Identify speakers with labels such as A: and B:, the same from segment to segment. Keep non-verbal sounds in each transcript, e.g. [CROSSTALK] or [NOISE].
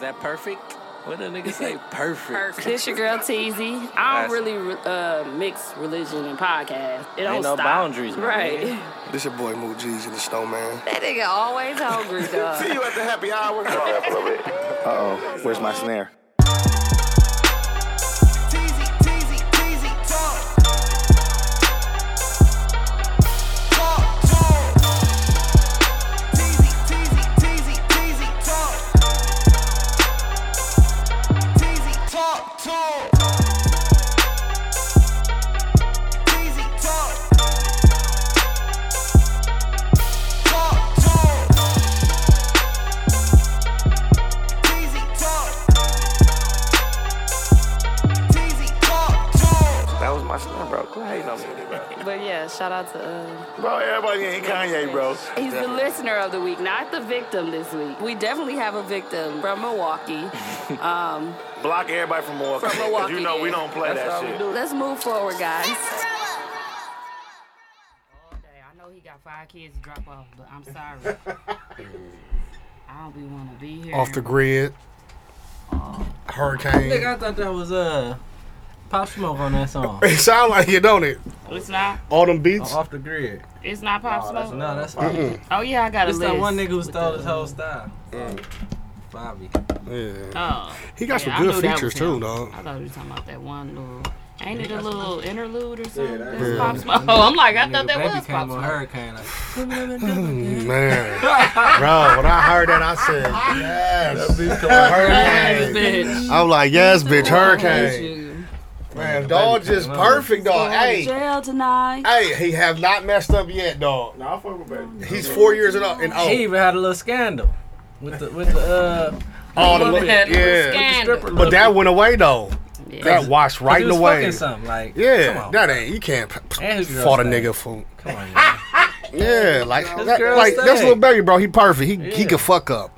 A: that perfect? What the nigga
B: [LAUGHS]
A: say? Perfect.
C: Perfect.
B: This your girl Teasy. I
A: Nice.
B: don't really uh, mix religion and podcast. It don't
A: Ain't no
B: stop.
A: boundaries, my
B: right? [LAUGHS]
A: nigga.
D: This your boy Moot G's and the Snowman.
C: That nigga always hungry, dog.
E: you at the happy hour.
D: Uh-oh, where's my snare?
F: Teasy, teasy, teasy, talk. Talk, talk. Teasy, teasy, teasy, teasy, talk. Teasy, talk, talk. Teasy, talk. Talk, talk. Teasy, talk. Teasy, talk, talk.
A: That was my son, bro. Quit hating on me, bro.
B: But yeah, shout out to. Uh,
E: Bro, everybody ain't Kanye, bro.
B: he's the listener of the week, not the victim this week. We definitely have a victim from Milwaukee.
E: Block everybody from Milwaukee.
B: From
E: 'cause
B: Milwaukee,
E: you know we
B: yeah.
E: don't play
A: That's all
E: that
A: we
E: shit.
A: do.
B: Let's move forward, guys.
G: Okay, I know he got five kids to drop off, but I'm sorry. I don't be want to be here.
H: Off the grid.
I: Nigga,
H: Hurricane.
I: I thought that was uh, Pop Smoke on that
H: [LAUGHS]
I: song.
H: It sound like you, don't it?
G: It's not.
H: All them beats.
I: Off the grid.
G: It's not pop smoke.
I: No, that's
G: Oh yeah, I got a
I: It's
G: list.
I: that one nigga who stole his whole style.
H: Mm.
I: Bobby.
H: Yeah.
G: Oh,
H: He got
G: yeah,
H: some
G: I
H: good
G: knew that was
H: features
G: him.
H: too, dog.
G: I thought you were talking about that one little. Ain't it a little interlude or something? that's pop smoke.
B: Oh,
G: I'm like, I thought
I: Nigga,
G: that
I: baby
G: was pop
I: came on
G: smoke.
I: Hurricane. Like,
H: Mm, Man, bro, when I heard that, I said, yes, hurricane.
G: Bitch.
H: I'm like, yes, bitch, hurricane. Man, dog, just perfect, dog.
B: Hey.
H: Hey,
B: Jail tonight.
H: hey, he have not messed up yet, dog.
E: Nah, I fuck with baby.
H: He's four years old and
I: He
H: old.
I: even had a little scandal with the with the uh.
H: All the
I: woman
H: little-
I: had a little
H: yeah,
G: Scandal.
I: stripper
H: but
I: look.
H: that went away though. That washed right
I: he was
H: away.
I: fucking something like come
H: Yeah,
I: on,
H: that ain't. You can't p- p-
I: And his girl
H: fault a
I: stayed.
H: nigga for.
I: come on, man.
H: Yeah, like that,
I: girl
H: like that's
I: stayed.
H: little baby, bro. He perfect. He he
I: Yeah.
H: can fuck up.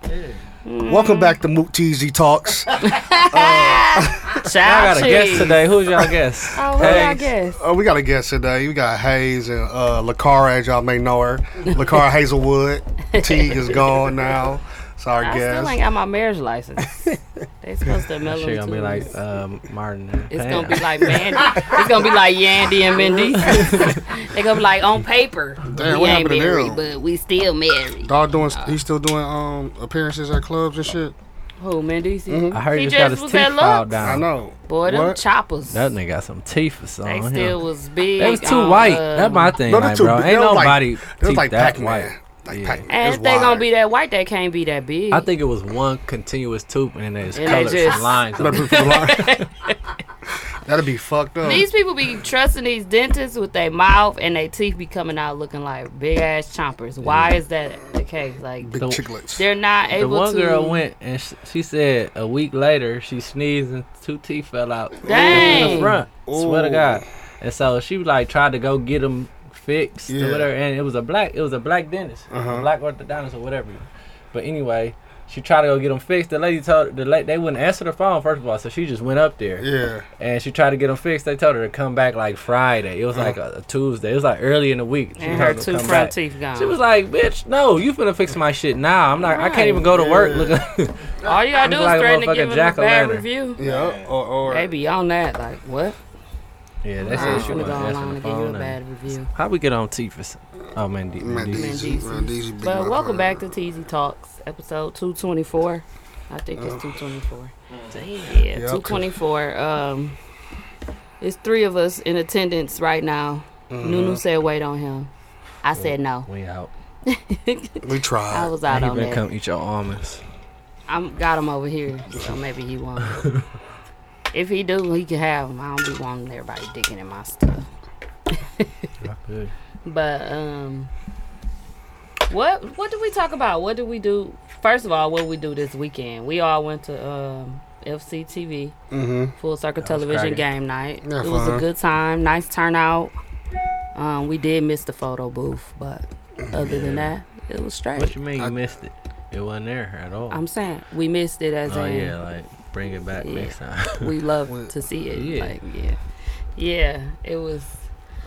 H: Welcome back to Moot Teasy Talks.
I: [LAUGHS]
H: Uh,
I: I got a guest today. Who's y'all guest?
B: [LAUGHS] Oh, who
I: Hey.
B: y'all guess?
H: Uh, we got a guest today. We got Hayes and uh, Lakara, as y'all may know her. Lakara
I: [LAUGHS]
H: Hazelwood. Teague is gone now. It's our
B: I still ain't
H: guest.
B: got my marriage license.
H: [LAUGHS]
B: they supposed to mail
I: She
B: them
I: gonna
B: to
I: be
B: us.
I: like um, Martin.
B: It's gonna be like Mandy. it's gonna be like Yandy and Mindy.
H: [LAUGHS]
B: [LAUGHS] they gonna be like on paper.
H: Damn,
B: we
H: what
B: ain't
H: happened to
B: married,
H: them?
B: but we still married.
H: Dog doing, he's still doing um appearances at clubs and shit.
B: Who Mindy?
I: I heard
B: He
I: he, just got
B: just
I: his
B: was
I: teeth
B: that
I: filed
B: looks.
I: down.
H: I know.
B: Boy, them
H: What?
B: choppers.
I: That nigga got some teeth or
B: they
I: something.
B: still was big.
I: They was too
B: on,
I: white.
B: uh,
I: That's my thing,
H: No, they
I: like,
H: too
I: bro.
H: big.
I: Ain't
H: They was like-
I: nobody
H: It was
I: teeth
H: like
I: that
H: Pac
I: white.
H: Man. Like
I: Yeah.
H: Pac Man.
B: And if they gonna be that white, they can't be that big.
I: I think it was one continuous tube, and then there's
B: And they
I: colors
B: just-
I: and lines. on it. [LAUGHS]
H: That'd be fucked up.
B: these people be trusting these dentists with their mouth and their teeth be coming out looking like big ass chompers. Why is that the case? Like
H: Big
I: the-
H: chicklets.
B: they're not
I: The
B: able
I: one
B: to.
I: girl went, and sh- she said a week later she sneezed and two teeth fell out in
B: Dang.
I: the front. Swear
H: Ooh.
I: to God. And so she like tried to go get them fixed
H: Yeah.
I: or whatever, and it was a black, it was a black dentist,
H: Uh-huh.
I: a black orthodontist or whatever. But anyway. She tried to go get them fixed. The lady told the la- they wouldn't answer the phone first of all, so she just went up there.
H: Yeah.
I: and she tried to get them fixed. They told her to come back like Friday. It was
H: Uh-huh.
I: like a, a Tuesday. It was like early in the week. She
B: and
I: told
B: her
I: to
B: two
I: come
B: front
I: back.
B: teeth gone.
I: She was like, "Bitch, no, you finna fix my shit now. I'm not. I can't even go to work. [LAUGHS] Look,
B: All you gotta do
I: Look
B: is
I: like a
B: threaten
I: motherfucking
B: to give them a bad
I: jack-o'-lantern.
B: review.
H: Yeah. Or, or
B: They be on that. Like what?
I: yeah, that's
B: I'm
I: it. She
B: gonna
I: wasn't
B: go online
I: answering the
B: and give you a
I: phone. and-
B: bad review.
I: How we get on Tifa's? Oh man, D-
H: Man,
I: D-
H: Deezy. Man, Deezy big
B: But welcome
H: motherfucker.
B: back to TZ Talks, episode 224. I think it's 224.
I: Mm.
B: Yeah, 224. Um, it's three of us in attendance right now. Nunu said, wait on him. I said no.
I: we out.
H: We
B: I
H: tried.
B: was out
I: He
B: on
I: better
B: that.
I: come eat your almonds.
B: I'm got him over here, so maybe
I: [LAUGHS]
B: he won't. if he do, he can have him. I don't be wanting everybody digging in my stuff. But um what what did we talk about? What did we do? First of all, what did we do this weekend? We all went to um FCTV,
H: Mm-hmm.
B: Full Circle Television
I: crazy.
B: Game Night.
H: Yeah,
B: it was
H: fun.
B: a good time, nice turnout. Um, we did miss the photo booth, but
H: Mm-hmm.
B: other than that, it was
I: What
B: straight.
I: you mean you missed it? It wasn't there at all.
B: I'm saying we missed it as
I: oh
B: in
I: yeah, like bring it back
B: Yeah.
I: next time.
B: we love to see it.
I: Yeah.
B: Like yeah, yeah, it was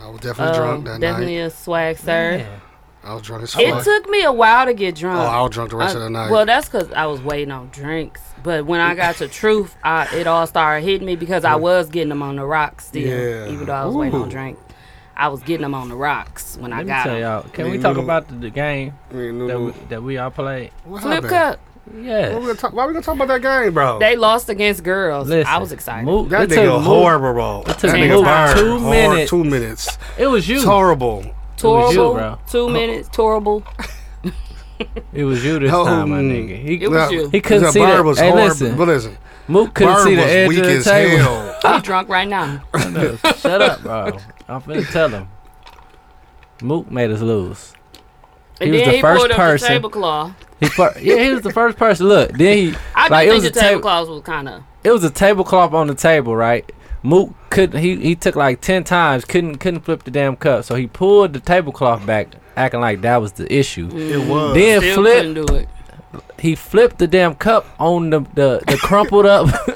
H: I was definitely
B: um,
H: drunk that
I: um,
B: definitely
H: night.
B: a swag surf.
I: Yeah.
H: I was drunk as fuck.
B: It took me a while to get drunk.
H: oh, I was drunk the rest
B: Uh,
H: of the night.
B: Well, that's because I was waiting on drinks. But when I got to truth, I, it all started hitting me because I was getting them on the rocks still,
H: Yeah.
B: even though I was waiting on
H: Ooh.
B: drinks. I was getting them on the rocks when
I: [LAUGHS]
B: I
I: Let me
B: got
I: tell
B: them.
I: y'all. Can
H: Me
I: we
H: and
I: talk
H: Nunu-
I: about the, the game
H: Me and
I: that we,
H: Nunu-
I: that we all played?
H: What
B: Flip
H: happened?
B: cup.
I: Yes.
H: Why we, gonna talk, why we gonna talk about that game, bro?
B: They lost against girls. I
I: Listen,
B: was excited.
I: Mook-
H: that
I: it took
H: nigga
I: Mook-
H: horrible, bro. That
I: took
B: Mook
H: nigga burned.
I: two
H: hard,
I: minutes.
H: Two minutes.
I: It was you.
H: It's horrible.
I: was you,
B: Torrible.
I: bro.
B: Two minutes. Torrible.
I: It was you this
H: Oh,
I: time, my
H: mm.
I: nigga. He,
B: It was you.
I: He couldn't
H: Yeah,
I: see
H: Bird
I: the-
H: was
I: hey,
H: horrible.
I: listen.
H: But listen,
I: Mook couldn't
H: Bird
I: see the
H: was
I: edge
H: weak
I: of the
H: as
I: table.
H: hell.
I: [LAUGHS]
B: I'm drunk right now.
I: Shut up, bro. I'm finna tell him. Mook made us lose.
B: And
I: He was
B: then
I: the
B: he
I: first
B: pulled up
I: person.
B: the tablecloth.
I: He fir- yeah, he was the first person. Look, then he
B: [LAUGHS] I do
I: Like, it was
B: think the
I: a table-
B: tablecloths was kind of.
I: it was a tablecloth on the table, right? Mook could he he took like ten times, couldn't couldn't flip the damn cup, so he pulled the tablecloth back, acting like that was the issue.
H: It was.
I: Then
B: Still
I: flipped
B: couldn't do it.
I: he flipped the damn cup on the the, the crumpled up [LAUGHS]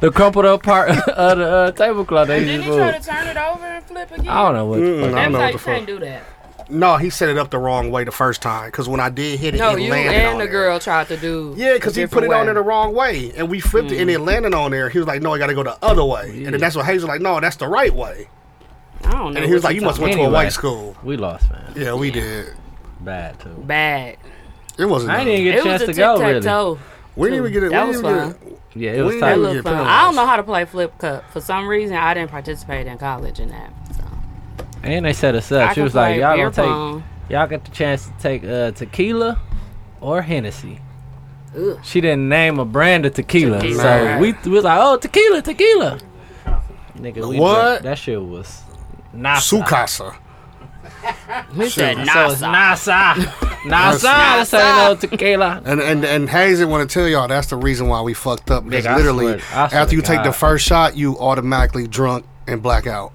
I: the crumpled up part of the uh, tablecloth. That he
G: Didn't
I: just
G: he try
I: moved.
G: to turn it over and flip again?
I: I don't know what. the
H: Mm,
I: fuck.
H: I don't
B: That's
H: know
B: how
H: what
B: you
H: the fuck.
B: can't do that.
H: No, he set it up the wrong way the first time. Cause when I did hit it,
B: No,
H: it
B: you
H: landed on
B: and the
H: there.
B: girl tried to do.
H: Yeah, because
B: a
H: he put it
B: different
H: on
B: way.
H: there the wrong way, and we flipped it, and
I: Mm.
H: it landed on there. He was like, "No, I got to go the other way," and then that's what Hazel like, "No, that's the right way."
B: I don't know.
H: And he was
B: what
H: like, "You
B: talking
H: must went to a
I: Anyway.
H: white school."
I: We lost, man.
H: Yeah, we did.
I: Bad too.
B: Bad.
H: It wasn't.
I: I didn't even
B: It
I: get a
B: was
I: chance
B: a
I: to
B: tic
I: go
B: tac
I: really.
B: toe.
H: We didn't even get it.
B: That
H: we
B: was
H: didn't even get it.
I: Yeah, it was
H: We
I: tight.
B: That
H: didn't
B: looked
H: get
B: fun.
H: penalized.
B: I don't know how to play flip cup. For some reason, I didn't participate in college in that. So
I: And they set us
B: I
I: up. She
B: could
I: was like,
B: play
I: "Y'all
B: beer
I: gonna take."
B: pong.
I: Y'all got the chance to take uh, tequila or Hennessy.
B: Ugh.
I: She didn't name a brand of tequila,
B: Tequila,
I: so
B: right.
I: we, we was like, "Oh, tequila, tequila." Nigga, we
H: What?
I: drank- that shit was NASA.
H: Sukasa.
B: He said
I: So it's
B: NASA.
I: NASA, NASA. This ain't no tequila.
H: And and and Hazel want to tell y'all that's the reason why we fucked up. Because
I: Nigga, I
H: literally,
I: swear- I swear
H: after
I: to
H: you take the
I: God.
H: first shot, you automatically drunk and black out.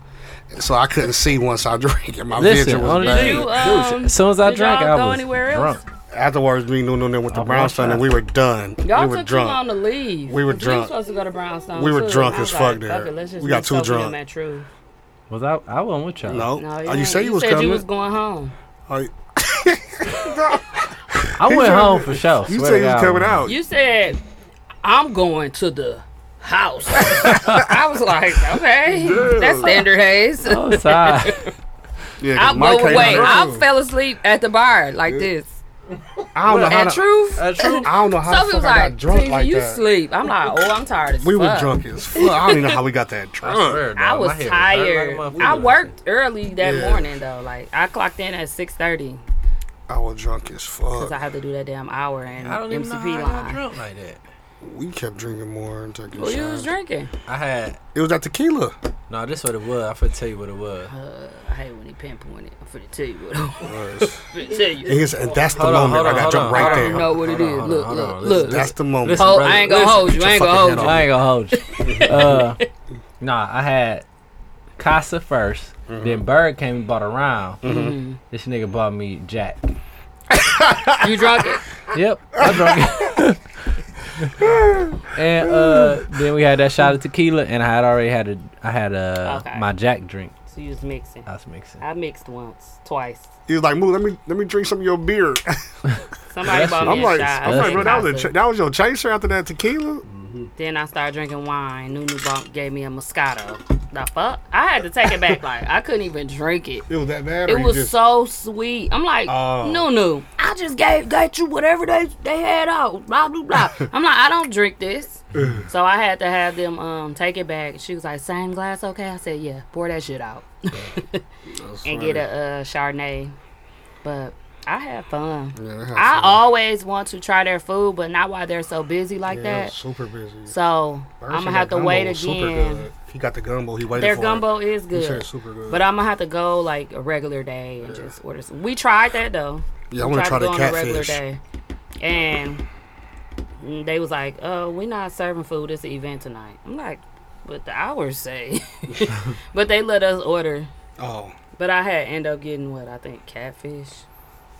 H: So I couldn't see once I [LAUGHS] drank, and
I: [LAUGHS]
H: my
I: Listen,
H: vision was
I: only
H: bad.
B: You, um,
I: as soon as I
B: did
I: drank,
B: y'all
I: I
B: go
I: was
B: anywhere else?
I: drunk.
H: Afterwards, we knew there with the
I: Oh,
H: brownstone,
I: my
H: and we were done.
B: [LAUGHS] Y'all
H: we were
B: took
H: drunk.
B: too long to leave.
H: We were
B: Cause
H: drunk.
B: We supposed to go to Brownstone.
H: We were
B: too.
H: drunk
B: I
H: as
B: was like,
H: fuck there.
B: it, let's just
H: We got
B: meet
H: too
B: up with
H: drunk.
B: him at True.
I: Was I? I wasn't with y'all.
H: No,
B: No,
H: oh, you
B: ain't.
H: say you was
B: said
H: coming.
B: you was going home.
H: Oh, you-
I: I went
H: said-
I: home for sure.
H: you
I: swear to
H: say you was
I: God.
H: coming out.
B: You said I'm going to the house.
H: [LAUGHS]
B: I was like, okay, that's standard haze.
I: I was tired.
H: Yeah, 'cause
B: I'll
H: Uh, Mike
B: go
H: came
B: away.
H: out.
B: I fell asleep at the bar like this.
H: I don't know how
B: At
H: to,
I: [LAUGHS]
B: Truth,
I: That's true.
H: I don't know how the
B: Sophie
H: fuck
B: was
H: I
B: like,
H: got drunk
B: "Teasy,
H: like
B: you
H: that.
B: sleep. I'm like, oh, I'm tired as
H: We
B: fuck.
H: were drunk as fuck. I don't even know how we got that drunk.
B: I was tired. I worked early that
H: Yeah.
B: morning though. Like I clocked in at six thirty
H: I was drunk as
B: because
H: fuck.
B: I had to do that damn hour and
I: I don't even know
B: MCP
I: how I got
B: line.
I: drunk like that.
H: We kept drinking more and taking
B: Well, you was
H: shots.
B: drinking.
I: I had
H: It was that tequila.
I: no. This what it was. I finna tell you what it was.
B: I hate when he pinpoint it. I'm finna tell you what. [LAUGHS] I'm
H: Was.
B: finna tell you.
H: It is, and that's the
I: Hold on, hold
H: moment I
I: on,
H: got drunk
I: hold
H: right
I: on,
H: there.
B: You know what it is.
I: on,
B: Look,
I: hold
B: look,
I: on.
B: look.
H: That's the moment.
I: Listen,
B: Hold-
I: brother,
B: I ain't gonna
I: listen,
B: hold you. I ain't gonna hold you.
I: I ain't gonna hold you. [LAUGHS] Uh, nah, I had Casa 1st Then Bird came and bought a round. This nigga bought me Jack.
B: You drunk it.
I: Yep, I drunk it. [LAUGHS] and uh, then we had that shot of tequila, and I had already had a, I had a
B: Okay.
I: my Jack drink.
B: [LAUGHS] So you was mixing.
I: I was mixing.
B: I mixed once, twice.
H: He was like, "Move, let me let me drink some of your beer."
B: Somebody
I: That's it.
B: bought me
H: I'm
B: a
H: like,
B: shot.
H: I'm like, bro, that was a
B: Casa.
H: ch- that was your chaser after that tequila.
B: Then I started drinking wine. Nunu bump gave me a Moscato. The fuck? I had to take it back. Like I couldn't even drink it.
H: It was that bad. or
B: It
H: you
B: was
H: just-
B: so sweet. I'm like,
H: Oh.
B: Nunu, I just gave got you whatever they they had out. Blah blah
H: [LAUGHS]
B: blah. I'm like, I don't drink
H: [SIGHS]
B: this. so I had to have them um take it back. She was like, same glass, okay? I said, yeah. Pour that shit out [LAUGHS] and get a uh, Chardonnay. But I had fun.
H: Yeah, that had
B: I
H: some-
B: always want to try their food, but not while they're so busy like
H: yeah,
B: that.
H: I'm super busy.
B: So
H: First,
B: I'm
H: he
B: gonna have
H: got
B: to wait
H: gumbo, super
B: again.
H: good. He got the gumbo. He waited
B: Their
H: for
B: gumbo
H: It.
B: is
H: He said
B: good,
H: super good.
B: but I'm gonna have to go like a regular day and just order. Some. We tried that though.
H: yeah, I
B: We
H: want to
B: tried
H: try the
B: go on a regular
H: catfish.
B: day, and mm, they was like, "Oh, we're not serving food. It's an event tonight." I'm like, "But the hours say," [LAUGHS] but they let us order.
H: Oh,
B: But I had end up getting what I think catfish.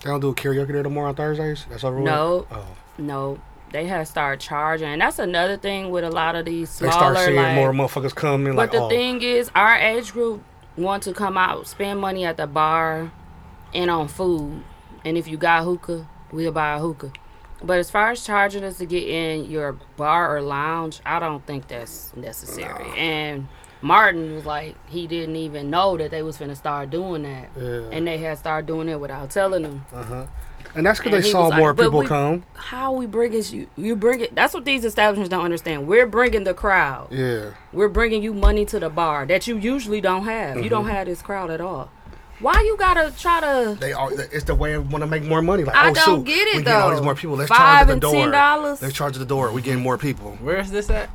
H: they don't do karaoke there tomorrow on Thursdays. That's over. with?
B: No.
H: Oh.
B: No, they had started charging, and that's another thing with a lot of these
H: They
B: smaller
H: start seeing
B: like,
H: more motherfuckers come in.
B: But
H: Like,
B: the
H: oh,
B: thing is, our age group want to come out, spend money at the bar, and on food. And if you got hookah, we'll buy a hookah. But as far as charging us to get in your bar or lounge, I don't think that's necessary. And Martin was like, he didn't even know that they was finna start doing that,
H: Yeah.
B: and they had started doing it without telling him.
H: And that's because
B: And
H: they
B: he
H: saw
B: was like,
H: more
B: "But
H: people
B: we-
H: come.
B: How we bringing you? You bring it. That's what these establishments don't understand. We're bringing the crowd.
H: Yeah.
B: We're bringing you money to the bar that you usually don't have. You
H: Mm-hmm.
B: don't have this crowd at all. Why you gotta try to?
H: They all, it's the way I want to make more money. Like,
B: I
H: oh,
B: don't
H: shoot,
B: get it,
H: we Get all these
B: though.
H: more people. Let's
B: Five
H: charge at
B: and
H: the door.
B: $10?
H: Let's charge at the door. We getting more people.
I: Where is this at?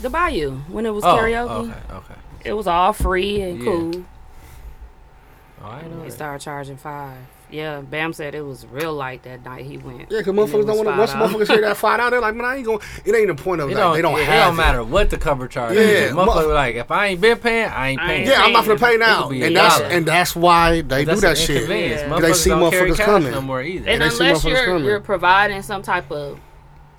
B: The Bayou when it was
I: Oh,
B: karaoke,
I: okay, okay.
B: it was all free and
I: Yeah.
B: cool.
I: Oh, I know.
B: They
I: that.
B: started charging five. Yeah, Bam said it was real light that night he went.
H: Yeah, because
B: And it
H: motherfuckers
B: was
H: don't want to. Once
B: $5.
H: motherfuckers hear that fight out, they're like, man, I ain't going. It ain't the point of
I: It
H: that. they don't
I: it,
H: have.
I: don't
H: it.
I: matter what the cover charge.
H: Yeah,
I: is.
H: mo-
I: motherfucker. Like if I ain't been paying, I ain't
B: I
I: paying.
B: ain't
H: Yeah, I'm not
B: Damn.
H: gonna pay
I: It
H: now,
I: could be a
H: and that's
I: dollar.
H: and that's why they do
I: That's
H: that
I: an
H: shit.
I: inconvenience.
B: Yeah.
I: Motherfuckers
H: They see
I: don't carry
H: motherfuckers
I: cash
H: coming.
I: no more either.
B: And
H: they see
B: unless
H: motherfuckers
B: you're
H: coming.
B: you're providing some type of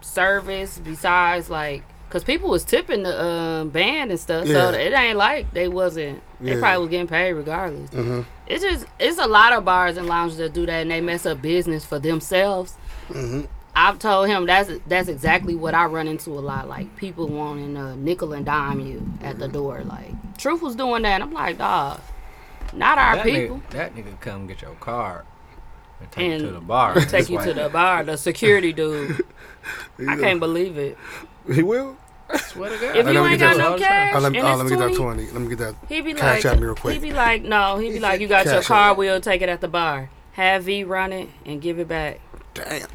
B: service besides like, cause people was tipping the um, band and stuff,
H: Yeah.
B: so it ain't like they wasn't. They
H: Yeah. Mm-hmm.
B: probably was getting paid regardless. It's just it's a lot of bars and lounges that do that, and they mess up business for themselves.
H: Mm-hmm.
B: I've told him that's that's exactly what I run into a lot. Like people wanting to nickel and dime you at
H: Mm-hmm.
B: the door. Like Truth was doing that, and I'm like, dog, not our
I: that
B: people.
I: Nigga, that nigga come get your card and take you to
B: And
I: the bar.
B: Take you to the bar, the security dude. I can't believe it.
H: He will.
I: Swear to God.
B: If you
H: let me
B: ain't got
H: get that-
B: no cash,
H: Oh, let
B: and
H: me, oh, let
B: it's
H: me get that
B: 20,
H: twenty. Let me get that.
B: he be
H: Cash
B: like,
H: app me real quick.
B: he be like, no, he be like, you got your
H: Cash
B: car
H: app.
B: wheel, take it at the bar. Have V run it and give it back.
H: Damn.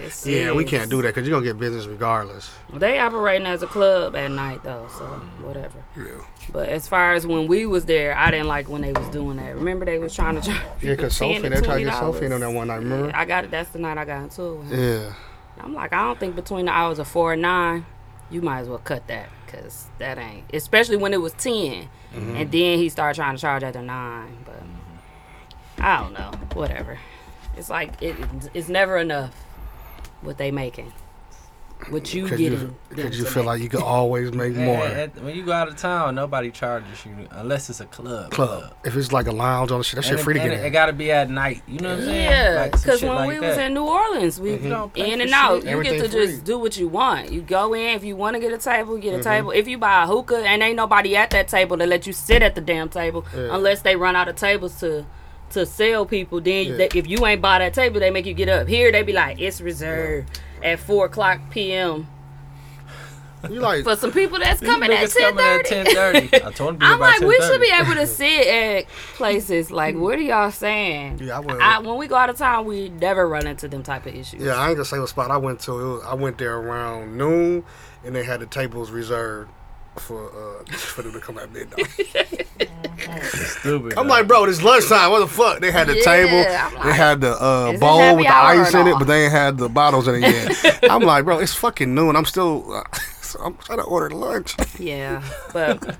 B: It's
H: Yeah, we
B: serious.
H: can't do that because you're gonna get business regardless.
B: They operating as a club at night though, so whatever.
H: Yeah.
B: But as far as when we was there, I didn't like when they was doing that. Remember they was trying to [LAUGHS] charge
H: Yeah, because
B: people
H: Sophie,
B: 10 to
H: they tried to get
B: $20.
H: Sophie in on that one night. Remember?
B: I got it. That's the night I got into it. with him.
H: Yeah.
B: I'm like, I don't think between the hours of four and nine, you might as well cut that because that ain't, especially when it was 10.
H: Mm-hmm.
B: And then he started trying to charge after nine. But I don't know. Whatever. It's like, it, it's never enough what they making. What you
H: Because
B: getting.
H: you,
B: them
H: 'cause you
B: to
H: feel
B: make.
H: like you could always make
I: Hey,
H: more.
I: at- when you go out of town, nobody charges you unless it's a club.
H: Club. If it's like a lounge on the shit, that shit
I: And
H: free to
I: it,
H: get
I: and it, it
H: in.
I: gotta be at night. You know what I'm saying?
B: Yeah,
I: Like, some
B: because
I: shit
B: when
I: like
B: we
I: that. Mm-hmm.
B: was in New Orleans, we
I: You don't pay
B: in
I: for
B: and out.
I: shit.
B: You get to
H: Everything free.
B: just do what you want. You go in if you want to get a table, get a
I: Mm-hmm.
B: table. If you buy a hookah, and ain't nobody at that table to let you sit at the damn table unless they run out of tables to to sell people. Then
H: Yeah.
B: they, if you ain't buy that table, they make you get up. Here they be like, it's reserved at four o'clock p.m.
H: You like
B: for some people that's
I: These
B: coming at
I: niggas
B: ten
I: coming at
B: thirty.
I: 10:30. I told him to be
B: I'm
I: here by
B: like, we
I: 10:30.
B: should be able to sit at places. Like, what are y'all saying?
H: Yeah, I would.
B: I, when we go out of town, we never run into them type of issues.
H: Yeah, I ain't gonna say what spot I went to. It was, I went there around noon, and they had the tables reserved for uh for them to come at midnight.
I: Stupid.
H: I'm like, bro, this lunchtime. What the fuck? They had the
B: Yeah, I'm
H: table, they
B: like,
H: had the uh,
B: this
H: bowl
B: happy
H: with the
B: hour or
H: ice in it,
B: not?
H: but they ain't had the bottles in it
B: [LAUGHS]
H: yet. I'm like, bro, it's fucking noon. I'm still. [LAUGHS] Uh, I'm trying to order lunch.
B: Yeah,
H: [LAUGHS]
B: but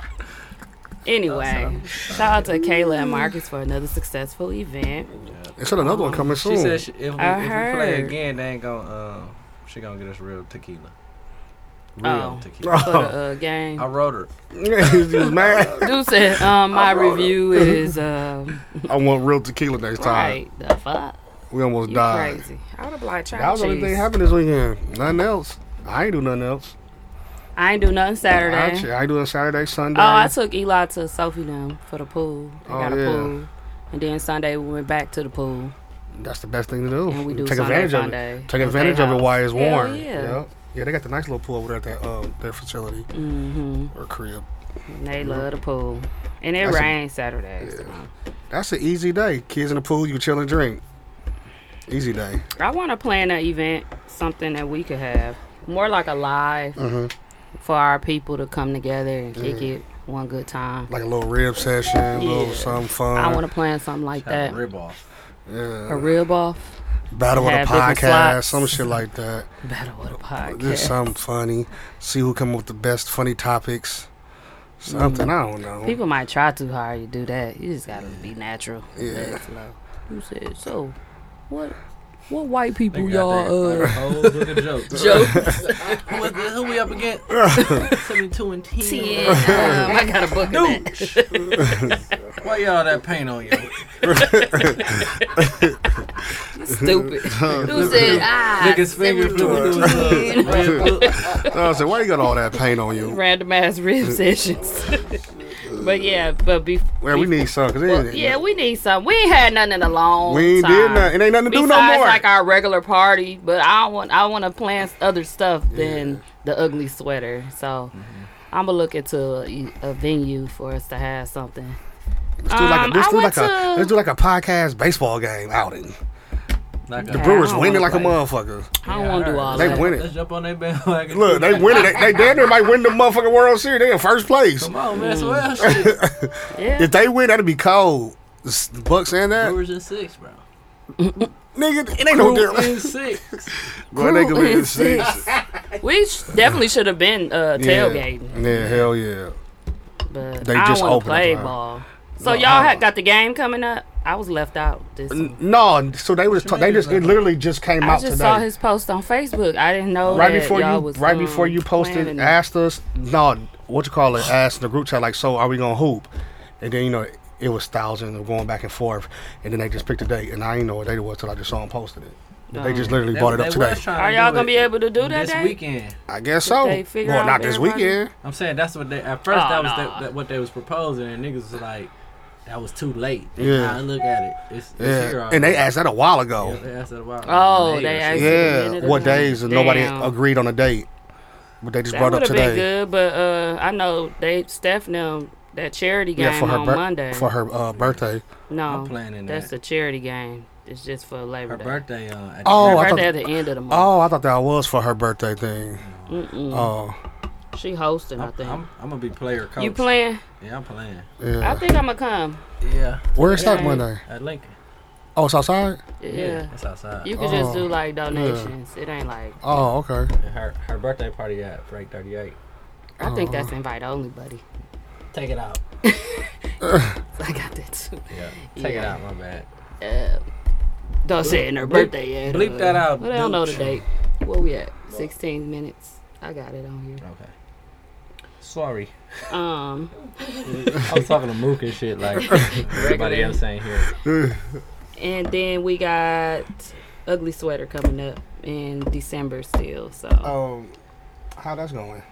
B: anyway, shout out to Kayla and Marcus for another successful event.
H: It's another
B: Oh,
H: one coming soon.
I: She said she, if, we,
B: I
I: if we play
B: heard.
I: again, they ain't gonna. Um, she gonna get us real tequila. Real
B: Oh.
H: [LAUGHS]
I: tequila.
B: For the uh, game,
I: I wrote her.
H: she was mad.
B: dude said um, my review is
H: [LAUGHS]
B: um,
H: I want real tequila next time.
B: right. The fuck,
H: We almost
B: you
H: died.
B: crazy? I would have like
H: That
B: tried
H: was the only thing
B: cheese.
H: happened this weekend. Nothing else. I ain't do nothing else.
B: I ain't do nothing
H: I,
B: Saturday.
H: ch- I do it Saturday, Sunday.
B: Oh, I took Eli to Sophie them for the pool. They
H: Oh,
B: got a
H: yeah.
B: pool, and then Sunday we went back to the pool.
H: That's the best thing to do.
B: And we do
H: Take
B: Sunday,
H: advantage of
B: Sunday
H: it. Take
B: at
H: advantage
B: their
H: of it
B: house.
H: while it's
B: Hell
H: warm.
B: yeah.
H: Yep. Yeah, they got the nice little pool over there at that, uh, their facility
B: Mm-hmm.
H: or crib.
B: And they love the pool, and it
H: That's a-
B: rained Saturday. so.
H: That's an easy day. Kids in the pool, you chill and drink. Easy day.
B: I want to plan an event, something that we could have more like a live
H: Mm-hmm.
B: for our people to come together and kick it one good time.
H: Like uh, a little rib session, a
B: Yeah.
H: little something fun.
B: I want to plan something like that.
I: Rib off.
H: yeah.
B: A rib off
H: Battle with a
B: have different
H: podcast,
B: slots.
H: some shit like that.
B: battle with a podcast.
H: Just something funny. See who come up with the best funny topics. Something, I don't know.
B: Mm. People might try too hard to do that. You just gotta be natural.
H: Yeah.
B: Let it flow. You said so. What? What white people
I: Nigga
B: y'all?
I: out there,
B: [LAUGHS] Uh,
I: like, whole book of
B: [LAUGHS]
I: jokes. [LAUGHS]
B: jokes.
I: who, is- who we up
B: [LAUGHS]
I: against? Seventy-two and ten.
B: Um, I got a book of that.
I: [LAUGHS] Why y'all that paint
B: [LAUGHS]
I: on you? [LAUGHS]
B: Stupid. Who said ah?
I: Nigga's finger flew through his red book.
H: Uh, I said, why you got all that paint
B: [LAUGHS]
H: on you?
B: [LAUGHS] Random
I: [LAUGHS]
B: ass rib sessions. [LAUGHS] but yeah, but be,
H: Well, we need some. Cause it
B: well,
H: ain't-
B: yeah, we need some. We ain't had nothing in a long
H: we ain't
B: time.
H: did nothing. It ain't nothing to do
B: Besides,
H: no more.
B: like our regular party, but I want I want to plan other stuff than the ugly sweater. So
H: Mm-hmm.
B: I'm gonna look into a, a venue for us to have something.
H: let's do like,
B: um,
H: a, let's,
B: I
H: do like
B: went
H: a,
B: to-
H: let's do like a podcast baseball game outing.
I: Like
H: The
I: a-
H: Brewers
B: don't
H: winning
B: wanna
H: like a
B: play.
H: motherfucker.
B: I don't want to do all
H: They
B: that.
H: win
I: Let's
H: it.
I: jump on that bandwagon.
H: Look, they win it. They, they damn near might win the motherfucking World Series. They in first place.
I: Come on, man. So what
B: Mm.
I: else shit?
B: Yeah.
H: If they win, that'd be cold. The Bucks and that
I: Brewers in six, bro.
H: nigga, it ain't no
I: Brewers
H: difference.
I: in six.
H: Boy, they could be [LAUGHS] in six.
B: We sh- definitely should have been uh, tailgating,
H: Yeah. yeah, hell yeah.
B: but
H: They
B: I
H: just
B: don't want
H: opened
B: to play
H: up, huh?
B: ball. So
H: No, I
B: y'all had
H: don't.
B: got the game coming up. I was left out this.
H: N- No, so they was ta- they just it literally just came
B: I
H: out
B: just
H: today.
B: saw his post on Facebook. I didn't know
H: right
B: that
H: before
B: y'all
H: you
B: was,
H: right
B: um,
H: before you posted
B: planning it.
H: asked us no what you call it asked the group chat like so are we gonna hoop and then you know it was thousands of going back and forth and then they just picked a date and I didn't know what date it was till I just saw him posted it. But they just literally brought it up today.
B: Are y'all gonna be able to do that
I: this
B: day?
I: weekend?
H: I guess so.
B: they figure
H: Well,
B: out
H: not this
B: everybody?
H: weekend.
I: I'm saying that's what they at first
B: Oh,
I: that was
B: nah.
I: that, that, what they was proposing and niggas was like that was too late.
H: Yeah.
I: I look at it. It's, it's here
H: Yeah,
I: already.
H: and they asked that a while ago.
I: They asked that about
B: Oh,
I: later.
B: they asked- Is it the end
H: Yeah,
B: of the
H: what
B: month?
H: days and nobody
B: Damn.
H: agreed on a date, but they just
B: That
H: brought up
B: would have been
H: today.
B: good, but uh, I know they Steph them that charity game
H: Yeah, for her
B: on
H: bir-
B: Monday.
H: for her uh, birthday.
B: no,
I: I'm planning
B: that's
I: that.
B: a charity game. It's just for Labor
I: her
B: Day.
I: birthday uh, at the
H: Oh,
B: Her
H: I
B: birthday
H: thought-
B: at the end of the month.
H: Oh, I thought that was for her birthday thing.
B: Mm-mm.
H: Oh,
B: she hosting, I
I: I'm,
B: think.
I: I'm, I'm gonna be player coach.
B: you playing?
I: Yeah, I'm playing.
H: yeah.
B: I think I'm gonna come.
I: Yeah,
H: Where is that
B: Yeah.
H: Monday?
I: at Lincoln.
H: Oh, it's outside.
B: Yeah,
I: that's outside.
B: you could just
H: Oh,
B: do like donations. It ain't like
H: Oh, okay.
I: And her her birthday party at Frank 38.
B: I think that's
H: Oh.
B: invite only, buddy. [LAUGHS]
I: Take it out.
B: I got that too.
I: Yeah, take it
B: Yeah.
I: out. My bad.
B: Uh, don't say in her
I: Bleep-
B: birthday yet.
I: bleep
B: uh,
I: that out,
B: Well, they don't know the
I: dude.
B: date. Where we at? 16 minutes. I got it on here.
I: Okay. Sorry,
B: Um,
I: [LAUGHS] I was talking to Mook and shit
B: [LAUGHS]
I: like everybody else ain't here.
B: and then we got Ugly Sweater coming up in December still. So,
H: Um, how that's going?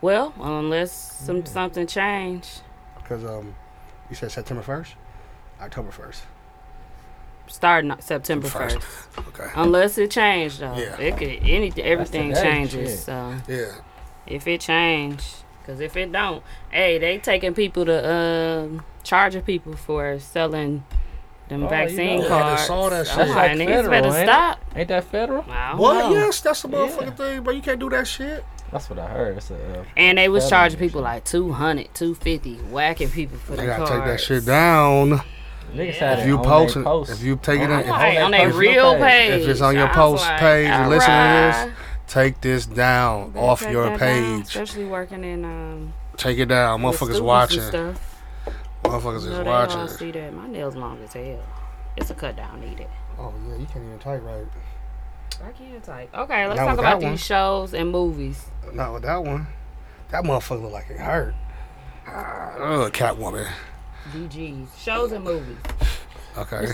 B: well, unless some something change,
H: Because um, you said September first, October first.
B: starting on September
H: First.
B: 1st.
H: Okay.
B: Unless it changed though,
H: Yeah.
B: it could anything everything
I: today,
B: changes.
I: shit.
B: So
H: Yeah.
B: if it change, because if it don't, hey, they taking people to um charging people for selling them
I: Oh, you
B: vaccine
I: know.
H: Yeah, I
B: cards.
H: just saw that
B: I'm
I: shit.
B: like,
I: That's like
B: niggas better
I: federal, ain't it?
B: stop.
I: Ain't that federal?
B: I don't
H: What?
B: know.
H: Yes, that's a motherfucking
I: Yeah.
H: thing, but you can't do that shit.
I: That's what I heard. It's a, uh,
B: And they was
I: Federal
B: charging
I: shit.
B: people like 200, 250, whacking people for
H: They
B: the
H: gotta
B: cards.
H: take that shit down.
I: niggas had
H: If
I: it
H: you
I: on
H: post,
I: their
H: it,
I: post.
H: if you take it,
I: Oh,
H: in,
I: I-
H: if,
B: Like, on their
I: personal
B: real
I: page.
B: page.
H: if it's on
B: I
H: your
B: was
H: post
B: like,
H: page,
B: all
H: and listen
B: right.
H: to this. Take this down
B: Better
H: off
B: take
H: your
B: that down,
H: page.
B: especially working in um,
H: Take it down,
B: with
H: motherfuckers
B: students and
H: watching.
B: stuff.
H: Motherfuckers
B: No,
H: is
B: they don't
H: watching.
B: see that. My nails long as hell. It's a cut down needed.
H: Oh yeah, you can't even type right.
B: I can't type. Okay, let's
H: Not
B: talk
H: with that
B: about
H: one.
B: these shows and movies.
H: Not with that one. That motherfucker look like it hurt. Ugh, Catwoman.
B: DGs. Shows and movies.
H: Okay.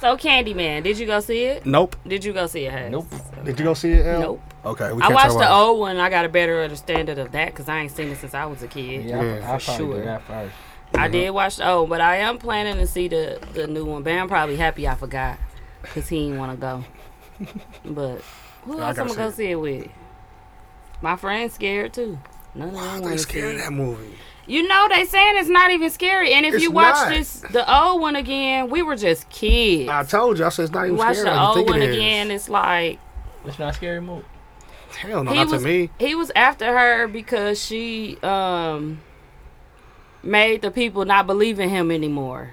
B: So Candyman, did you go see it?
H: Nope.
B: Did you go see it? Hayes?
I: Nope.
H: Did you go see it? L?
B: Nope.
H: Okay. We
B: I
H: can't
B: watched
H: talk
B: the
H: about
B: old one. I got a better understanding of that because I ain't seen it since I was a kid.
I: Yeah,
H: Yeah, Mm-hmm.
I: I, I
B: for
I: probably
B: sure.
I: did that first.
B: I did watch the old, but I am planning to see the the new one. Bam probably happy I forgot because he didn't want to
H: [LAUGHS]
B: go. But who
H: I
B: else
H: gotta
B: I'm gonna go
H: see
B: see it with? My friend's scared too. None of them
H: it.
B: want
H: They
B: to see it.
H: scared of that movie.
B: You know they saying it's not even scary. And if
H: It's
B: you watch
H: not.
B: this the old one again, we were just kids.
H: I told you. I said it's not
B: You
H: even
B: watch the
H: scary. I
B: old
H: think
B: one
H: it is.
B: again, it's like
I: It's not a scary movie.
H: Hell no,
B: he
H: Oh, not
B: was
H: to me.
B: he was after her because she um made the people not believe in him anymore.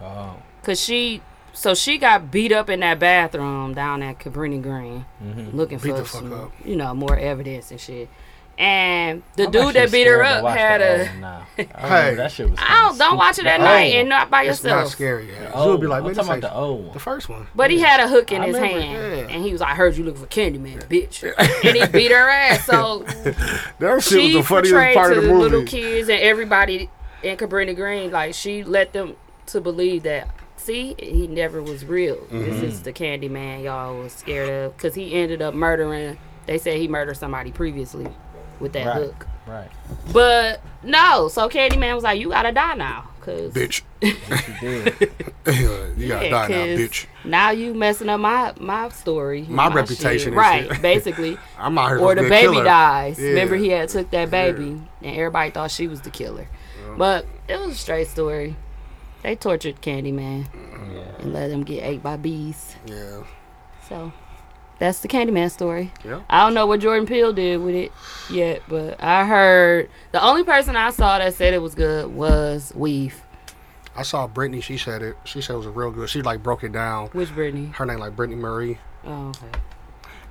I: Oh,
B: Cause she so she got beat up in that bathroom down at Cabrini Green looking
H: Mm-hmm. Beat
B: for
H: the fuck
B: some,
H: up.
B: you know, more evidence and shit. And the
I: I'm
B: dude
I: actually
B: that beat her
I: scared to
B: up
I: watch
B: had
I: the old
B: a
I: one now. I remember that shit was. kinda
B: Oh, don't watch it at
I: stupid.
B: night
I: Oh,
B: and not by
H: It's
B: yourself.
H: not scary. Yet.
I: Oh,
H: You'll be like,
I: I'm
H: man,
I: talking
H: this
I: about the
H: ain't
I: old
H: the
I: one.
H: first one.
B: But he had a hook in
H: I
B: his
H: remember,
B: hand,
H: yeah.
B: and he was like, "I heard you looking for Candyman,
H: [LAUGHS]
B: bitch," and he beat her ass. So
H: That
B: she portrayed to little kids and everybody and Cabrini Green, like she let them to believe that. See, he never was real. This
H: Mm-hmm.
B: is the Candy Man y'all was scared of because he ended up murdering. They said he murdered somebody previously with that
I: Right.
B: hook.
I: Right.
B: But no, so Candyman was like, "You gotta die now, cause
H: [LAUGHS] bitch. [LAUGHS]
I: She did.
H: you
B: [LAUGHS]
H: gotta
B: Yeah,
H: die now,
B: 'cause
H: bitch.
B: now you messing up my my story,
H: My reputation
B: shit."
H: and
B: right?
H: shit. [LAUGHS]
B: Basically,
H: I'm out here
B: or
H: supposed to
B: the
H: be a
B: baby
H: killer.
B: dies.
H: Yeah.
B: Remember, he had took that baby, and everybody thought she was the killer. But it was a straight story. They tortured Candyman and let him get ate by bees.
H: Yeah.
B: So that's the Candyman story.
H: Yeah.
B: I don't know what Jordan Peele did with it yet, but I heard the only person I saw that said it was good was Weave.
H: I saw Brittany. She said it. She said it was real good. She like broke it down.
B: Which Brittany?
H: Her name like Brittany Murray.
B: Oh, okay.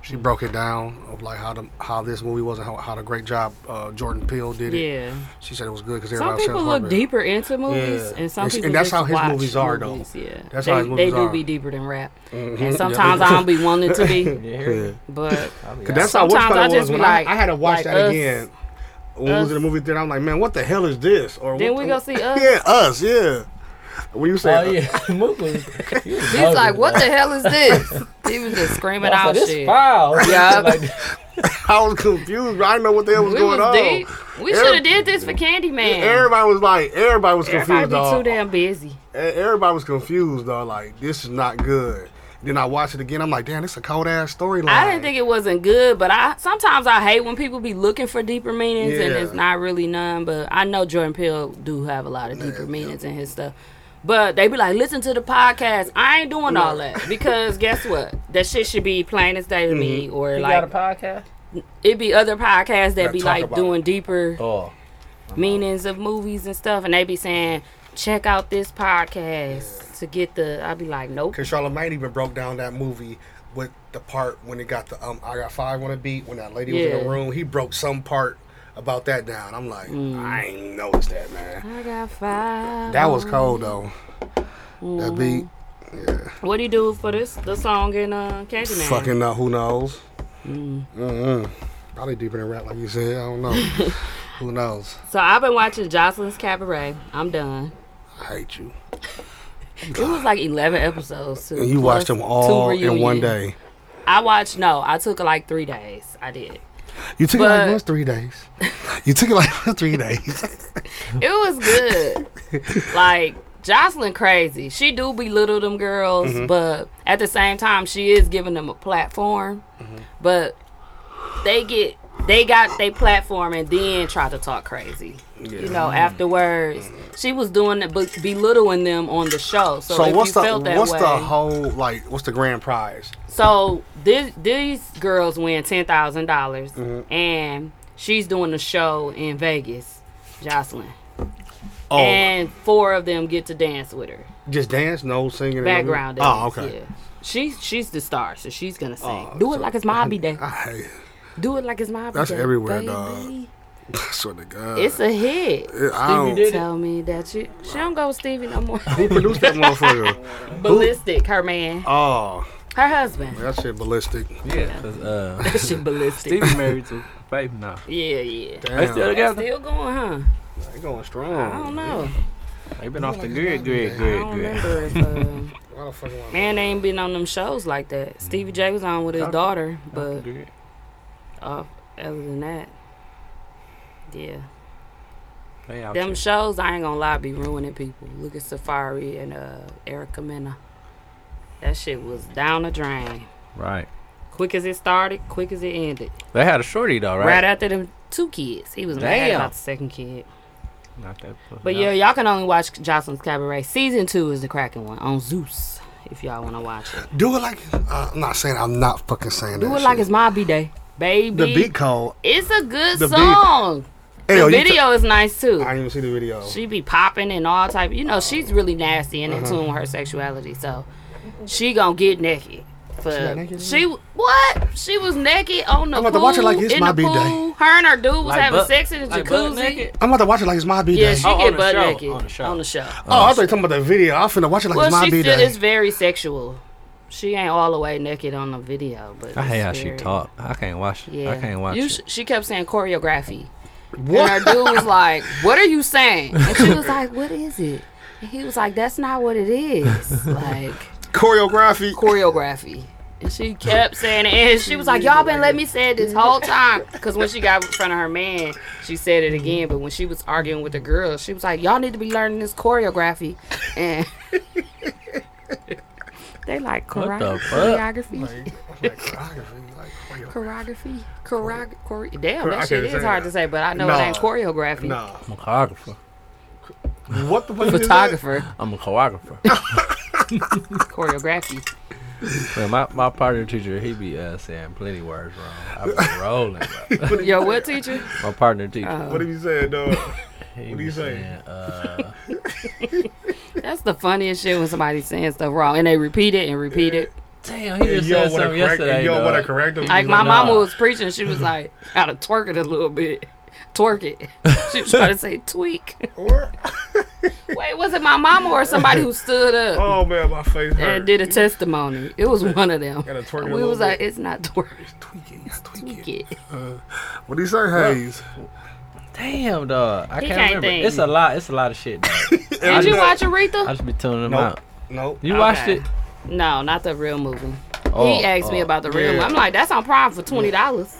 H: She broke it down of like how the how this movie was and how, how the great job uh, Jordan Peele did it.
B: Yeah.
H: She said it was good because
B: Some
H: everybody
B: people
H: was
B: look deeper into movies,
H: Yeah.
B: and some
H: And she-
B: people
H: and that's
B: just
H: how his
B: watch
H: movies are, though.
B: movies, Yeah,
H: That's
B: they,
H: how his movies
B: they do
H: are. Mm-hmm.
B: be deeper than rap, and sometimes I don't be wanting to
H: [LAUGHS]
B: be,
I: Yeah.
B: but
H: Cause that's how
B: Sometimes
H: Witchcraft
B: I
H: was
B: just be
H: when
B: like-
H: I, I had to watch
B: like
H: that
B: Us.
H: again. When we was in the movie theater, I'm like, man, what the hell is this? Or
B: then
H: what
B: we
H: the-
B: go see us.
H: [LAUGHS] Yeah, us. Yeah. When you say,
I: Oh yeah, Mook was. He's
B: He's like, "What the hell is
H: [LAUGHS]
B: this?" he was just screaming out
I: this
B: shit.
I: foul.
B: Yeah.
I: Like,
H: [LAUGHS] I was confused. I didn't know what the hell was
B: we
H: going
B: was
H: on.
B: deep. We
H: Every-
B: should have did this for Candyman.
H: Everybody was like, everybody was confused.
B: Everybody be
H: dog.
B: too damn busy.
H: E- Everybody was confused though. Like this is not good. Then I watched it again. I'm like, damn, this a cold ass storyline.
B: I didn't think it wasn't good, but I sometimes I hate when people be looking for deeper meanings and
H: Yeah.
B: it's not really none. But I know Jordan Peele do have a lot of deeper meanings in his stuff. But they be like, listen to the podcast. I ain't doing all that
H: [LAUGHS]
B: because guess what? That shit should be plain as day to me,
H: Mm-hmm.
B: or like
I: podcast.
B: it be other podcasts that be
H: talk
B: like
H: about
B: doing deeper
I: Oh,
B: meanings of movies and stuff, and they be saying, check out this podcast to get the. I be like, nope.
H: because Charlamagne even broke down that movie with the part when it got the um, I got five on a beat when that lady was in
B: Yeah.
H: the room. He broke some part about that down. I'm like,
B: Mm.
H: I ain't noticed that, man.
B: I got five.
H: That was cold though.
B: Mm-hmm.
H: That beat,
B: What do you do for this the song in uh, Candyman?
H: fucking uh, who knows? Mm. mm Probably deeper than rap, like you said. I don't
B: [LAUGHS]
H: know. who knows?
B: So I've been watching Jocelyn's Cabaret. I'm done.
H: I hate you.
B: It was like 11 episodes. Too,
H: And you watched
B: plus
H: them
B: two
H: all in
B: reunions.
H: one day.
B: I watched. No, I took like three days. I did.
H: You took it
B: But-
H: like it was three days. You took it like [LAUGHS] it was
B: [LAUGHS]
H: three days.
B: It was good.
H: [LAUGHS]
B: like Jocelyn, crazy. She do belittle them girls,
H: Mm-hmm.
B: but at the same time, she is giving them a platform.
H: Mm-hmm.
B: But they get they got their platform and then try to talk crazy. You know, afterwards,
H: Mm-hmm.
B: she was doing it, but belittling them on the show. So,
H: So
B: if
H: what's
B: you
H: the
B: felt that
H: what's
B: way,
H: the whole like what's the grand prize?
B: So this, these girls win ten dollars,
H: Mm-hmm.
B: and she's doing a show in Vegas, Jocelyn,
H: Oh,
B: and four of them get to dance with her.
H: just dance, no singing. and no music?
B: Background.
H: Oh,
B: dance,
H: okay.
B: Yeah. She's she's the star, so she's gonna sing. Do it like it's Mobby
H: [LAUGHS]
B: Day.
H: I hate.
B: Do it like it's Mobby
H: That's
B: Day.
H: everywhere,
B: baby.
H: dog. I swear to God.
B: It's a hit.
H: I don't,
I: did it.
B: Tell me that you. She don't go with Stevie no more.
H: [LAUGHS] who produced
B: [LAUGHS]
H: that motherfucker?
B: ballistic, her man,
H: Oh,
B: her
H: [LAUGHS]
B: husband.
H: that shit ballistic.
I: yeah. 'cause, uh,
B: That shit ballistic.
I: Stevie married to Faith now.
B: Yeah, yeah.
I: They still
H: Damn,
I: together.
B: Still going, huh?
H: they going
B: I
H: strong.
B: don't know.
I: They been off the grid, grid,
B: I
I: grid,
B: don't
I: grid.
B: remember if. Uh,
H: Why the fuck am I-
B: Man, they ain't been on them shows like that. Stevie J was on with his
I: Okay.
B: daughter, but
I: Grid.
B: uh, other than that, yeah,
I: They out
B: them
I: here.
B: shows I ain't gonna lie be ruining people. Look at Safari and uh, Erica Mena. That shit was down the drain.
I: Right.
B: Quick as it started, quick as it ended.
I: They had a shorty though,
B: Right,
I: right?
B: after them two kids, he was mad
I: Damn.
B: about the second kid.
I: Not that pussy.
B: But yeah, y'all can only watch Jocelyn's Cabaret. Season two is the cracking one on Zeus. If y'all wanna watch it,
H: Do it like uh, I'm not saying. I'm not fucking saying
B: do
H: that.
B: it like
H: shit.
B: it's my b day, baby.
H: the beat cold.
B: It's a good
H: The beat.
B: song. The
H: Hell, you
B: video is nice too.
H: I didn't even see the video.
B: she be popping and all type. You know, she's really nasty and in
H: Uh-huh.
B: tune with her sexuality. So she gonna get naked. For, she,
H: got naked
B: what? She was naked on the
H: I'm
B: pool.
H: about to watch it like it's
B: in
H: my
B: the
H: B-day.
B: pool. Her and her dude was
I: Like
B: having
I: butt-
B: sex in the
I: like butt
B: jacuzzi.
I: naked?
H: I'm about to watch it like it's my b day.
B: Yeah, she
I: Oh, on
B: get
I: the
B: butt
I: show,
B: naked
I: on the show.
H: oh, I thought you were talking about the video. I'm finna watch it like
B: well,
H: it's my
B: she
H: b
B: still
H: day.
B: is very sexual. She ain't all the way naked on the video, but
I: I hate
B: it's
I: how she
B: very-
I: talk. I can't watch it.
B: Yeah,
I: I can't watch
B: You
I: it.
B: sh- she kept saying choreography.
H: What?
B: And her dude was like, "What are you saying?" And she
I: [LAUGHS]
B: was like, "What is it?" And he was like, "That's not what it is." Like
H: Choreography.
B: choreography. And she kept saying it. And she was like, Y'all been letting me say it this whole time. Because when she got in front of her man, she said it again. But when she was arguing with the girl, she was like, Y'all need to be learning this choreography.
I: [LAUGHS]
B: And they like
I: What the
B: choreo-
I: fuck?
B: choreography.
H: [LAUGHS] Like choreography, like choreo-
B: Choreography. Choreo- chore- Damn,
H: Chore- I
B: that shit
H: can't
B: is
H: say
B: hard
H: that.
B: to say, but I know
H: Nah.
B: it ain't choreography.
H: Nah.
I: I'm a choreographer.
H: What the fuck is that?
B: Photographer,
I: I'm a [LAUGHS] choreographer.
B: choreography.
I: Man, my, my partner teacher, he be uh, saying plenty words wrong. I [LAUGHS] was rolling, bro.
B: Yo, what teacher?
I: My partner teacher.
B: Uh,
H: What have you said, uh, dog?
I: he
H: what do
I: be
H: you say?
I: saying, uh,
B: That's the funniest shit when somebody's saying stuff wrong and they repeat it and repeat it.
I: Damn, he just
H: yo,
I: said
H: what
I: something
H: a correct,
I: yesterday.
H: yo, what a
I: dog.
H: correct.
B: Like my
I: Nah.
B: mama was preaching, she was like, "Gotta twerk it a little bit, twerk it." She was trying to say tweak.
H: Or-
B: Wait, was it my mama or somebody who stood up
H: Oh man, my face hurt.
B: and did a testimony? It was one of them.
H: Gotta twerk it a
B: And we
H: little
B: was
H: bit.
B: like, "It's not twerk,
H: Tweak it, yeah, tweak
B: tweak
H: it.
B: it."
H: What do you say, Hayes?
I: Damn, dog. I
B: He
I: can't,
B: can't
I: remember.
B: think.
I: It's a lot. It's a lot of shit. Dog.
B: Did you
H: know-
B: watch
I: I
B: Aretha?
I: just be tuning them
H: Nope.
I: out.
H: Nope.
I: You watched
B: Okay.
I: it?
B: No, not the real movie.
I: Oh,
B: he asked me
I: oh,
B: about the real.
H: yeah.
B: I'm like, "That's on Prime for twenty dollars."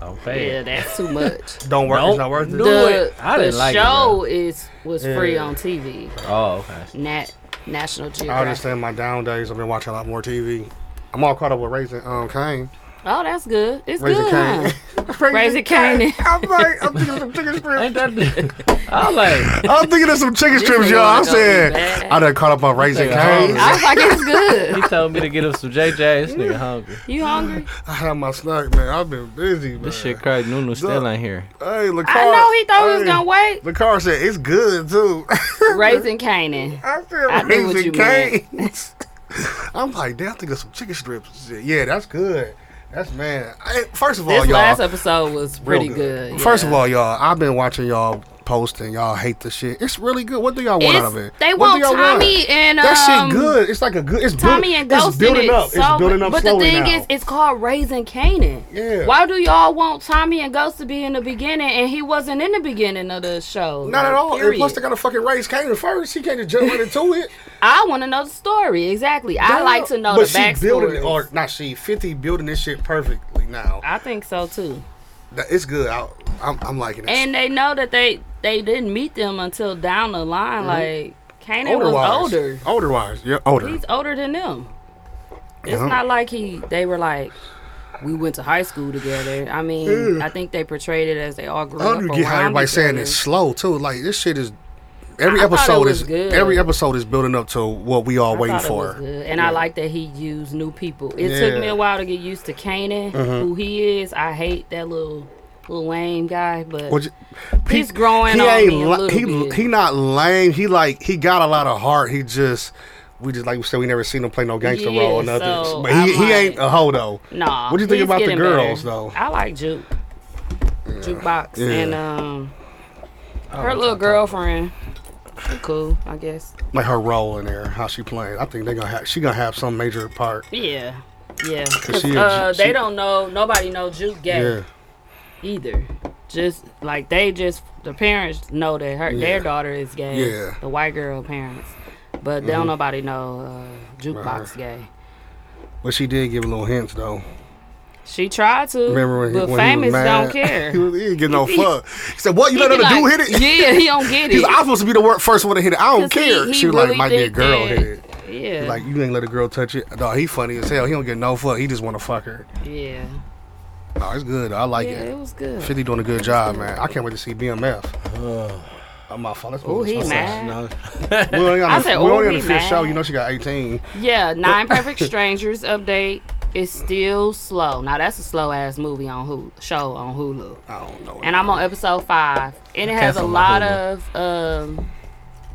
I: Okay.
B: Yeah, that's
H: [LAUGHS]
B: too much.
H: Don't work. It's
I: Nope.
H: not worth it.
I: Knew
B: the
I: it. I
B: the
I: didn't like it,
B: show
I: bro.
B: is was free
H: Yeah.
B: on TV.
I: Oh, okay.
B: Nat National Geographic.
H: I understand my down days. I've been watching a lot more TV. I'm all caught up with Raising um, Kane.
B: Oh, that's good. It's
H: Raising
B: good. huh?
H: Kane.
B: Raising Canaan.
H: I'm like, I'm thinking of some chicken
I: [LAUGHS] Ain't
H: strips.
I: that? [LAUGHS] I was like,
H: I'm thinking of some chicken strips, y'all. I'm
B: wanna go
H: saying,
B: bad.
H: I done caught up on Raising
I: Nigga hungry.
H: Kane.
B: [LAUGHS] I was like, it's good. [LAUGHS]
I: he told me to get him some JJ. This nigga hungry.
B: You hungry?
H: I had my snack, man. I've been busy, man.
I: This shit crazy. Nunu still ain't here.
H: Hey, LaCar.
B: I know he thought he was gonna wait.
H: The car said it's good too. [LAUGHS]
B: Raising Canaan.
H: I said
B: I knew what
H: Raising
B: you
H: Cane's. [LAUGHS] I'm like, damn, I think of some chicken strips. and shit. Yeah, that's good. That's man. I, first of all,
B: This
H: y'all,
B: last episode was
H: real
B: pretty good.
H: First of
B: yeah.
H: all, y'all, I've been watching y'all posting. Y'all hate the shit. It's really good. What do y'all want
B: It's-
H: out of it?
B: they
H: What
B: want
H: do y'all
B: Tommy and um,
H: that shit good. It's like a good. It's build-
B: Tommy and Ghost
H: It's building
B: did it
H: up.
B: so-
H: it's building up
B: But the
H: slowly
B: thing
H: now.
B: is, it's called Raising Canaan.
H: Yeah.
B: Why do y'all want Tommy and Ghost to be in the beginning and he wasn't in the beginning of the show?
H: not
B: Like,
H: at all. And
B: period.
H: plus, they gotta fucking raise Kane first. He can't just jump right into it.
B: I want to know the story exactly. I like to know
H: but
B: the
H: she building,
B: backstory.
H: or not she, Fifty building this shit perfectly now.
B: I think so too.
H: That- It's good. I, I'm, I'm liking it.
B: and they know that they they didn't meet them until down the line.
H: Mm-hmm.
B: Like Kanan was
H: wise.
B: older.
H: Older wise. Yeah, older.
B: He's older than them. It's
H: Yeah.
B: not like he they were like we went to high school together. I mean, I think they portrayed it as they all grew
H: I don't
B: up
H: get
B: around
H: how everybody
B: each
H: saying
B: other.
H: it's slow too. Like this shit is. Every
B: I thought it
H: episode
B: was
H: is
B: good.
H: every episode is building up to what we all
B: I
H: waiting
B: thought it was
H: for.
B: good. And I like that he used new people. It
H: Yeah. Uh-huh.
B: took me a while to get used to Kanan, who he is. I hate that little little lame guy, but
H: What you-
B: he's growing on me a
H: li-
B: little
H: he
B: bit.
H: he not lame. He like he got a lot of heart. He just we just like we said we never seen him play no gangster
B: Yeah,
H: role or nothing.
B: so
H: but he,
B: I'm
H: he ain't
B: like-
H: a hoe though.
B: Nah.
H: What do you think
B: he's
H: about the
B: getting
H: girls,
B: better.
H: though?
B: I like Juke. Jukebox
H: Yeah.
B: and um her little girlfriend. She cool, I guess.
H: Like her role in there, how she playing. I think they gonna have she gonna have some major part.
B: Yeah. Yeah.
H: 'Cause
B: 'Cause,
H: she a
B: uh,
H: Ju-
B: they
H: she-
B: don't know nobody know Juke gay
H: Yeah.
B: either. Just like they just the parents know that her
H: Yeah.
B: their daughter is gay.
H: Yeah. Mm-hmm.
B: The white girl parents. But they don't nobody know uh, jukebox gay.
H: But she did give little hints though.
B: She tried to,
H: Remember when, he-
B: but
H: when he
B: famous
H: was mad?
B: don't care.
H: [LAUGHS] he, was, he didn't
B: [LAUGHS]
H: get no fuck. He said, "What you
B: He
H: let
B: be
H: another dude
B: like,
H: hit it?" [LAUGHS]
B: Yeah, he don't get it.
H: He's like, I'm supposed to be the wor- first one to hit it. I don't
B: 'Cause he-
H: care.
B: he
H: she was
B: really
H: like, might be a
B: think
H: girl
B: that-
H: hit it.
B: Yeah.
H: Like you ain't let a girl touch it. No, he funny as hell. He don't get no fuck. He just want to fuck her.
B: yeah.
H: No, it's good. I like
B: yeah, it
H: it.
B: was good.
H: Fifty doing a good job, man. I can't wait to see BMF. Oh, my fault. Let's move
B: Oh,
H: this
B: he
H: one.
B: mad.
H: We only on
B: I
H: the,
B: said,
H: we
B: oh,
H: only on
B: he
H: the fifth
B: mad.
H: show. You know she got 18.
B: Yeah, Nine Perfect Strangers update is still slow. Now that's a slow ass movie on Hulu, show on Hulu,
H: I don't know.
B: and I'm on episode five, and it has a
I: Cancel my
B: lot of um,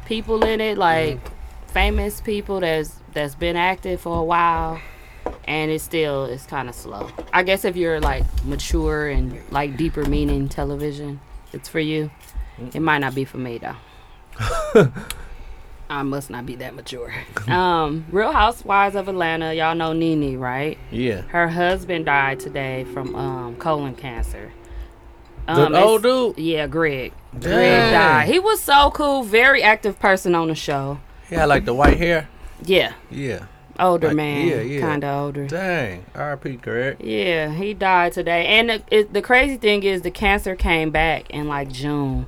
B: people in it, like
I: Mm.
B: famous people that's that's been active for a while, and it still is kind of slow. I guess if you're like mature and like deeper meaning television, it's for you.
I: Mm.
B: It might not be for me though.
I: [LAUGHS]
B: I must not be that mature. Um, Real Housewives of Atlanta, y'all know Nene, right?
I: Yeah.
B: Her husband died today from um, colon cancer. Um,
I: the
B: it's-
I: old dude.
B: Yeah, Greg. Greg
I: Dang.
B: died. He was so cool, very active person on the show.
I: He had like the white hair.
B: Yeah,
I: Yeah.
B: older
I: Like,
B: man,
I: yeah, yeah.
B: kind of older.
I: Dang. R.I.P. Greg.
B: Yeah, he died today. And the, it, the crazy thing is, the cancer came back in like June.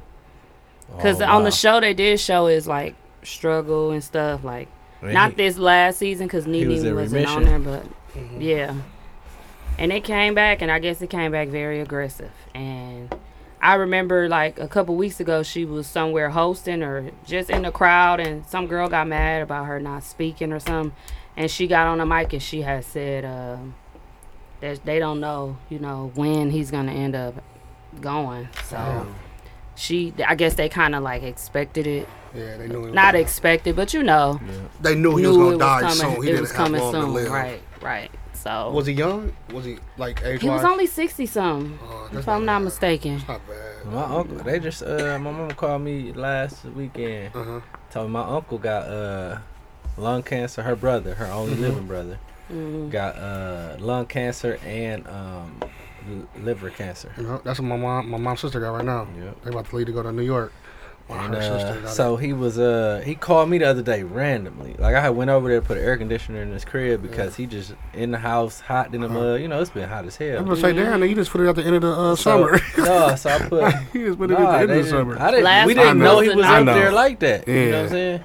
B: Because
I: Oh,
B: on
I: wow.
B: the show they did show is like struggle and stuff. Like
I: And
B: not
I: he-
B: this last season because Nene
I: was
B: was
I: in
B: not on there,
I: remission.
B: but yeah. And it came back, and I guess it came back very aggressive. And I remember like a couple weeks ago, she was somewhere hosting or just in the crowd, and some girl got mad about her not speaking or something. And she got on the mic and she had said uh, that they don't know, you know, when he's gonna end up going. So she, I guess they kind of like expected it,
H: Yeah, they knew. It
B: not expected, but you know
H: they knew he was
B: knew
H: gonna
B: it
H: die
B: was coming.
H: soon. He
B: it
H: didn't
B: was
H: have
B: coming
H: long
B: soon.
H: to live.
B: Right, right. So
H: Was he young? Was he like age?
B: he was only sixty something, if I'm Oh, not mistaken.
H: Not bad.
I: My uncle, they just uh, my mom called me last weekend.
H: Uh-huh.
I: Told me my uncle got uh, lung cancer. Her brother, her only living brother,
B: Mm-hmm.
I: got uh, lung cancer and um, l- liver cancer.
H: You know, that's what my mom, my mom's sister got right now.
I: Yep.
H: They about to leave to go to New York. Well,
I: And,
H: her sister
I: uh,
H: got
I: so he was uh he called me the other day randomly. Like I had went over there put an air conditioner in his crib because he just in the house hot in the mud. You know it's been hot as
H: it. I'm
I: hell.
H: gonna say, damn, you just put it at the end of the
I: So-
H: uh, summer. [LAUGHS]
I: Oh, no, so I put.
H: you just put it
I: Nah,
H: at the
I: they
H: end of the
I: didn't-
H: summer.
I: I didn't,
B: Last
I: we didn't
H: summer
I: know
H: was
I: he was
H: enough.
I: up
H: I know.
I: there like that. You know what
H: Yeah.
I: I'm saying?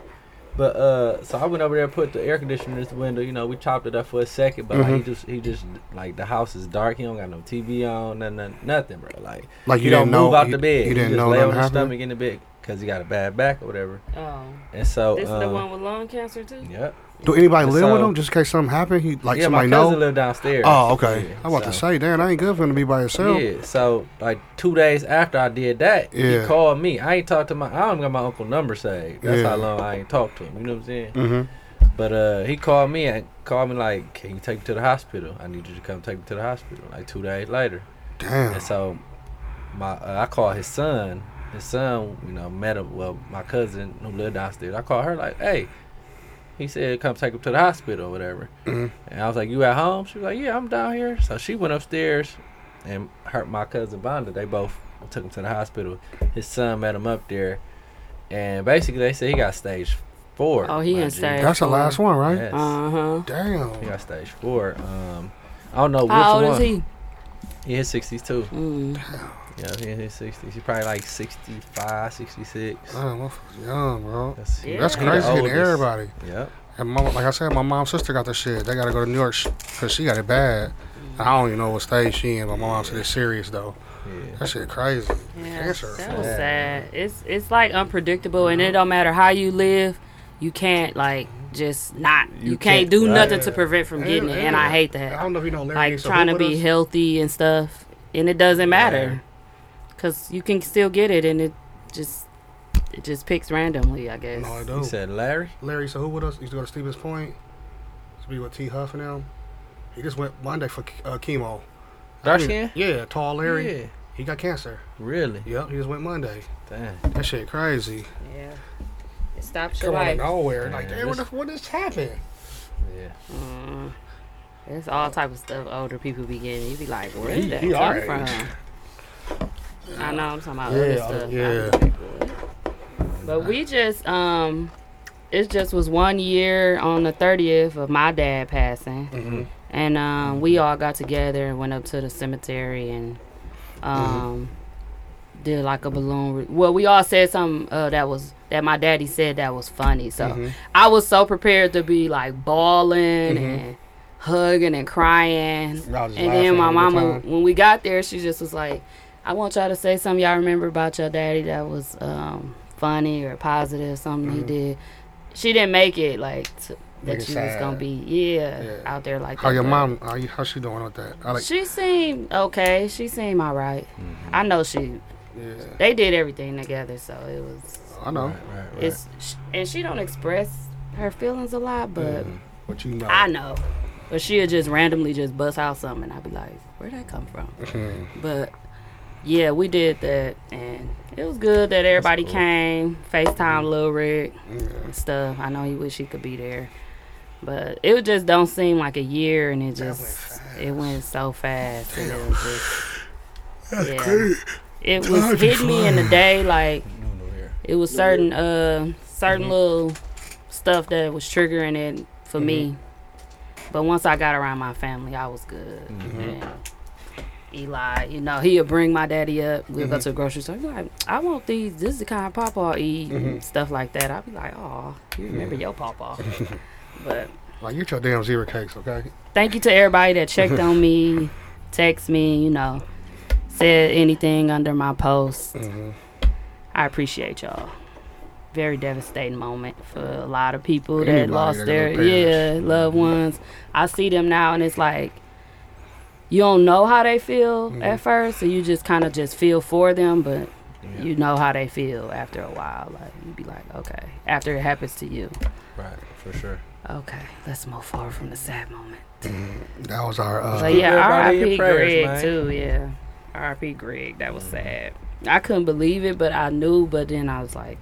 I: But uh, so I went over there, put the air conditioner in the window. You know, we chopped it up for a second, but
H: Mm-hmm.
I: like he just, he just like the house is dark. He don't got no TV on, nothing, nothing, bro. Like
H: Like
I: you
H: you
I: don't
H: didn't
I: move
H: know-
I: out
H: you-
I: the bed.
H: you
I: You
H: didn't
I: just
H: know
I: lay on
H: nothing
I: your
H: happened?
I: stomach in the bed because he got a bad back or whatever.
B: Oh,
I: And so,
B: this is the
I: um,
B: one with lung cancer too.
I: yep.
H: Do anybody live with
I: So-
H: him just in case something happened? He like
I: yeah, my
H: somebody
I: cousin
H: know.
I: lived downstairs.
H: Oh, okay.
I: Yeah,
H: I'm about
I: so-
H: to say, damn, I ain't good for him to be by himself.
I: Yeah, so like two days after I did that, he
H: Yeah.
I: called me. I ain't talked to my. I don't got my uncle number saved. That's
H: Yeah.
I: how long I ain't talked to him. You know what I'm saying?
H: Mhm.
I: But uh, he called me and called me like, "Can you take me to the hospital? I need you to come take me to the hospital." Like two days later,
H: Damn.
I: and so my uh, I called his son. His son, you know, met him. Well, my cousin who lived downstairs. I called her like, "Hey," he said, "Come take him to the hospital or whatever." And I was like, "You at home?" She was like, "Yeah, I'm down here." So she went upstairs, and her my cousin Bonda. They both took him to the hospital. His son met him up there, and basically they said he got stage four.
B: Oh, he
I: my
B: in
I: G.
B: stage.
H: That's the last one, right?
I: Yes.
B: Uh
H: Uh-huh.
B: huh.
I: He
H: Damn.
I: got stage four. Um, I don't know which
B: How old
I: one.
B: is he?
I: He hit 62.
B: Mm.
I: Yeah, he in his 60s. He's probably like 65, 66.
H: Damn, motherfucker's young, bro.
I: That's,
B: Yeah.
H: That's
I: he the
H: crazy hitting
I: oldest.
H: everybody.
I: Yep.
H: And my, like I said, my mom's sister got the shit. They gotta go to New York because she got it bad. I don't even know what stage she in, but my mom said it's serious though.
I: Yeah.
H: That shit crazy.
B: Yeah,
H: Cancer.
B: that was sad. Uh-huh. It's it's like unpredictable, and it don't matter how you live, you can't like just not. You,
I: You
B: can't,
I: can't-
B: do
I: right.
B: nothing to prevent from
H: And-
B: getting it, and I hate that.
H: I don't know if you know Larry
B: like
H: needs to
B: trying to
H: hoop with
B: be
H: us.
B: healthy and stuff, and it doesn't matter because you can still get it, and it just it just picks randomly, I guess.
H: No, I
I: He
H: don't.
I: said Larry.
H: Larry, so who with us? He used to go to Stevens Point. Used to be with T. Huff and them. He just went Monday for uh, chemo.
I: Dark
H: I
I: skin?
H: mean, Yeah, tall Larry.
I: Yeah.
H: He got cancer.
I: Really?
H: Yep, he just went Monday.
I: Damn.
H: That shit crazy.
B: Yeah, it stops your
H: Come out of
B: life.
H: nowhere. Like,
I: Yeah,
H: damn, what, the,
I: this-
H: what just happened?
I: Yeah.
B: Mm. It's all type of stuff older people be getting. You be like, where
H: He-
B: did that
H: he
B: come
H: our
B: from?
H: age.
B: I know I'm talking about
H: Yeah,
B: other stuff. I
H: yeah.
B: be like, what? But we just um, it just was one year on the 30th of my dad passing,
H: Mm-hmm.
B: and um, we all got together and went up to the cemetery and
H: Mm-hmm.
B: um. Did like a balloon. Re- well, we all said something uh, that was that my daddy said that was funny. So
H: Mm-hmm.
B: I was so prepared to be like bawling and hugging and crying. And
H: Y'all Mm-hmm. just laughing
B: then my
H: all the
B: mama,
H: time.
B: when we got there, she just was like, I want y'all to say something y'all remember about your daddy that was um, funny or positive, something he did. She didn't make it like t-
H: Mm-hmm. Make
B: that
H: it
B: she was
H: sad.
B: going to be, yeah,
H: Yeah.
B: out there like
H: How
B: that.
H: your
B: but-
H: mom? How you? How she doing with that? I like.
B: She seemed okay. She seemed all right. I know she,
H: yeah,
B: they did everything together, so it was,
H: I know.
I: Right, right.
B: it's, sh and she don't express her feelings a lot, but.
H: But you know.
B: I know. But she'll just randomly just bust out something and I'll be like, where'd that come from? But yeah, we did that and it was good that everybody came. FaceTime Lil Rick and stuff. I know he wish he could be there. But it would just don't seem like a year and it just it went so fast. And it was just Yeah. it was hitting me in the day. Like it was certain uh certain little stuff that was triggering it for me. But once I got around my family, I was good. And Eli, you know, he'll bring my daddy up. We'll go to the grocery store. He'll be like, I want these. This is the kind of pawpaw eat and stuff like that. I'll be like, oh, you remember your pawpaw. but
H: Like, get your damn zero cakes, okay?
B: thank you to everybody that checked on me, text me, you know, said anything under my post. I appreciate y'all. Very devastating moment for a lot of people that
H: Anybody
B: lost
H: that got
B: their yeah
H: parents.
B: loved ones. I see them now, and it's like you don't know how they feel at first, so you just kind of just feel for them, but. You know how they feel after a while. Like you be like, okay. After it happens to you,
I: Right, for sure.
B: okay. Let's move forward from the sad moment.
H: That was our. Uh,
B: So yeah,
I: everybody in
B: RIP
I: prayers,
B: Greg
I: man.
B: too. Yeah, RIP Greg. That was sad. I couldn't believe it, but I knew. But then I was like,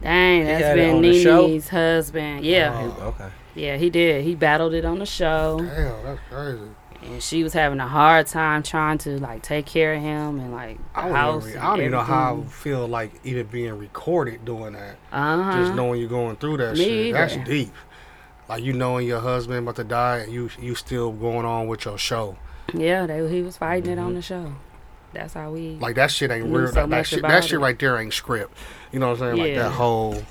B: dang, that's
I: had it
B: been
I: on the show? Oh.
B: Nene's husband. Yeah,
I: Okay.
B: yeah, he did. He battled it on the show,
H: Damn, that's crazy.
B: and she was having a hard time trying to like take care of him and like the
H: I
B: house.
H: don't, even, I don't even know how I would feel like even being recorded doing that.
B: Uh
H: Just
B: huh.
H: knowing you're going through that
B: Me
H: shit.
B: either.
H: That's deep. Like you knowing your husband about to die and you you still going on with your show.
B: Yeah, they, he was fighting it on the show. That's how we.
H: Like that shit ain't
B: Knew
H: real.
B: so
H: that,
B: much
H: shit,
B: about
H: that
B: it.
H: shit right there ain't script. You know what I'm saying? Like
B: Yeah.
H: that whole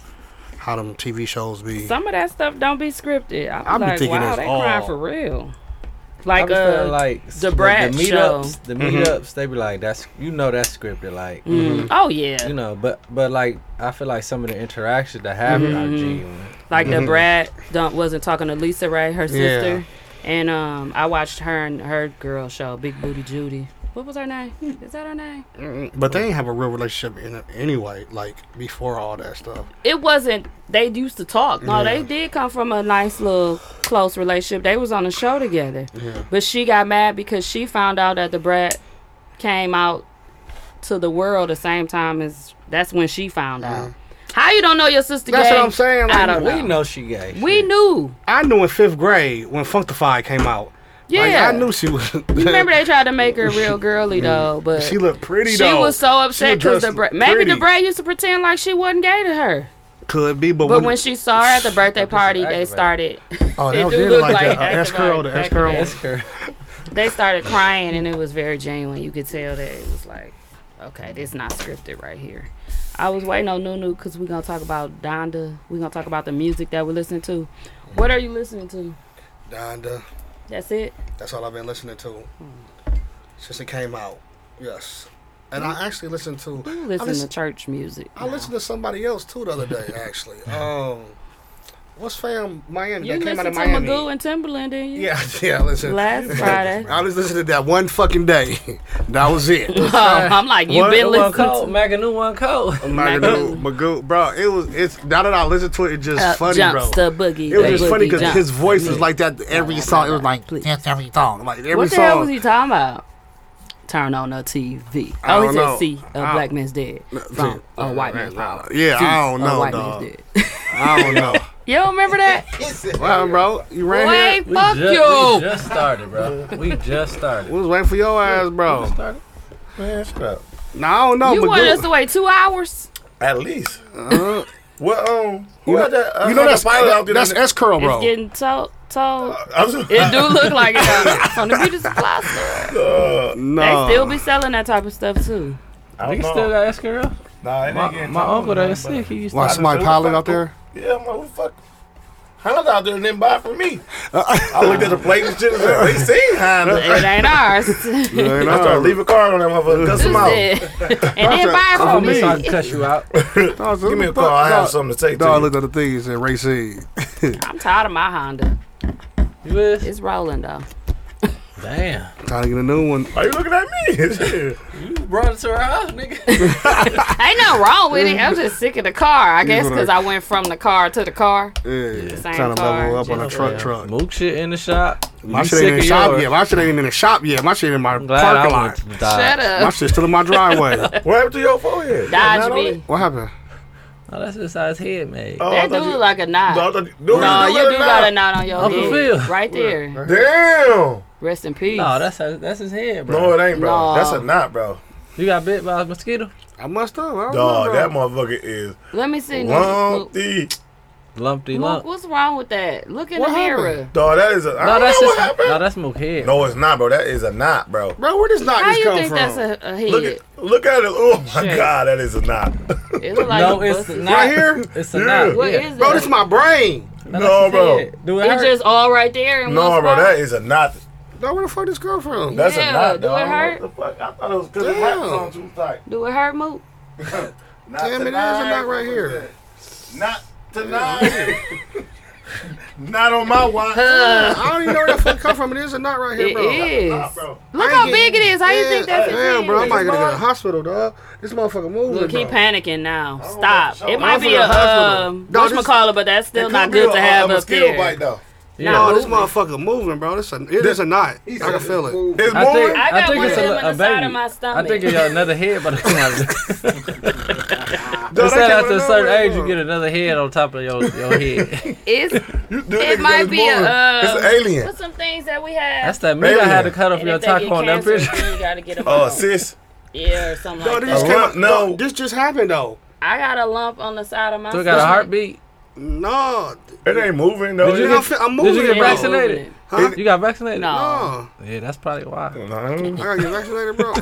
H: how them TV shows be.
B: some of that stuff don't be scripted. I was
H: I be
B: like,
H: thinking
B: wow,
H: it's
B: they
H: all-
B: crying for real.
I: I
B: Like,
I: be
B: uh,
I: feeling like s-
B: the Brat
I: the meetups,
B: Show.
I: the
H: Mm-hmm.
I: meetups, they be like, that's you know that's scripted, like
B: mm, oh yeah,
I: you know, but but like I feel like some of the interactions that happen are
B: Mm-hmm.
I: genuine.
B: like the Brad don't wasn't talking to Lisa Ray, her sister,
H: Mm-hmm. Yeah.
B: and um, I watched her and her girl show Big Booty Judy. What was her name? Is that her name?
H: But they ain't have a real relationship in it anyway. Like before all that stuff.
B: It wasn't. They used to talk. No,
H: Yeah.
B: they did come from a nice little close relationship. They was on a show together, but she got mad because she found out that the Brad came out to the world the same time as that's when she found out. How you don't know your sister?
H: That's
B: gay?
H: what I'm saying.
B: I
H: Like,
B: don't
I: We
B: know.
I: know she gay.
B: We knew.
H: I knew in fifth grade when Funkified came out. Like,
B: Yeah.
H: I knew she was. You
B: Remember they tried to make her real girly though, but
H: [LAUGHS] She looked pretty
B: she
H: though.
B: was so upset because
H: dressed
B: Debra- maybe
H: pretty.
B: Debray used to pretend like she wasn't gay to her.
H: Could be, but,
B: But when she saw her at the birthday party, they
I: activated.
B: started [LAUGHS]
H: oh,
B: it
H: that was
B: do
H: it,
B: look
H: like,
B: like
H: that. uh,
B: that.
H: S curl, the S curl.
I: That's her.
B: they started crying, and it was very genuine. You could tell that it was like, okay, this not scripted right here. I was waiting on Nunu because we're gonna talk about Donda. We're gonna talk about the music that we listen to. What are you listening to?
H: Donda.
B: That's it.
H: That's all I've been listening to since it came out. Yes, and I actually listened to.
B: You
H: I
B: listen
H: listen-
B: to church music.
H: I listened to somebody else too the other day.
B: [LAUGHS]
H: Actually, um, what's fam Miami?
B: You
H: that came
B: listen
H: out
B: to
H: of Miami.
B: Magoo and Timberland, didn't you?
H: yeah, [LAUGHS] yeah, listen. [LAUGHS]
B: Last Friday.
H: I was listening to that one fucking day. [LAUGHS] that
B: [LAUGHS]
H: was it.
B: Oh, I'm like, you've
H: What?
B: been
I: One
B: listening
I: coat,
B: to
I: Maganu one coat.
H: Magoo, Magoo, bro. It was. It's now that I listen to it, it's just
B: Uh,
H: funny, bro.
B: jumps the boogie.
H: It was
B: the
H: just funny
B: boogie
H: because
B: jump.
H: his voice was like that every song. It was like that's every song, like every
B: What the hell was
H: song.
B: he talking about? Turn on the TV.
H: I
B: oh,
H: don't
B: he said,
H: know.
B: "See, a
H: I-
B: black man's dead from a white man's power."
H: Yeah,
B: See,
H: I don't
B: A
H: know,
B: white
H: dog.
B: man's dead. [LAUGHS]
H: I don't know.
B: You don't remember
H: [LAUGHS]
B: that?
H: Well, bro, you ran
B: Wait,
H: here.
B: fuck
I: Ju-
B: you.
I: We just started, bro. We just started.
H: We was waiting for your ass, bro.
E: Started? Man, shut up.
H: No, I don't know.
B: you
H: Magoo.
B: wanted us to wait two hours.
E: At least. Well, um, who had that? Uh,
H: you know
E: had
H: that's
E: the pilot out there
H: that's
E: in the-
H: S curl,
B: It's
H: bro.
B: getting told.
H: [LAUGHS]
B: told.
E: I was-
B: It do look like it though. from the beauty supply store. They
H: no,
B: still be selling that type of stuff too.
E: I
I: We
E: don't
I: still
E: know.
I: got S girl.
E: Nah, it ain't
I: My,
E: getting
I: my
E: told,
I: uncle that is
E: but-
I: sick. He used to.
H: Why somebody pilot
B: [LAUGHS]
H: out there?
E: Yeah, I'm like, who the fuck? Hines out there and didn't buy it for me. I looked at the plate and shit and said, they seen Hines.
B: It ain't
H: [LAUGHS]
B: ours. This
H: You ain't
E: I started
H: know.
E: leaving card on that motherfucker.
B: [LAUGHS]
E: Cuss him
H: [LAUGHS]
E: out.
B: it. and then buy it
I: Oh,
B: from
I: me. So I
B: me.
I: can cut you out.
H: Dog,
E: Give me a
H: dog,
E: call. I have
H: dog,
E: something to take
H: Dog
E: to you.
H: looked at the thing and said, [LAUGHS] "Racing."
B: I'm tired of my Honda.
I: You is?
B: It's rolling though.
I: Damn.
H: Trying to get a new one.
E: Are you looking at me?
I: You brought it to her house, nigga.
B: Ain't nothing wrong with it. I'm just sick of the car, I guess,
H: wanna-
B: because I went from the car to the car.
H: Yeah,
B: same
H: trying to
B: car,
H: level up on a
B: just-
H: truck
I: [LAUGHS]
H: truck.
I: Mook shit in the shop.
H: My
I: You
H: shit ain't in the
I: of
H: shop
I: yours.
H: yet. My shit ain't in the shop yet. My shit in my
I: I'm glad I
H: parking
I: went
H: lot.
I: to
E: Uh,
I: die.
B: Shut
H: My
B: up.
H: shit still in
I: [LAUGHS]
H: my driveway.
E: what happened to your forehead?
B: Dodge me.
H: what happened?
I: Oh, that's just how his head made.
E: Oh,
B: That
E: I thought
B: dude
E: you-
B: look like a
E: I
B: knot.
E: thought you- dude,
B: No,
E: you
B: you do
E: look at
B: got a
E: it now.
B: knot on your
I: Uncle Phil.
B: head. Right there.
E: Damn.
B: Rest in peace.
I: No, that's how, that's his head, bro.
E: No, it ain't, bro.
B: No.
E: That's a knot, bro.
I: You got bit by a mosquito?
H: I must have. I don't
E: Dog,
H: know.
E: that motherfucker is
B: Let me see. Luke,
E: lumpy.
I: Lumpy
B: Luke,
I: lump.
B: what's wrong with that? Look in
H: What
B: the
H: happened?
B: mirror.
E: Dog, that is a. I
I: No,
E: don't
I: that's
E: know what
I: just
E: happened.
I: no, that's mosquito.
E: No, it's not, bro. That is a knot, bro.
H: Bro, where does knock
B: How
H: just
B: you
H: come
B: think
H: from?
B: that's a, a head?
E: Look at, look at it. Oh my
B: Shit.
E: god, that is a [LAUGHS] knot.
B: it look like
I: no,
B: a
I: it's
B: pussy.
I: not.
H: Right here?
I: It's a
E: Yeah.
I: knot.
B: What
I: yeah.
B: is
H: Bro,
B: it?
H: this is my brain.
I: that's what
E: No,
I: I
E: bro.
I: said. Do it
B: It's
I: hurt?
B: just all right there in one
E: No, bro,
B: spot.
E: that is a knot.
H: Bro, where the fuck this come from?
E: That's
B: Yeah,
E: a knot,
B: do it
E: dog.
B: hurt?
E: What the fuck? I thought it was because
H: Damn.
E: too tight.
B: Do it hurt, Moot?
E: Not
H: Damn, it is a
E: tonight.
H: knot right here.
E: Not tonight. [LAUGHS] not on my watch. Nah,
H: I don't even know where that fuck come from. It is a knot right here,
B: It
H: bro.
B: is.
E: bro.
B: Look
H: I
B: how
H: ain't
B: big it is. How you think that's his
H: Damn,
B: hand?
H: bro, I might gotta go to the hospital, dog. This motherfucker moving.
B: Look, he
H: dog.
B: panicking now. Stop.
E: sure.
B: It might
H: I'm
B: be
H: from
B: a
H: the hospital.
B: um,
H: No, this-
B: whatchamacallit, but that's still
E: It
B: not
E: could be
B: good
E: a-
B: to have
E: a
B: up
E: mosquito
B: there.
E: bite, though.
I: yeah.
H: No, this motherfucker moving, bro. This a, it is a knot. I can feel it.
E: It's
I: I
E: moving.
I: think,
B: I
I: I
B: got
I: think
B: one
I: it's
B: of them
I: a,
B: in
I: a
B: the side
I: baby.
B: of my
I: I
B: stomach.
I: think it's another head, but [LAUGHS] They
H: Dog, that
I: said
H: came out
I: after a
H: of
I: certain
H: nowhere,
I: age,
H: bro.
I: you get another head on top of your, your head.
B: It's,
E: Dude,
B: it
E: nigga,
B: might
E: it's
B: be a.
E: moving.
B: Uh,
E: It's an alien.
B: What's some things that we have?
I: That's that meat I had to cut off
B: and
I: your
B: if they
I: taco
B: get
I: on that
B: cancer,
I: picture.
B: [LAUGHS] then you gotta get them
E: [LAUGHS] Oh,
B: out.
E: sis.
B: Yeah, or something
H: Dog,
B: like
H: this
B: that.
H: just came
E: Around-
H: out-
E: no.
H: dog, this just happened though.
B: I got a lump on the side of my.
I: So it got a
B: stomach.
I: heartbeat.
H: No,
E: It ain't moving, though.
I: Did you
H: Yeah, I'm,
E: It-
I: get-
H: fe- I'm
I: Did
H: moving.
I: you get
H: bro.
B: vaccinated?
I: vaccinated?
H: Huh?
I: You got vaccinated?
B: No.
H: No,
I: Yeah, that's probably why.
H: I
E: No,
H: gotta get vaccinated, [LAUGHS] bro.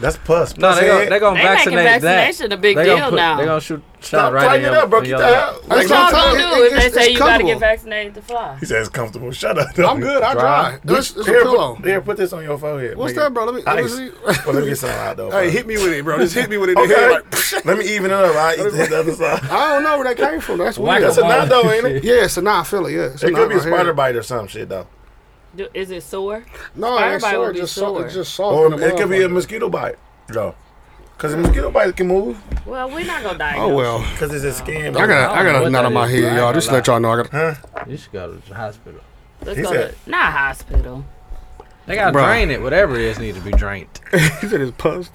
E: That's pus.
I: No,
E: Pus
I: they gonna,
E: head.
I: they gonna
B: They making
I: vaccinate
B: vaccination
I: that.
B: a big
I: they
B: deal
I: gonna put,
B: now.
I: They gonna shoot shot
E: Stop
I: right in
E: tighten
I: your,
E: it up, bro.
I: in
E: Get
I: your
E: the hell.
H: That's
B: That's all
H: what I'm
B: you
H: telling
B: do
H: you.
B: is they
H: It's- it's
B: say you gotta get
H: comfortable.
B: vaccinated to fly.
E: He says it's comfortable. Shut up.
H: I'm good. I
I: Dry.
H: dry. This is a
E: Here
H: pillow.
E: put, here, put this on your forehead.
H: What's
E: nigga.
H: that, bro? Let me. Let me
E: Ice.
H: see.
E: Well, let me get some out though.
H: [LAUGHS] Hey,
E: bro.
H: hit me with it, bro. Just hit me with it. in the
E: [LAUGHS]
H: head,
E: Okay.
H: like,
E: let me even it up. I eat the other side.
H: [LAUGHS] I don't know where that came from. That's weird.
E: That's a knot though, ain't
H: [LAUGHS]
E: it?
H: Yeah, it's a knot. I feel it. Yeah, it's
E: It
H: knot
E: could be a
H: right here.
E: spider bite or some shit though,
B: Do, is it sore?
H: No,
B: Spider
H: it ain't
B: bite
H: sore.
B: would be
H: Just so,
B: sore.
H: it's just soft.
E: or
H: in the
E: it could be a
H: motherfucker.
E: mosquito bite though, because a mosquito bite can move
B: Well, we're not gonna diagnose.
H: [LAUGHS] Oh well.
E: because it's a skin.
H: I got a, I
I: I don't know
H: got a
I: what
H: knot
I: that
H: on my
I: is. I
H: head,
I: ain't
H: y'all.
I: gonna
H: Just to let
I: lie.
H: y'all know, I got.
I: You should go to the hospital.
B: Let's
E: He
B: go
E: said-
B: to not hospital.
I: They gotta
H: Bruh.
I: drain it. Whatever it is, need to be drained.
H: [LAUGHS] He said it's pussed.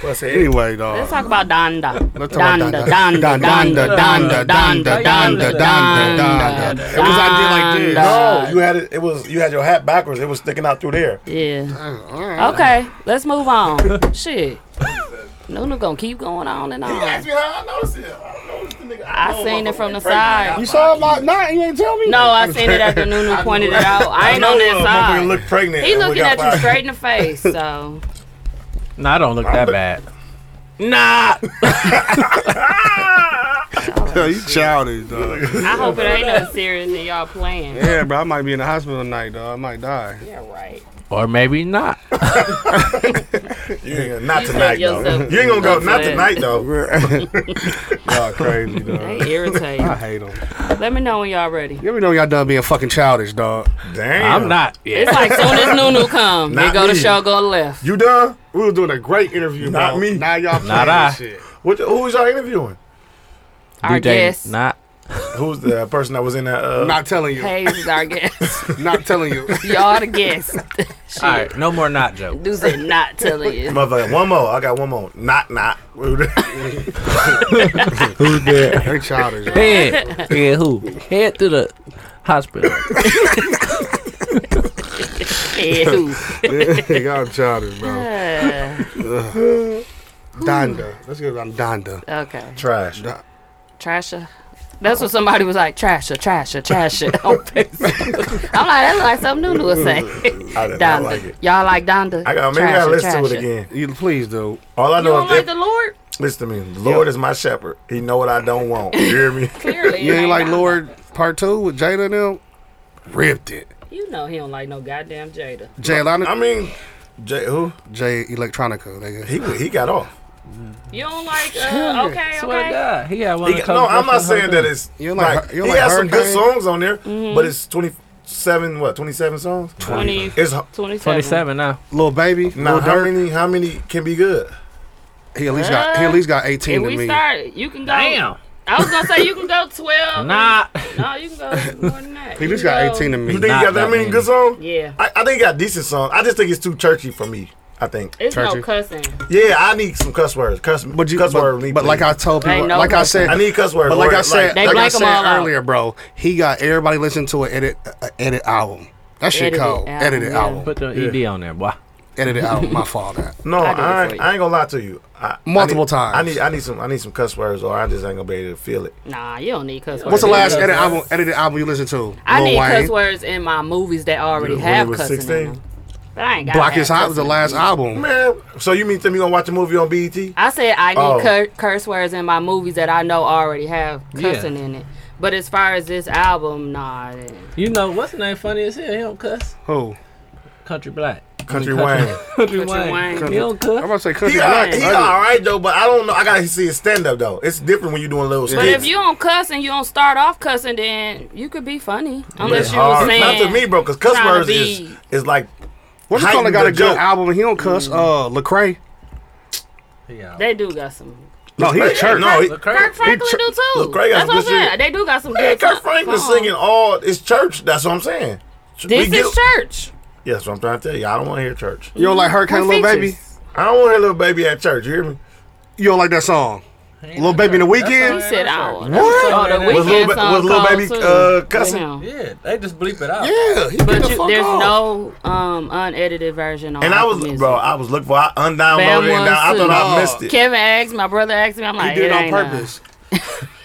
E: Plus, anyway,
H: Anyway,
B: Let's
H: dog.
B: talk about Donda.
H: Let's talk about
B: Donda,
H: Donda.
B: Donda,
H: Donda,
B: Donda,
H: Donda,
B: Donda,
I: Donda,
B: Donda,
I: Donda,
B: Donda,
H: Donda. It was I did like this.
E: no, you had it. It was you had your hat backwards. It was sticking out through there.
B: Yeah.
H: All right.
B: Okay, let's move on. Shit. Nunu gonna keep going on and on.
E: me how I noticed it. I noticed the nigga.
B: I know seen it from the side.
H: You saw about knot? You ain't tell me.
B: No, I seen it after Nunu pointed it out. I ain't on that
E: Motherfucker
B: side.
E: look pregnant.
B: He
E: and we
B: looking at
E: got
B: you
E: fired.
B: straight in the face, so
I: No, I don't look that bad. Nah.
H: Yo, [LAUGHS] you childish, dog.
B: I hope it ain't nothing serious and y'all playing.
H: [LAUGHS] yeah, bro. I might be in the hospital tonight, dog. I might die.
B: Yeah, right.
I: Or maybe not.
E: You ain't gonna- not
B: You
E: tonight
B: said
E: though.
B: yourself
E: You ain't gonna go
B: up for
E: not
B: that.
E: tonight
H: [LAUGHS]
E: though.
H: Y'all crazy,
B: They
H: dog.
B: irritate.
H: I hate them.
B: Let me know when y'all ready.
H: You ever know y'all done being fucking childish, dog.
E: Damn.
I: I'm not. Yeah.
B: It's
E: [LAUGHS]
B: like soon as Nunu come, they
E: Not
B: go to
E: me.
B: show, go left.
E: You done?
H: We was doing a great interview,
E: Not
H: bro.
E: me.
H: Now y'all playing
I: Not I.
H: this shit.
E: What, who was y'all interviewing?
B: Our
I: DJ
B: guest.
I: Not.
E: Who's the person that was in that? Uh,
H: Not telling you.
B: Hayes is our guest. [LAUGHS]
H: Not telling
E: [LAUGHS]
H: you.
B: y'all the guest. Shit.
I: All right. No more not joke.
B: Dudes are not telling [LAUGHS]
E: [LAUGHS]
B: you.
E: Motherfucker, one more. I got one more. Not not. [LAUGHS]
H: Who's dead? They childish. dog. [LAUGHS]
I: Head. Yeah. Who? Head to the hospital.
B: Ew.
H: y'all childish, bro.
B: Uh,
H: Donda. Let's get on Donda.
B: okay.
E: Trash.
B: Trasha. That's what somebody was like, Trasha, Trasha, Trasha. [LAUGHS] on Facebook. I'm like, that's like something Nunu would say.
E: [LAUGHS] I did not
B: Donda.
E: like it.
B: Y'all like Donda?
E: I got maybe I
B: Trasha,
E: listen to
B: Trasha.
E: it again.
H: You please, dude.
E: All I
B: You
E: know
B: don't
E: is
B: like the Lord?
E: listen to me. The Lord is my shepherd. He know what I don't want. You hear
B: [LAUGHS]
E: me?
B: Clearly.
H: You
B: it
H: ain't like
B: Donda.
H: Lord Part Two with Jada and them? Ripped it.
B: You know he don't like no goddamn Jada.
H: Jay Lana,
E: I mean, J, who
H: Jay Electronica. Nigga.
E: he he got off.
B: You don't like, uh, okay,
I: Swear to
B: okay.
I: God, he had one.
E: He
I: of
E: got,
I: the
E: no, I'm not
I: covers from
E: saying that it's
H: You don't like
E: like,
H: her- you don't
E: he
H: like
E: has some good
H: Hurricane?
E: songs on there, but it's 27 what 27 songs.
B: 20,
E: It's h-
B: 27.
I: 27 now.
H: Little baby,
E: now
H: Lil
E: how
H: Durk.
E: many how many can be good?
H: He at least got he at least got eighteen
B: If
H: to
B: we
H: me.
B: start, you can go.
I: Damn.
B: I was gonna say you can go twelve.
I: Nah.
B: No, you can go more than that.
H: He
B: You
H: at least
B: can
H: got
B: go-
H: eighteen to
E: You
H: me.
E: think he
I: Not
E: got that
I: that
E: many
I: many.
E: good songs?
B: Yeah.
E: I, I think he got decent songs. I just think it's too churchy for me. I think.
B: It's no
H: Churchy.
B: cussing.
E: Yeah, I need some cuss words. Cuss,
H: But you,
E: cuss
H: but,
E: word. me,
H: but like
E: please.
H: I told people,
B: Ain't no
H: like I said,
E: I need cuss words.
H: but like
E: Word,
H: I said,
B: They
H: like I
B: blank 'em all
H: said
B: out.
H: earlier, bro, he got everybody listening to an uh, edit, a edit album. That shit
B: Edited
H: cold.
B: album,
H: Edited
B: yeah.
H: album.
I: Put the ED E on there, boy.
H: edit it out. My
B: [LAUGHS]
H: fault. That.
E: No,
B: I did it
E: I,
B: for
E: ain't,
B: you.
E: I ain't gonna lie to you. I,
H: Multiple
E: I need,
H: times.
E: I need I need some I need some cuss words, or I just ain't gonna be able to feel it.
B: Nah, you don't need cuss words.
H: What's the
I: Yeah,
H: last
I: yeah,
H: edit
I: yeah.
H: album, edited album you listen to?
B: I
H: Lil
B: need
H: Wayne?
B: cuss words in my movies that already
E: When
B: have
E: he was
B: cussing
E: 16?
B: in them. But I ain't got
H: Block is Hot was the last album.
E: Man, so you mean to me you gonna watch a movie on E BET?
B: I said I need
E: Oh.
B: cur- curse words in my movies that I know already have
I: Yeah.
B: cussing in it. But as far as this album, nah. it-
I: You know what's the name funny as hell? He don't cuss.
H: Who?
I: Country Black.
H: [LAUGHS]
E: Country Wayne.
I: Country
B: Wayne.
I: Wayne. He don't cuss.
H: I'm about to say Country
E: He, all
H: Black.
E: right, he all
H: I
E: right though, but I don't know. I gotta see his stand up though. It's different when you doing little
B: But
E: skits.
B: if you don't cuss and you don't start off cussing, then you could be funny. Unless
E: It's
B: you was
E: hard.
B: saying
E: not to me, bro, because cuss
B: trying to
E: words
B: be-
E: is is like
H: What's it called?
E: heighten
H: Got
E: the
H: a good
E: joke.
H: album. and He don't cuss. Uh, Lecrae.
I: Yeah.
B: They do got some.
H: No, Oh, he a church.
E: No, he,
I: Look,
B: Kirk
I: Kirk-
B: Franklin
H: He tr-
B: do too.
E: Look, Craig got
B: That's what I'm
E: some good
B: saying.
E: shit.
B: They do got some
E: man,
B: good.
E: Kirk Franklin
B: songs.
E: singing all it's church. That's what I'm saying.
B: This
E: We
B: is church.
E: Yeah, that's what I'm trying to tell you. I don't want to hear church.
H: You don't like Hurricane
B: We're
H: Little Baby?
B: features.
E: I don't want to hear little baby at church. You hear me?
H: You don't like that song? Little Baby in the
B: He
H: Weekend?
B: said, "I will."
H: What?
B: Oh, the
E: Was Lil
B: weekend
E: Ba-
B: song
E: was Lil
B: called
E: Baby,
B: too,
E: uh,
B: with
E: cussing?
B: him.
I: Yeah, they just bleep it out.
H: Yeah, he beat
B: But
H: the
B: you,
H: fuck
B: there's
H: off.
B: no um, unedited version on.
E: And I
B: Apple
E: was,
B: Music.
E: bro, I was looking for. I
B: Bam
E: undownloaded it.
B: one
E: And I thought
B: two. Oh,
E: I missed it.
B: Kevin asked, my brother asked me. I'm
H: He
B: like,
H: did it on
B: ain't uh, none."
H: purpose.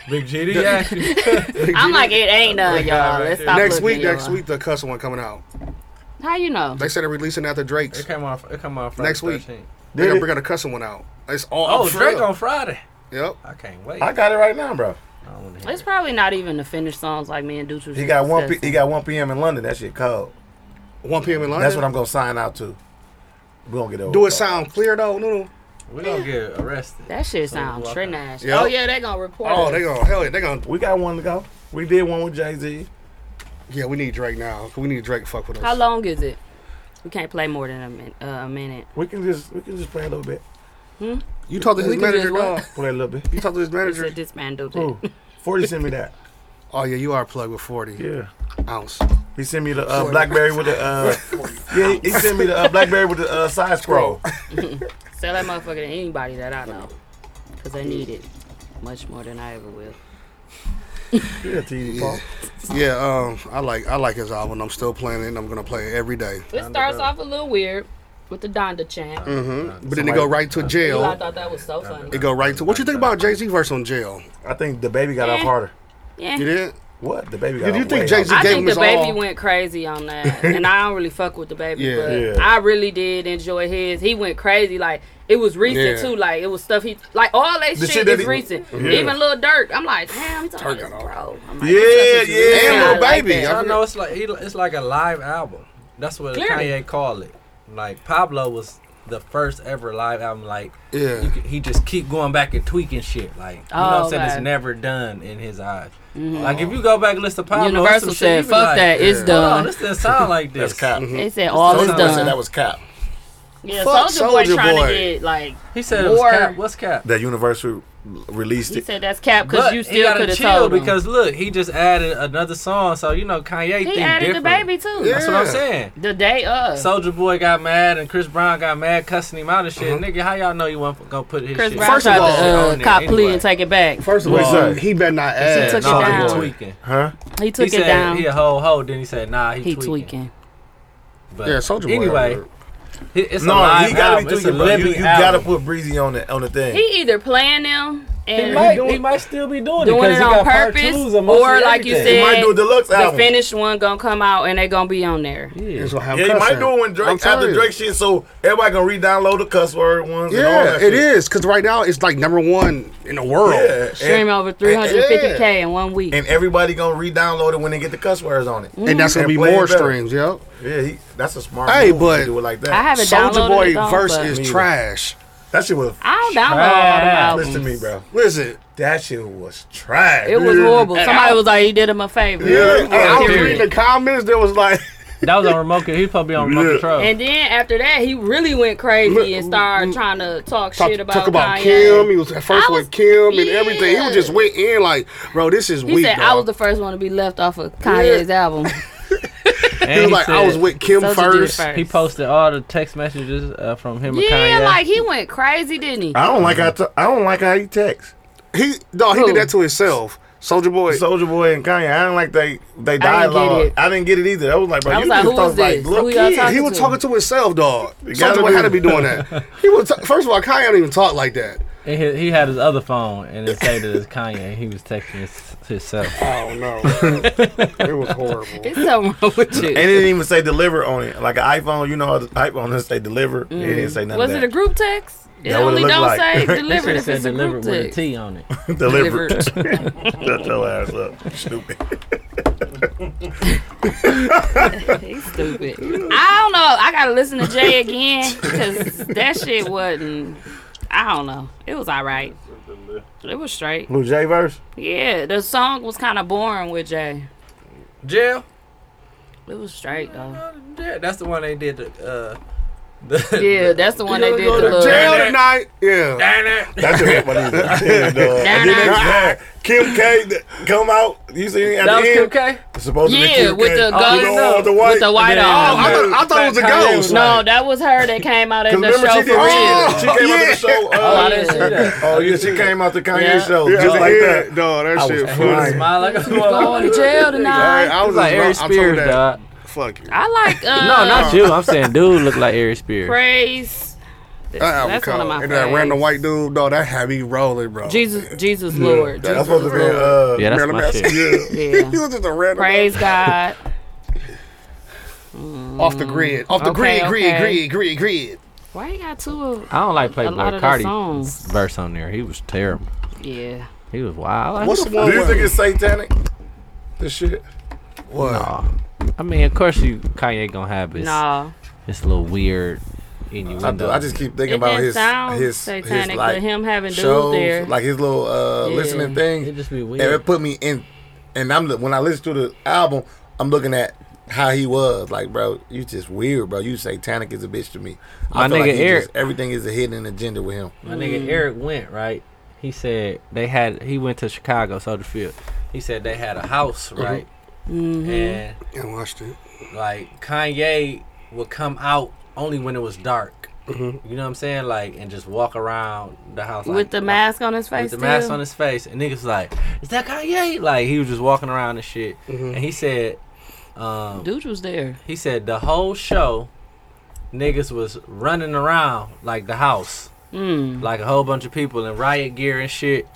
I: Big G, did he ask you?
H: [LAUGHS]
B: I'm like, it ain't none, y'all. Let's stop
H: Next
B: looking
H: week,
B: at uh.
H: next
B: y'all.
H: week, the cuss one coming out.
B: How you know?
H: They said they're releasing after Drake's.
I: It came on. It come on Friday.
H: Next week.
I: 13th.
H: They're
E: Did
H: gonna
E: it?
H: bring a cussing one out. It's all
I: Oh,
H: up for
I: Drake
H: real.
I: on Friday.
H: Yep.
I: I can't wait.
E: I got it right now, bro.
I: I don't wanna hear
B: It's
I: it.
B: probably not even the finished songs like me and Dutra.
E: He got one. P- he got one p.m. in London. That shit cold.
H: 1 p.m. in London.
E: That's what I'm gonna sign out to. We gonna get over.
H: Do it sound clear though? No, no.
I: We gonna get arrested.
B: That shit sounds
I: walk
B: trash.
H: Yep.
B: Oh yeah, they gonna report.
H: Oh,
B: it.
H: they gonna hell yeah, they gonna.
E: We got one to go. We did one with Jay Z.
H: Yeah, we need Drake now. 'cause We need Drake to fuck with us.
B: How long is it? We can't play more than a, min- uh, a minute.
E: We can just we can just play a little bit.
H: You talked to his
B: We can
H: manager,
B: just
H: dog.
B: what?
E: Play a little bit.
H: You talked to his
B: It's a
H: manager.
B: dismantled.
E: Oh. Ooh, Forty sent me that.
H: Oh yeah, you are plugged with 40
E: Yeah.
H: ounce.
E: He sent me the uh, BlackBerry with the. Uh, yeah, he- he sent me the uh, BlackBerry with the uh, side scroll.
B: Sell that motherfucker to anybody that I know, cause they need it much more than I ever will.
E: Yeah, E. TD Paul.
H: Yeah, um, I like I like his album. I'm still playing it. and I'm gonna play it every day.
B: It starts off a little weird with the Donda chant.
H: Mm-hmm. But then it go right to
B: Eli
H: jail.
B: thought that was so funny.
H: It go right to what you think about Jay Z verse on jail?
E: I think the baby got off
B: Eh.
E: harder.
B: Yeah.
H: You did?
E: What the baby got?
H: Did you
E: off
H: think
E: way
H: Jay-Z-
E: harder.
B: I
H: gave him
B: think the
H: his
B: baby
H: all.
B: went crazy on
H: [LAUGHS]
B: that, and I don't really fuck with the baby,
H: Yeah.
B: but
E: Yeah.
B: I really did enjoy his. He went crazy, like it was recent
H: Yeah.
B: too, like it was stuff he like all that
E: The
B: shit,
E: shit that
B: is
E: he-
B: recent.
E: Yeah.
B: Even Lil Durk, I'm like, damn, he's talking
H: Durk
B: about
H: got
B: his
H: all-
B: bro. I'm like,
E: Yeah,
B: this is
E: yeah.
B: recent.
H: And Lil
B: I like
H: Baby.
B: that.
H: I
I: I know it's like it's like a live album. That's what
B: Clearly.
I: Kanye called it. Like Pablo was the first ever live album. Like
H: Yeah.
I: you could- he just keep going back and tweaking shit. Like you know what
B: Oh,
I: I'm saying? It's
B: okay.
I: never done in his eyes. Like if you go back and listen to Pablo, it's
B: Universal
I: some shit you
B: said,
I: be
B: "Fuck
I: like,
B: that, it's
I: Hold on,
B: done."
I: this doesn't sound like this.
E: That's cop.
B: They said all is
E: Soulja Boy said
B: done.
E: that was cop.
B: Mm. Yeah,
H: Fuck
B: Soldier Boy
H: Soulja
B: trying
H: Boy.
B: to get like
I: He said, it was
B: Or-
I: cap. "What's cap?"
E: That Universal released
B: he
E: it.
B: said that's cap because
I: But
B: you
I: he
B: still
I: gotta
B: could have
I: chill
B: told him.
I: because look, he just added another song, so you know Kanye
B: he
I: think
B: added
I: different.
B: the baby too.
I: That's what I'm saying.
B: The day of.
I: Soldier Boy got mad and Chris Brown got mad cussing him out and shit. Nigga, how y'all know you wasn't gonna put his
B: Chris
I: shit?
B: Brown
H: First of
B: tried
H: all-
B: to uh, cop plea and take it back.
H: First of
E: What'd he
H: all,
E: say?
H: he better not add.
B: took it
H: something
B: down.
H: to
I: tweaking.
E: Huh?
B: He
I: He
B: took it
I: said
B: down.
I: he a whole hoe. Then he said, nah, he,
B: He
I: tweaking.
B: tweaking.
I: But
H: Yeah, Soldier Boy.
I: Anyway, it- it's a
E: No,
I: live
E: he gotta
I: album.
E: be
I: It's a
E: tweaking, bro. You,
I: living
E: you gotta
I: album.
E: put Breezy on the on the thing.
B: He either playing them
I: he
B: and
I: might, he might still be doing,
B: doing
I: 'cause
B: it
I: he
B: on
I: got part
B: purpose,
I: twos and most
B: or
I: of
B: like you
I: everything.
E: he might do a deluxe
B: the
E: album.
B: finished one gonna come out and they gonna be on there.
H: It's gonna have
E: Yeah, he might
H: cussing.
E: do it when
H: I'm
E: Drake
H: telling
E: after
H: you.
E: Drake shit, so everybody can re-download the cuss word ones. and all
H: Yeah,
E: that
H: it
E: shit.
H: is because right now it's like number one in the world.
E: Yeah,
B: Stream
E: and,
B: over 350k in one week.
E: and everybody gonna re-download it when they get the cuss words on it.
B: Mm-hmm.
H: And that's gonna
E: And
H: be
E: play it
H: more
E: better.
H: streams. Yep.
E: Yeah, he, that's a smart.
H: Hey,
E: move to
H: but-
E: do it like that.
B: I haven't
H: Soldier
B: downloaded
H: Boy
B: it though,
H: verse
B: but-
H: is
E: Me either.
H: trash.
E: that shit was.
B: I don't download all the
E: Listen to me,
B: albums.
E: bro.
H: What is it?
E: That shit was trash.
B: It was
E: dude.
B: horrible. Somebody was like, "He did him a favor."
H: Yeah, I was
B: Period.
H: reading the comments. There was like, [LAUGHS]
I: That was on remote. control. He probably on
H: Yeah.
I: remote control.
B: And then after that, he really went crazy and started trying to talk,
H: talk,
B: shit about,
H: talk about
B: Kanye.
H: Kim. He was at first
B: I was-
H: with Kim and everything. He
B: Yeah.
H: was just went in like, bro, this is
B: He
H: weak.
B: said, "I
H: dog."
B: was the first one to be left off of Kanye's album."
I: And
H: He was like, I was with Kim
B: Soulja did
H: first.
B: first.
I: He posted all the text messages uh, from him
B: yeah,
I: and Kanye.
B: like he went crazy, didn't he?
E: I don't like how t- I don't like how he texts.
H: He no, he
B: Who?
H: did that to himself. Soldier Boy.
E: Soldier Boy and Kanye. I didn't like they they
B: get
E: dialogue. I didn't
B: it.
E: get it, either. I was like, bro,
B: I
E: you
B: was like,
E: just
B: who
E: thought
B: is
E: like,
B: this?
E: look,
B: Who y'all
E: kid,
B: talking
H: he was
B: to?
H: talking to himself, dog.
E: gotta
H: Soldier Boy
E: be.
H: had to be doing
E: [LAUGHS]
H: that. He was t- first of all, Kanye don't even talk like that.
I: And he, he had his other phone and it said that it's Kanye. He was texting his, himself.
H: I don't
E: [LAUGHS]
H: know. Oh, it was horrible.
B: It's something wrong with you.
E: And it didn't even say deliver on it. Like an iPhone, you know how the iPhone doesn't say deliver. It didn't say nothing.
B: Was Mm-hmm. it a group text? It
E: That what it
B: only
E: looked
B: don't
H: [LAUGHS]
E: like.
B: say
I: It
B: delivered
I: should've
B: if
I: said
B: it's a group
I: delivered with a
B: text.
I: T on it.
E: deliver?
B: Delivered.
E: [LAUGHS] Shut your ass up, stupid.
B: He's stupid. [LAUGHS] I don't know. I gotta listen to Jay again because that shit wasn't. I don't know. It was all right. It was straight.
E: Blue J verse.
B: Yeah, the song was kind of boring with Jay.
I: Jail?
B: It was straight though.
I: Yeah, that's the one they did the. Uh, the
B: Yeah, that's the one they did the little.
H: Jail tonight. Yeah.
E: That's your hit one. [LAUGHS] And then they- Kim K th- come out. You see it at
I: That
E: the
I: was
E: end?
I: Kim K?
E: It's supposed to be
B: Yeah,
E: Kim
B: with
E: K.
B: the
E: You
B: gun-
E: know, all Oh, the white.
B: with the white
H: Oh, I
B: on.
H: thought, I thought it was a
I: Kanye was
H: ghost.
B: No, that was her that came out at the
E: [LAUGHS] Remember
B: show
E: she did.
B: for real.
E: She came out to the show. uh,
I: Oh, I didn't see that.
E: [LAUGHS] Oh yeah, she came out to Kanye
B: Yeah.
E: show
H: Yeah,
E: just like
H: yeah,
E: that.
H: Dog, that
E: I
H: shit
E: was crying.
H: funny.
I: Smile like a
B: Going
I: [LAUGHS]
B: to jail tonight.
H: Alright, I was
I: like Eric
H: just- I'm talking
I: Spears,
H: that.
I: dog.
H: Fuck you.
B: I like uh,
I: No, not you. I'm saying dude look like Eric Spears.
B: praise.
H: That
B: That's one of my
H: And that
B: faves.
H: random white dude, dog, that had me rolling, bro.
B: Jesus, Jesus Lord.
E: That's
B: Jesus
E: supposed to be
B: Lord.
E: uh,
I: Yeah, that's
H: Marilyn
I: my
H: Manson.
I: shit.
H: Yeah.
B: [LAUGHS] Yeah.
H: [LAUGHS] he was just a random [LAUGHS]
B: Praise God.
H: off the grid, off the
B: Okay,
H: grid, grid,
B: okay.
H: grid, grid, grid.
B: Why you got two of
I: I don't like
B: a lot
I: Playboy
B: of the
I: Cardi
B: songs?
I: verse on there. He was terrible.
B: Yeah.
I: He was wild. I
H: What's the
E: Do
H: one?
E: you
H: where-
E: think it's satanic? This shit.
H: what?
I: Nah. I mean, of course, you Kanye gonna have his
B: No.
I: his little weird
E: I, do,
I: innuendo.
E: I just keep thinking
B: It
E: about
B: didn't
E: his
B: sound
E: his
B: satanic,
E: his
B: but
E: like
B: him having dudes
E: shows,
B: there.
E: like his little uh,
B: Yeah.
E: listening thing.
I: it just be
E: and
I: weird.
E: it put me in. And I'm the- when I listen to the album, I'm looking at how he was. Like, bro, you just weird, bro. You satanic is a bitch to me.
I: My
E: I feel
I: nigga
E: like he
I: Eric-
E: just- everything is a hidden agenda with him.
I: My nigga Eric went right. He said they had. He went to Chicago, Soldier Field. He said they had a house, right?
B: Mm-hmm.
I: And
H: I watched it.
I: like Kanye would come out only when it was dark. You know what I'm saying? Like and just walk around the house like,
B: with the mask on his face.
I: with the mask
B: still?
I: on his face, and niggas like, "Is that Kanye?" Like he was just walking around and shit. And he said, um,
B: Dude was there.
I: he said the whole show, niggas was running around like the house,
B: Mm.
I: like a whole bunch of people in riot gear and shit,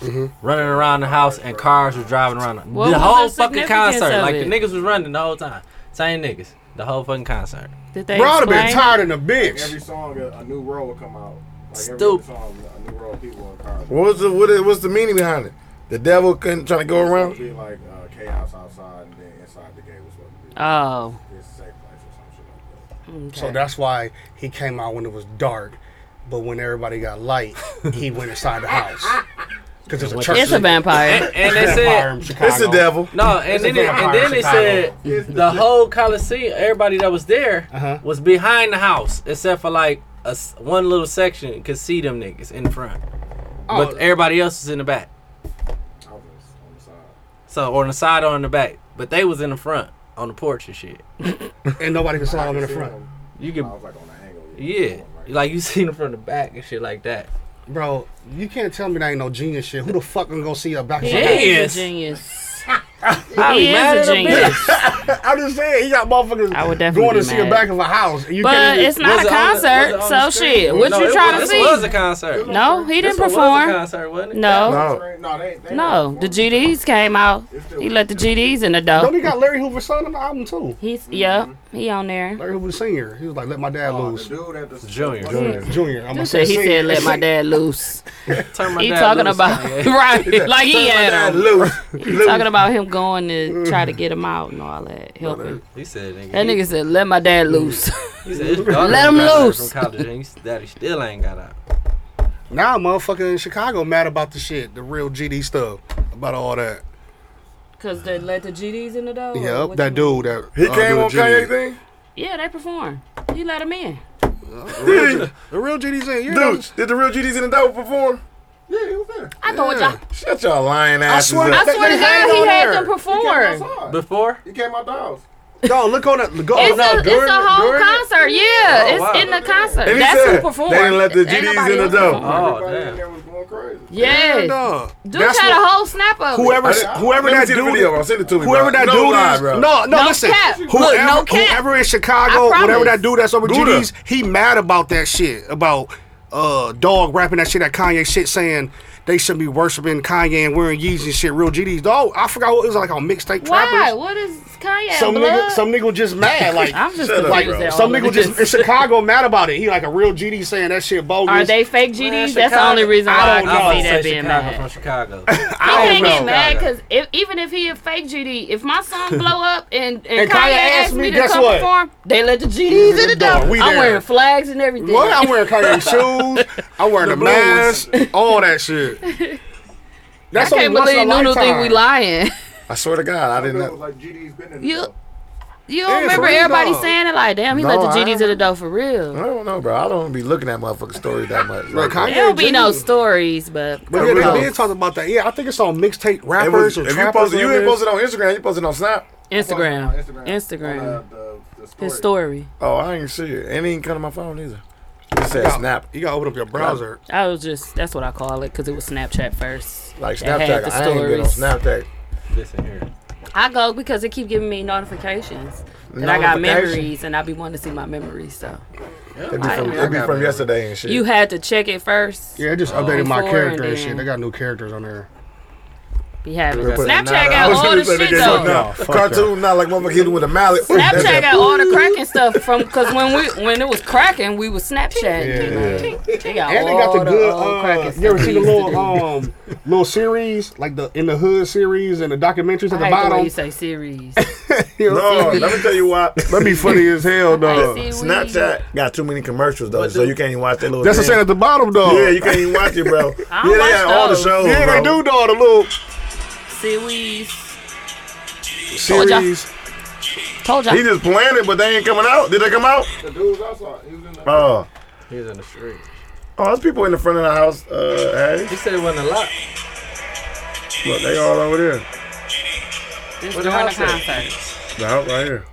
I: running around the house, and cars was driving around the,
B: What
I: the
B: was
I: whole
B: the
I: fucking
B: significance
I: concert.
B: of
I: Like
B: it?
I: the niggas was running the whole time, same niggas, the whole fucking concert.
B: Did they
H: Bro, I'd have been
B: explain?
H: tired in the bitch.
J: Every song, a, a new role will come out. Like
I: Stupid.
J: Every song, a new role people will come out.
E: What's the what is, what's the meaning behind it? The devil couldn't trying to go
J: It'll
E: around.
J: be like uh, chaos outside, and then inside the gate was supposed to be
B: Oh.
J: this safe place or some shit like that.
H: So that's why he came out when it was dark, but when everybody got light, [LAUGHS] he went inside the house because there's a church.
B: It's a vampire.
I: [LAUGHS] And, and they said.
E: It's the devil.
I: No, and then,
H: a
I: it, and
H: vampire
I: then
H: in
I: they said the whole Coliseum, everybody that was there
H: Uh-huh.
I: was behind the house, except for like a s one little section could see them niggas in front, but everybody else was in the back.
J: I was on the side.
I: So or on the side or in the back, but they was in the front on the porch and shit.
H: and nobody could saw him in the front.
I: You could,
J: I was like on an angle.
I: yeah, like you [LAUGHS] seen them from the back and shit like that.
H: Bro, you can't tell me that ain't no genius shit. Who the fuck gonna go see a back?
B: He
I: Yeah. Genius.
B: is a genius.
I: [LAUGHS] I
B: He
I: be mad at
B: is a
I: a
B: genius.
H: I'm just saying, he got motherfuckers
B: I would definitely
H: going to
B: be
H: see
B: mad.
H: a back of a house. and you
B: But
H: can't even-
B: it's not
I: Was
B: a
I: it on the- was
B: concert,
I: it on
B: so
I: the
B: shit.
I: screen?
B: What
I: No,
B: you
I: it
B: trying to
I: was, This was
B: see?
I: a concert.
B: No, he
I: This
B: didn't
I: one was a
B: perform.
I: concert, wasn't it?
B: No,
E: No,
J: No, they, they
B: no. The GDs came out. He let the GDs in the
H: Don't
B: door.
H: he got Larry Hoover's son on the album too?
B: He's yeah, he on there.
H: Larry Hoover Sr. He was like, "Let my dad
J: Oh,
H: lose."
J: the dude at the
I: Junior.
H: Junior, I'm
B: He
H: gonna
B: said, he said, "Let
I: [LAUGHS]
B: my dad loose." He talking about [LAUGHS] right, like he had him.
E: Lou.
B: He talking about him going
I: [LAUGHS]
B: to try to get him out and all that, help him.
I: He said, nigga,
B: That
I: he-
B: nigga said, "Let my dad
I: [LAUGHS]
B: loose."
I: He said, his daughter
B: Let
I: got
B: him
I: back
B: loose.
I: From college, and his daddy still ain't got out.
H: [LAUGHS] Now, motherfucker in Chicago mad about the shit, the real GD stuff, about all that.
B: Cause they let the GDs in the door. or
H: Yep,
B: what
H: that
B: you-
H: dude that
E: He
H: uh,
E: came
H: do the
E: on
H: GD.
E: Kanye thing.
B: Yeah, they perform. He let him in.
H: The real GD's in. You know,
E: Dude, did the real GDs in the devil perform?
J: Yeah, he was there.
B: I thought y'all.
E: Shut your lying asses
H: swear to
E: up.
B: I swear to
H: They hang
B: God,
H: on Oh,
B: he had
H: there.
B: them
J: He came
B: perform.
J: outside.
I: Before?
J: He came out the house.
H: No, look on that. Go
B: It's,
H: no,
B: a, it's a whole concert. Yeah, it's in the concert.
E: And he
B: That's
E: said
B: who performed.
E: they didn't let the GDs in the door.
I: Oh,
B: Yes.
H: dog.
B: Dude
H: That's
B: had
H: what-
B: a whole snap of
H: Whoever,
B: it.
H: whoever
E: Let me
H: that
E: see the
H: dude,
E: video, bro. Send it to me,
H: whoever
E: bro.
H: that
E: No
H: dude
E: lie,
H: is,
E: bro.
H: no, no,
B: No
H: listen,
B: cap. Look,
H: whoever,
B: no cap.
H: whoever in
B: I
H: Chicago,
B: promise.
H: whatever that dude that's over
E: Gouda.
H: GDs, he mad about that shit about uh dog rapping that shit that Kanye shit saying they should be worshiping Kanye and wearing Yeezys and shit. Real GDs, dog. I forgot what it was like on mixtape
B: Why?
H: trappers.
B: What is Kanye?
H: Some
B: blood?
H: nigga, some nigga just
B: [LAUGHS]
H: mad like.
B: I'm just
E: Shut up,
B: confused
E: bro.
B: at all
H: Some
B: of
H: nigga
B: this.
H: just in Chicago mad about it. He like a real GD saying that shit bogus.
B: Are they fake GDs? That's the only reason why I,
H: I
B: can
H: don't know.
B: see that
I: Say
B: being
I: Chicago
B: mad.
I: from Chicago.
E: [LAUGHS]
B: He
H: I don't
B: can't get
H: know.
B: mad because if, even if he a fake GD, if my song
H: [LAUGHS]
B: blow up and, and,
H: And
B: Kanye asked me, to
H: guess
B: come
H: what?
B: perform, they let the GDs in the
H: Dog,
B: door.
H: we
B: I'm
H: there.
B: wearing flags and everything.
H: What? I'm wearing
B: [LAUGHS]
H: Kanye shoes. I'm wearing the, mask. All that shit.
B: I
H: That's
B: can't
H: only once in
B: believe
H: a
B: Nunu think
H: lifetime.
B: we lying.
E: I swear to God, I didn't know.
J: Like GD's been in the
B: You
J: club.
B: you don't
H: Yeah,
B: remember
H: for real,
B: everybody
H: dog.
B: saying it like, damn, he
E: No,
B: let the
E: I
B: GDs in the door for real.
E: I don't know, bro. I don't be looking at motherfucking stories that much.
H: Bro,
E: Like,
H: Kanye
B: There'll be no
H: Jr.
B: stories, but
H: But yeah,
E: Bro.
H: they did talk about that. Yeah, I think it's on mixtape
E: it was-
H: rappers or
E: if you
H: trappers.
E: posted, you ain't posted on Instagram. You posted on Snap.
B: Instagram,
J: Posted on
B: Instagram,
J: On, uh, the, the story.
B: his story.
E: Oh, I ain't see it. And it ain't come to my phone either. It said Snap.
H: You gotta open up your browser.
B: I was just that's what I call it because it was Snapchat first.
E: Like
B: That had
E: Snapchat.
B: the
E: I ain't been on
B: stories.
E: Snapchat.
I: Listen here.
B: I go because it keep giving me notifications that I got
E: Notification?
B: memories and I be wanting to see my memories. So
E: It'd be from, it'd be
J: got
E: from
J: it.
E: yesterday and shit.
B: you had to check it first.
H: Yeah, it just updated my
B: Before
H: character
B: and
H: and
B: then.
H: shit. They got new characters on there.
B: Be having it.
E: put-
B: Snapchat
E: I
B: got
E: was
B: all
E: finna
B: the
E: say they
B: shit
E: get
B: though.
E: fucked up.
H: Oh, Fuck
E: Cartoon, not like motherfucker hitting with a mallet. Ooh, that's
B: Snapchat
E: that-
B: got all
H: [LAUGHS]
B: the cracking stuff from because when we when it was cracking, we was Snapchat. They got
H: And they
B: all
H: got the good.
B: old
H: Uh,
B: cracking
H: you ever
B: stuff
H: seen the
B: we used to
H: little um little series like the in the hood series and the documentaries
B: do.
H: at
B: I
H: the
B: hate the way
H: bottom?
B: you say series.
E: [LAUGHS] No, let me tell
H: [LAUGHS]
E: you why.
H: That'd be funny
B: [LAUGHS]
H: as hell, dog.
B: Seaweed.
E: Snapchat got too many commercials though, so you can't even watch that little.
H: That's what I'm
E: thing.
H: saying at the bottom, dog.
E: Yeah, you can't even watch it,
H: [LAUGHS]
E: bro. yeah,
B: I
E: they
B: don't
E: had
B: watch
E: all the
B: those.
E: shows.
H: Yeah, they
E: bro.
H: do, dog. The little
B: Oh, Series. Told ya.
H: series.
B: Told y'all.
E: He just planned it, but they ain't coming out. Did they come out?
J: The dude was outside. He was in the.
E: Oh,
I: He was in the street.
E: oh, there's people in the front of the house. Uh,
I: He said it wasn't a lot.
E: hey, look, they all over there.
B: This
I: What
B: during the
I: house at?
B: concert.
E: The house right here.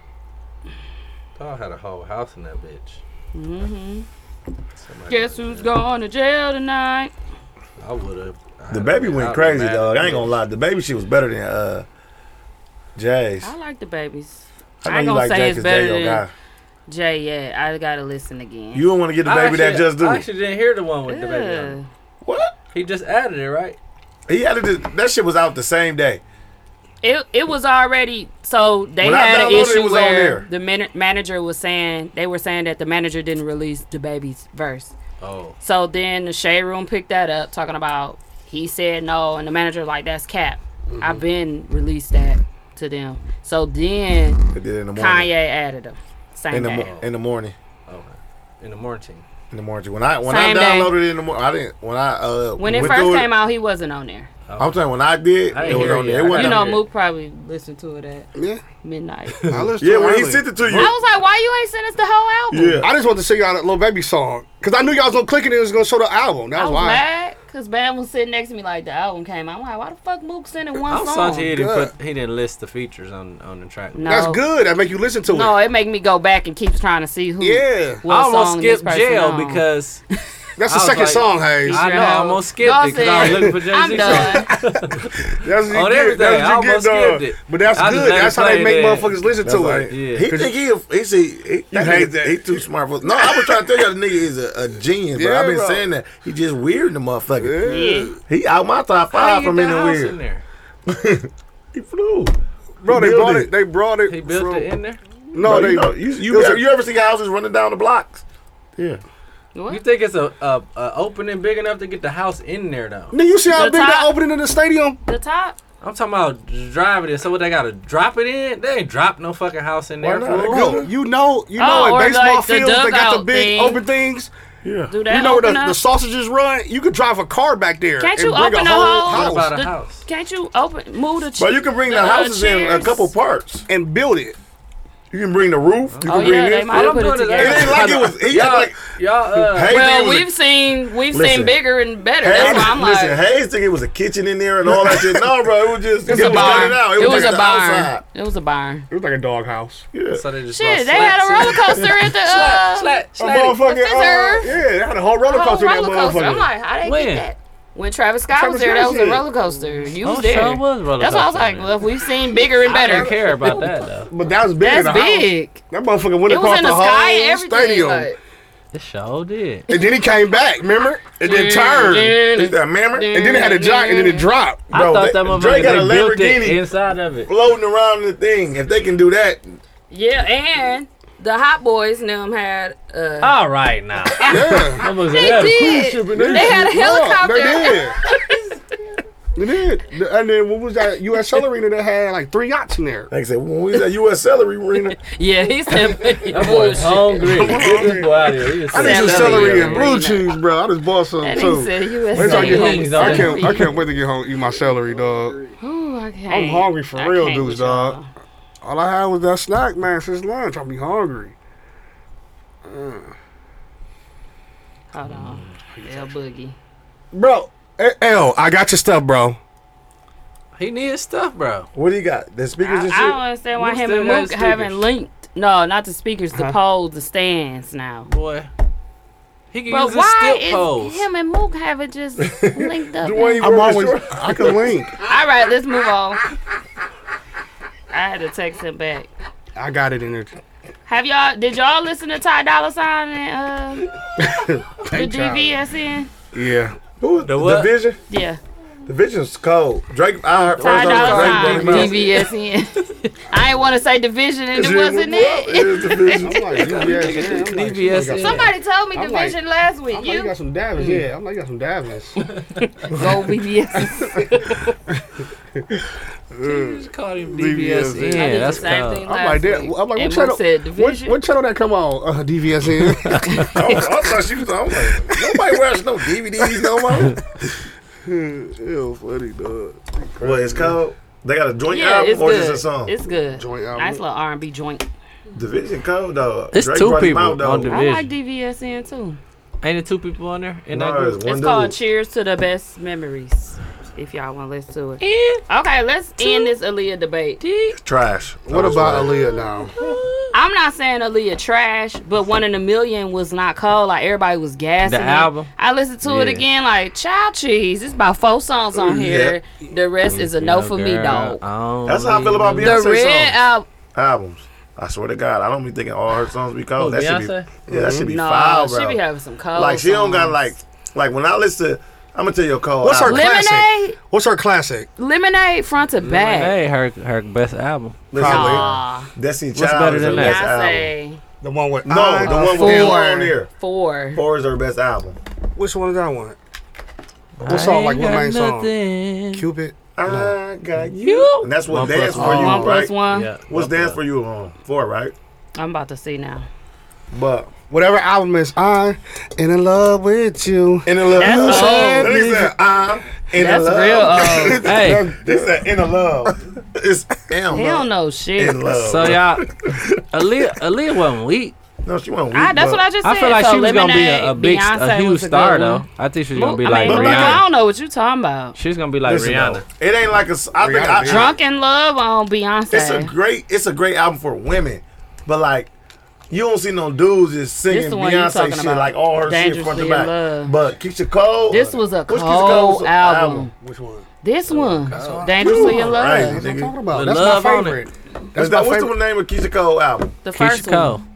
I: Paul had a whole house in that bitch. Mm-hmm.
B: Guess who's going to jail tonight?
I: I would have.
E: The baby went crazy, dog. I ain't gonna lie. The baby shit was better than uh, Jay's.
B: I like the babies.
E: I
B: I ain't
E: know
B: gonna
E: you
B: say
E: like Jay
B: it's
E: because Jay
B: better
E: your
B: than Oh,
E: guy.
B: Jay, yeah, I gotta listen again.
E: You don't want to get the
I: I
E: baby that
I: actually-
E: just do.
I: I
E: it.
I: actually didn't hear the one with the baby. on it.
B: Ugh.
E: What?
I: He just added it, right?
E: He had to. That shit was out the same day.
B: It it was already so they
E: When I
B: had an
E: downloaded it, it
B: issue
E: was on
B: where
E: there.
B: the man- manager was saying they were saying that the manager didn't release the baby's verse.
I: Oh.
B: So then the shade room picked that up, talking about he said no, and the manager was like that's cap.
E: Mm-hmm.
B: I've been released that to them. So then
E: It did in the
B: Kanye
E: morning.
B: added them same
E: In the
B: day.
E: mo- in the morning.
I: Oh. In the morning team.
E: In the morning. When I when
B: Same day.
E: I downloaded it in the morning, I didn't. When I uh
B: when it
E: went
B: first
E: through
B: came out, he wasn't on there.
E: I'm saying when I did,
I: I
E: it was
I: hear
E: on
I: you.
E: there.
I: I
E: It wasn't
B: You
E: on
B: know,
E: there.
B: Mook probably listened to it at
H: Yeah,
B: midnight.
H: I listened
E: Yeah,
H: to it
E: when he
H: earlier.
E: sent it to
B: I
E: you.
B: was like, why you ain't sent us the whole album?
E: Yeah.
H: I just wanted to sing y'all that little baby song because I knew y'all was gonna click it and it was gonna show the album. That
B: I
H: was
B: was
H: why.
B: mad because Bam was sitting next to me like the album came out. I'm like, why the fuck Mook sending one
I: I'm
B: song?
I: sorry he didn't
H: Good.
I: put, he didn't list the features on on the track.
B: No,
H: That's good. That make you listen to
B: No,
H: it.
B: it make me go back and keep trying to see who.
H: Yeah,
I: I
B: what
I: almost
B: song this
I: skipped
B: person
I: jail
B: on.
I: because
H: that's
I: I
H: the
I: was
H: second
I: like-
H: song, Hayes.
I: I know
B: your
I: I
B: hoe.
I: almost skipped
B: Y'all
I: it because I was
B: said,
I: looking for Jay Z.
B: I'm
H: [LAUGHS]
B: done.
H: That's what
I: On
H: you get.
I: Oh, everything,
H: That's
I: I
H: what you get,
I: almost
H: dog.
I: skipped it.
H: But that's
I: I just
H: good.
I: let it
H: That's how they
I: play
H: make
I: that.
H: motherfuckers listen
E: That's
H: to
E: like-
H: it.
I: Yeah.
E: He think he, a, he, see, he, that
H: hate
E: nigga-
H: that.
E: He too smart for. No, I was trying to tell y'all the nigga is a, a genius, but
H: Yeah,
E: I've been
H: bro.
E: saying that he just weird in the motherfucker.
B: Yeah.
E: He out my top
I: How
E: five
I: you
E: from
I: get
E: in
I: the
E: the
I: house in
E: weird.
I: there?
E: He flew.
H: Bro, they
E: He built
H: brought
E: it.
H: it. They brought it.
I: He built
H: from,
I: it in there.
H: No,
E: Bro,
H: they.
E: you, know, you, you,
H: it was
E: ever,
H: a-
E: you ever see houses running down the blocks? Yeah.
I: You
B: What?
I: think it's a, a, a opening big enough to get the house in there though?
H: Nigga, you see how
B: The
H: big that
B: top-
H: opening in the stadium?
B: The top?
I: I'm talking about driving it. So what they gotta drop it in? They ain't drop no fucking house in there.
E: Why not?
I: fool.
H: Bro, you know, you know,
B: Oh, or
H: at baseball
B: like the
H: fields they got the
B: dugout
H: big
B: thing.
H: open things.
E: Yeah.
B: Do that
H: You know where the,
B: open up?
H: the sausages run? You could drive a car back there.
B: Can't
H: and
B: you
H: bring
B: open the
H: a whole
B: whole-
I: What
H: house
I: about a
B: The-
I: house?
B: Can't you open move the?
E: But you can bring the,
B: The, uh,
E: houses in a
B: chairs.
E: couple parts.
H: and build it?
E: You can bring the roof. You can
B: Oh,
E: bring
B: yeah, they
E: this.
B: might have put it together.
E: It ain't like it was. He
I: y'all,
E: like
I: y'all, uh,
E: Hayes
B: well,
E: nigga was a-
B: we've seen we've
E: Listen.
B: seen bigger and better.
E: Hayes,
B: That's why I'm
E: listen,
B: like,
E: Hayes think it was a kitchen in there and all that shit. No,
H: [LAUGHS]
E: bro, it was just
B: it's
E: it
B: a
E: was
B: barn.
E: running out.
B: It was
E: like
B: a
E: the
B: barn.
E: outside.
B: It was a barn.
H: It was like a doghouse.
E: Yeah.
I: uh, so they just
B: Shit,
I: gonna
B: they had a
I: slap
B: roller coaster at the uh,
I: slap,
E: A
I: slap, slap.
E: motherfucking,
B: What's this,
E: uh,
B: her?
E: yeah, they had a whole roller
B: whole
E: coaster in that
B: uh, roller coaster. I'm
E: motherfucker.
B: like, how they
I: When?
B: get that? When Travis Scott
E: Travis
B: was there, that was a
E: Scott, yeah.
B: roller coaster. You
I: Oh,
B: was there.
I: sure it was roller
B: That's why I was
I: coaster,
B: like,
I: man.
B: well, we've seen bigger and
I: I don't
B: better.
I: care about that though.
H: But that was big. in
B: That's
H: the house.
B: big.
H: That motherfucker went
B: It was
H: across
B: in
H: the,
B: the sky
H: whole
B: and everything.
H: stadium.
B: Like,
I: [LAUGHS] It sure did.
H: and then he came back, remember? And then turned.
E: Is that mammoth?
H: And then it had a drop, and then it dropped.
I: I
E: Bro,
I: thought
E: they-
I: that motherfucker
E: Drake got a
I: they built
E: Lamborghini.
I: it inside of it.
E: Floating around the thing. If they can do that,
B: yeah, and the Hot Boys and them had. Uh,
I: All right now.
E: yeah.
I: That was
B: They
I: that was-
B: did. They had a
H: They
B: helicopter.
H: did. They did. The- And then what was that U.S. Arena that had like three yachts in there?
E: Like I said, when we was at US Celery Arena,
B: [LAUGHS] Yeah, he [LAUGHS] said.
I: That boy's hungry. Get this boy out of here. He is
H: I need some
I: sick.
H: celery and
B: Arena.
H: blue cheese, bro. I just bought some
B: And he
H: too.
B: said,
H: Wait till I get home.
I: He's
B: USA.
I: on
H: I
I: it.
H: can't. I can't wait to get home and eat my celery, dog.
B: Ooh, I can't.
H: I'm hungry for
B: I
H: real,
B: can't
H: dudes,
B: with y'all.
H: dog. All I had was that snack, man. Since lunch, I'm be hungry.
B: Hold on. L Boogie.
H: [LAUGHS] Bro, eh, L, I got your stuff, bro.
I: He needs stuff, bro.
E: what do you got? The speakers
B: I,
E: and
B: I don't
E: shit.
B: understand why
I: We
B: him
I: still
B: and
I: got
B: Mook haven't
I: speakers.
B: linked. No, not the speakers, the
H: Huh?
B: poles, the stands now.
I: Boy. He can
B: But
I: use his
B: why
I: stilt
B: is
I: pose.
B: him and Mook haven't just linked up?
E: Dwayne
H: I'm
E: Roberts-
H: always. I can link.
B: All right, let's move on. [LAUGHS] I had to text him back.
H: [LAUGHS] I got it in there.
B: Have y'all? Did y'all listen to Ty Dolla Sign and uh, the
H: Thank y'all.
B: GVSN?
H: Yeah.
E: Who was
I: The
E: the,
I: what?
E: Vision?
B: Yeah,
E: The Vision's cold. Drake, I heard first
B: Ty
E: I
B: Dolla
E: heard
B: Sign,
E: Drake brought him out.
B: DVSN. [LAUGHS] I ain't want to say division, and it
E: Shit,
B: wasn't
E: what
B: it.
E: is the Vision?
H: I'm like, DBS. I'm like,
I: DBS.
B: [LAUGHS] Somebody told me
H: I'm like-
B: division last week.
H: I'm like, you
B: You
H: got some diamonds. Yeah, I'm like, you got some diamonds.
B: go VVS.
I: just called him DBS.
B: I
I: Yeah,
B: did the
I: that's
B: same
I: cold.
B: thing
H: I'm
B: last
H: like, that. I'm
B: week.
H: like,
B: And
H: what
B: Mook
H: channel?
B: said
H: What,
B: division.
H: what channel that come on? Uh, [LAUGHS] DVSN.
E: I, was, I thought she was. I'm like, nobody wears no DVDs no more.
H: Ew, funny dog.
E: well, it's called. They got a joint
B: yeah,
E: album
B: it's
E: or
B: good.
E: just a song.
B: It's good.
H: um, Joint album.
B: Nice little R and B joint.
E: Division code dog.
I: It's
E: Drake
I: two
E: brought him
I: people
E: out, dog.
I: on Divi-
B: I like
I: Division.
B: DVSN too.
I: Ain't it two people on there in that
E: No,
I: group?
E: it's one
B: it's
E: dude.
B: called Cheers to the Best Memories. If y'all want to listen to it. okay, let's end this Aaliyah debate.
E: Trash.
H: What about Aaliyah now?
B: I'm not saying Aaliyah trash, but One in a Million was not cold. Like everybody was gassing
I: The
B: it.
I: album?
B: I listened to it
I: Yeah.
B: again. Like Child Cheese. It's about four songs on here. The rest is a no for me, dog.
I: dog.
E: That's how I feel about
B: The
E: Beyonce
B: red
E: songs.
B: album.
E: albums. I swear to God, I don't be thinking all her songs be
I: Oh,
E: cold. that
I: Beyonce?
E: should be. Yeah, that should be
B: no,
E: foul, bro.
B: she be having some cold.
E: like she don't got
B: songs.
E: like like when I listen. to I'm gonna tell you a cold.
H: What's her
E: album.
H: classic?
B: Lemonade?
H: What's her classic?
B: Lemonade front to back.
I: Hey, her her best album.
E: Listen,
B: Aw,
E: Destiny
I: What's
E: Child
I: better
E: is her
I: than
E: best
B: I
E: album.
B: say
H: The one with
E: No,
H: I- uh,
E: the one
B: four.
E: with Four on there.
B: four.
E: Four is her best album.
H: Which one is that one?
I: I
H: What song? Like
I: ain't
H: what
I: got
H: main song?
I: nothing.
H: Cupid.
E: I got you.
I: You.
E: And that's what
I: One plus
E: dance for
I: one.
E: you,
B: One
E: right?
B: plus one.
I: Yeah, one
E: What's dance
I: plus-
E: for you on? Four, right?
B: I'm about to see now.
E: But
H: Whatever album is I and in love with you.
E: in a love.
H: You
E: That's
H: said
E: They said I'm in a
B: That's real
I: uh,
E: [LAUGHS] love.
B: old.
I: um, Hey,
E: They said in a love. It's
B: He
E: in
B: don't know shit.
E: love.
I: so
H: [LAUGHS]
I: y'all, Aaliyah, Aaliyah wasn't weak.
E: No, she went weak.
B: I, Ah, that's
E: but-
B: what I just said.
I: I feel like
B: so
I: she was gonna be a, a
B: Lemonade,
I: big, st-
B: Beyonce
I: a huge
B: was good
I: star
B: one.
I: though. I think she's gonna be
B: I
I: like
B: mean,
E: Rihanna.
B: Luke, I
I: Rihanna.
B: don't know what you talking about.
I: She's gonna be like
E: Listen,
I: Rihanna.
E: though, It ain't like a. s- I think
H: Rihanna
E: I,
H: did.
B: Drunk in love on Beyonce.
E: It's a great. It's a great album for women, but like. You don't see no dudes just singing
B: This the one you
E: Beyonce
B: talking
E: shit
B: about.
E: like all her shit
B: Dangerously
E: front to
B: in
E: back.
B: Love.
E: But Keisha Cole.
B: this was a
E: Which Keisha
B: cold
E: Cole's
B: album.
H: Which one?
B: This one, Dangerously in Love.
E: Right.
H: That's what I'm
E: Nigga.
H: talking about.
I: The
H: That's
I: love
H: my
I: on
H: favorite.
E: That's
H: That's my
E: that, what's the
H: favorite.
E: name of Keisha Cole album?
B: The first
I: Keisha Cole.
B: one,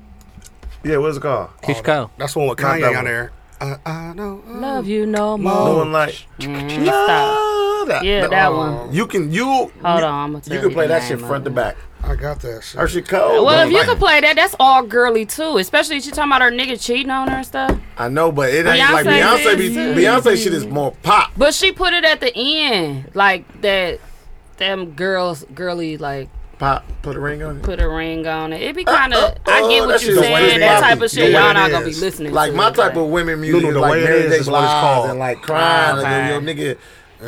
E: Yeah, what is it called?
I: Keisha Cole.
H: That's the one with
E: Not that
H: Kanye
E: one.
H: on there. I, Uh, I know.
B: Love You No
E: No
B: More.
E: one like.
B: Mm, stop.
E: That,
B: Yeah,
E: Oh, that-
B: that one.
E: You can you. Hold
B: Hold on, I'ma tell
E: You can
B: you
E: play
B: the
E: that shit
B: name
E: front
B: of
E: to
B: it.
E: back.
H: I got that shit.
E: Her shit cold.
B: Well, if you
E: like,
B: could play that, that's all girly too. Especially if she talking about her nigga cheating on her and stuff.
E: I know, but it ain't like
B: Beyonce
E: Beyonce.
B: is
E: Be,
B: too.
E: Beyonce shit is more pop.
B: But she put it at the end, like that. Them girls, girly, like
E: Pop. Put a ring on it.
B: put a ring on it. It be kind of. I
E: uh,
B: get
E: that
B: what
E: shit
B: you
E: is way
B: saying. That
E: poppy.
B: type of
E: The
B: shit,
H: way
B: y'all
H: it
B: not gonna be
H: is.
B: listening.
E: Like
B: to
E: my
B: it,
E: type
B: but
E: of women music,
H: Lulu,
E: is
H: the
E: like
H: way it is
E: Mary J.
H: is what it's
E: Blige
H: called.
E: and like crying,
B: Okay.
E: and then your nigga.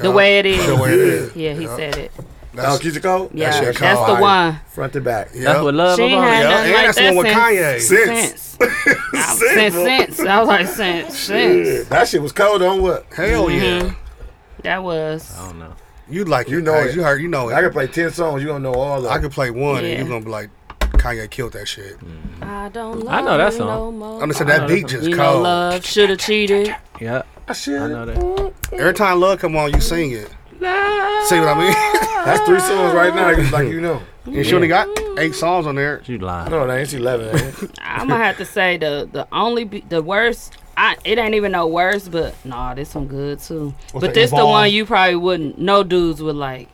B: the way it is.
H: The way it is.
B: Yeah, he said it.
E: That's
H: Keisha Cole?
B: Yeah, that's the one.
E: uh, Front to back.
B: That's what love She ain't about had it. nothing
H: and
B: like
H: that's
B: that
H: the one with Kanye.
B: since- Since. I- since, since. I was like, since, since.
E: Shit, That shit was cold on what? Hell yeah.
B: That was.
I: don't know.
H: You like
E: You
H: you
E: know
H: know
E: it.
H: You heard you know it.
E: I could play 10 songs. You don't know all of
H: I
E: them.
H: could play one
B: Yeah.
H: and you're gonna be like, Kanye killed that shit.
B: I don't love
I: I know that
B: you
I: song.
B: no more.
H: I'm just saying
I: know
H: that beat
I: that
H: just
B: You know,
H: cold.
B: love should have cheated.
I: Yeah,
E: I
I: I
E: should.
I: know that.
H: Every time love come on, you sing it. See what I
E: That's three songs right now.
B: [LAUGHS]
E: It's like, you know.
H: mean? and she only got eight songs on there.
I: You lying.
E: No, that ain't 11. ain't it?
B: I'm gonna have to say the the only be- the worst. I it ain't even no worst, but nah, this one good too. but
H: the
B: this the
H: Evolve?
B: one you probably wouldn't. No dudes would like.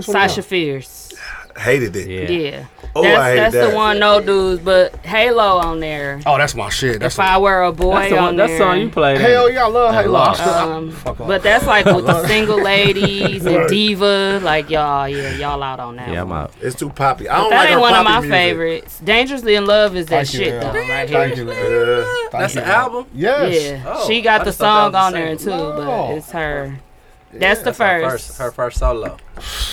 B: Sasha Fierce.
E: Hated it.
I: Yeah.
B: Yeah.
E: Oh,
B: that's
E: I hate
B: that's
E: that.
B: the one. No dudes, but Halo on there.
H: Oh, that's my shit. That's
B: if I were a boy
I: That's the one.
B: on
I: That
B: there.
I: song you played. ain't
H: hell
I: it?
H: yeah, I love
I: That
H: Halo. I
I: lost.
H: still-
B: Um, but that's like with the single ladies and diva, like y'all, yeah, y'all out on that.
I: Yeah, I'm
B: one.
I: out.
E: It's too poppy. I don't
B: That
E: like
B: ain't
E: her
B: one of my
E: poppy music.
B: favorites. Dangerously in Love is that
H: Thank you,
B: shit
H: Al.
B: though, right
H: Thank
B: here.
H: you.
E: Yeah.
I: That's
H: Thank
I: the
H: you.
I: album.
H: Yes.
B: Yeah,
I: Oh,
B: she got
I: I
B: the
I: just thought
B: song
I: that was
B: on
I: the
B: there too,
I: single.
B: but
H: No.
B: it's her. that's the
I: Her
B: first.
I: first, her first solo.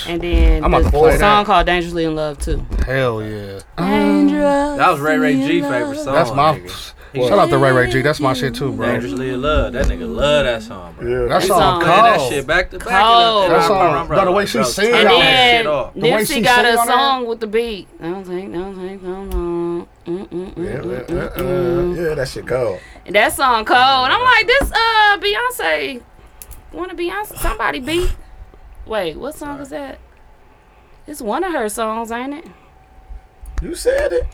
B: and then
H: I'm
B: the,
H: about to
B: the
H: play that.
B: song called Dangerously in Love too.
H: Hell yeah.
B: Oh,
I: That was Ray Ray G favorite song.
H: That's my.
I: nigga.
H: Shout out to Ray Ray G. That's my shit too, bro.
I: Dangerously in love. That nigga love that song, bro.
E: Yeah.
H: That
B: That
H: song
B: song-
H: cold.
I: Playing that shit back to back. and
B: Cold.
I: I-
H: That
I: I- I-
H: song-
I: I-
H: no, the way she
I: bro,
H: sing
I: turn
H: it
B: And
H: on
I: that
B: then
I: shit off.
H: The way she
B: Nipsey got
H: sing
B: a
H: on there?
B: song with the beat. I don't think, I don't think, I don't think. Mm, mm,
E: Yeah,
B: mm, mm,
E: uh,
B: mm,
E: uh, yeah, that shit go.
B: And that song cold. I'm like, this uh Beyonce wanna Beyonce somebody beat. Wait, what song is that? It's one of her songs, ain't it?
E: You said it.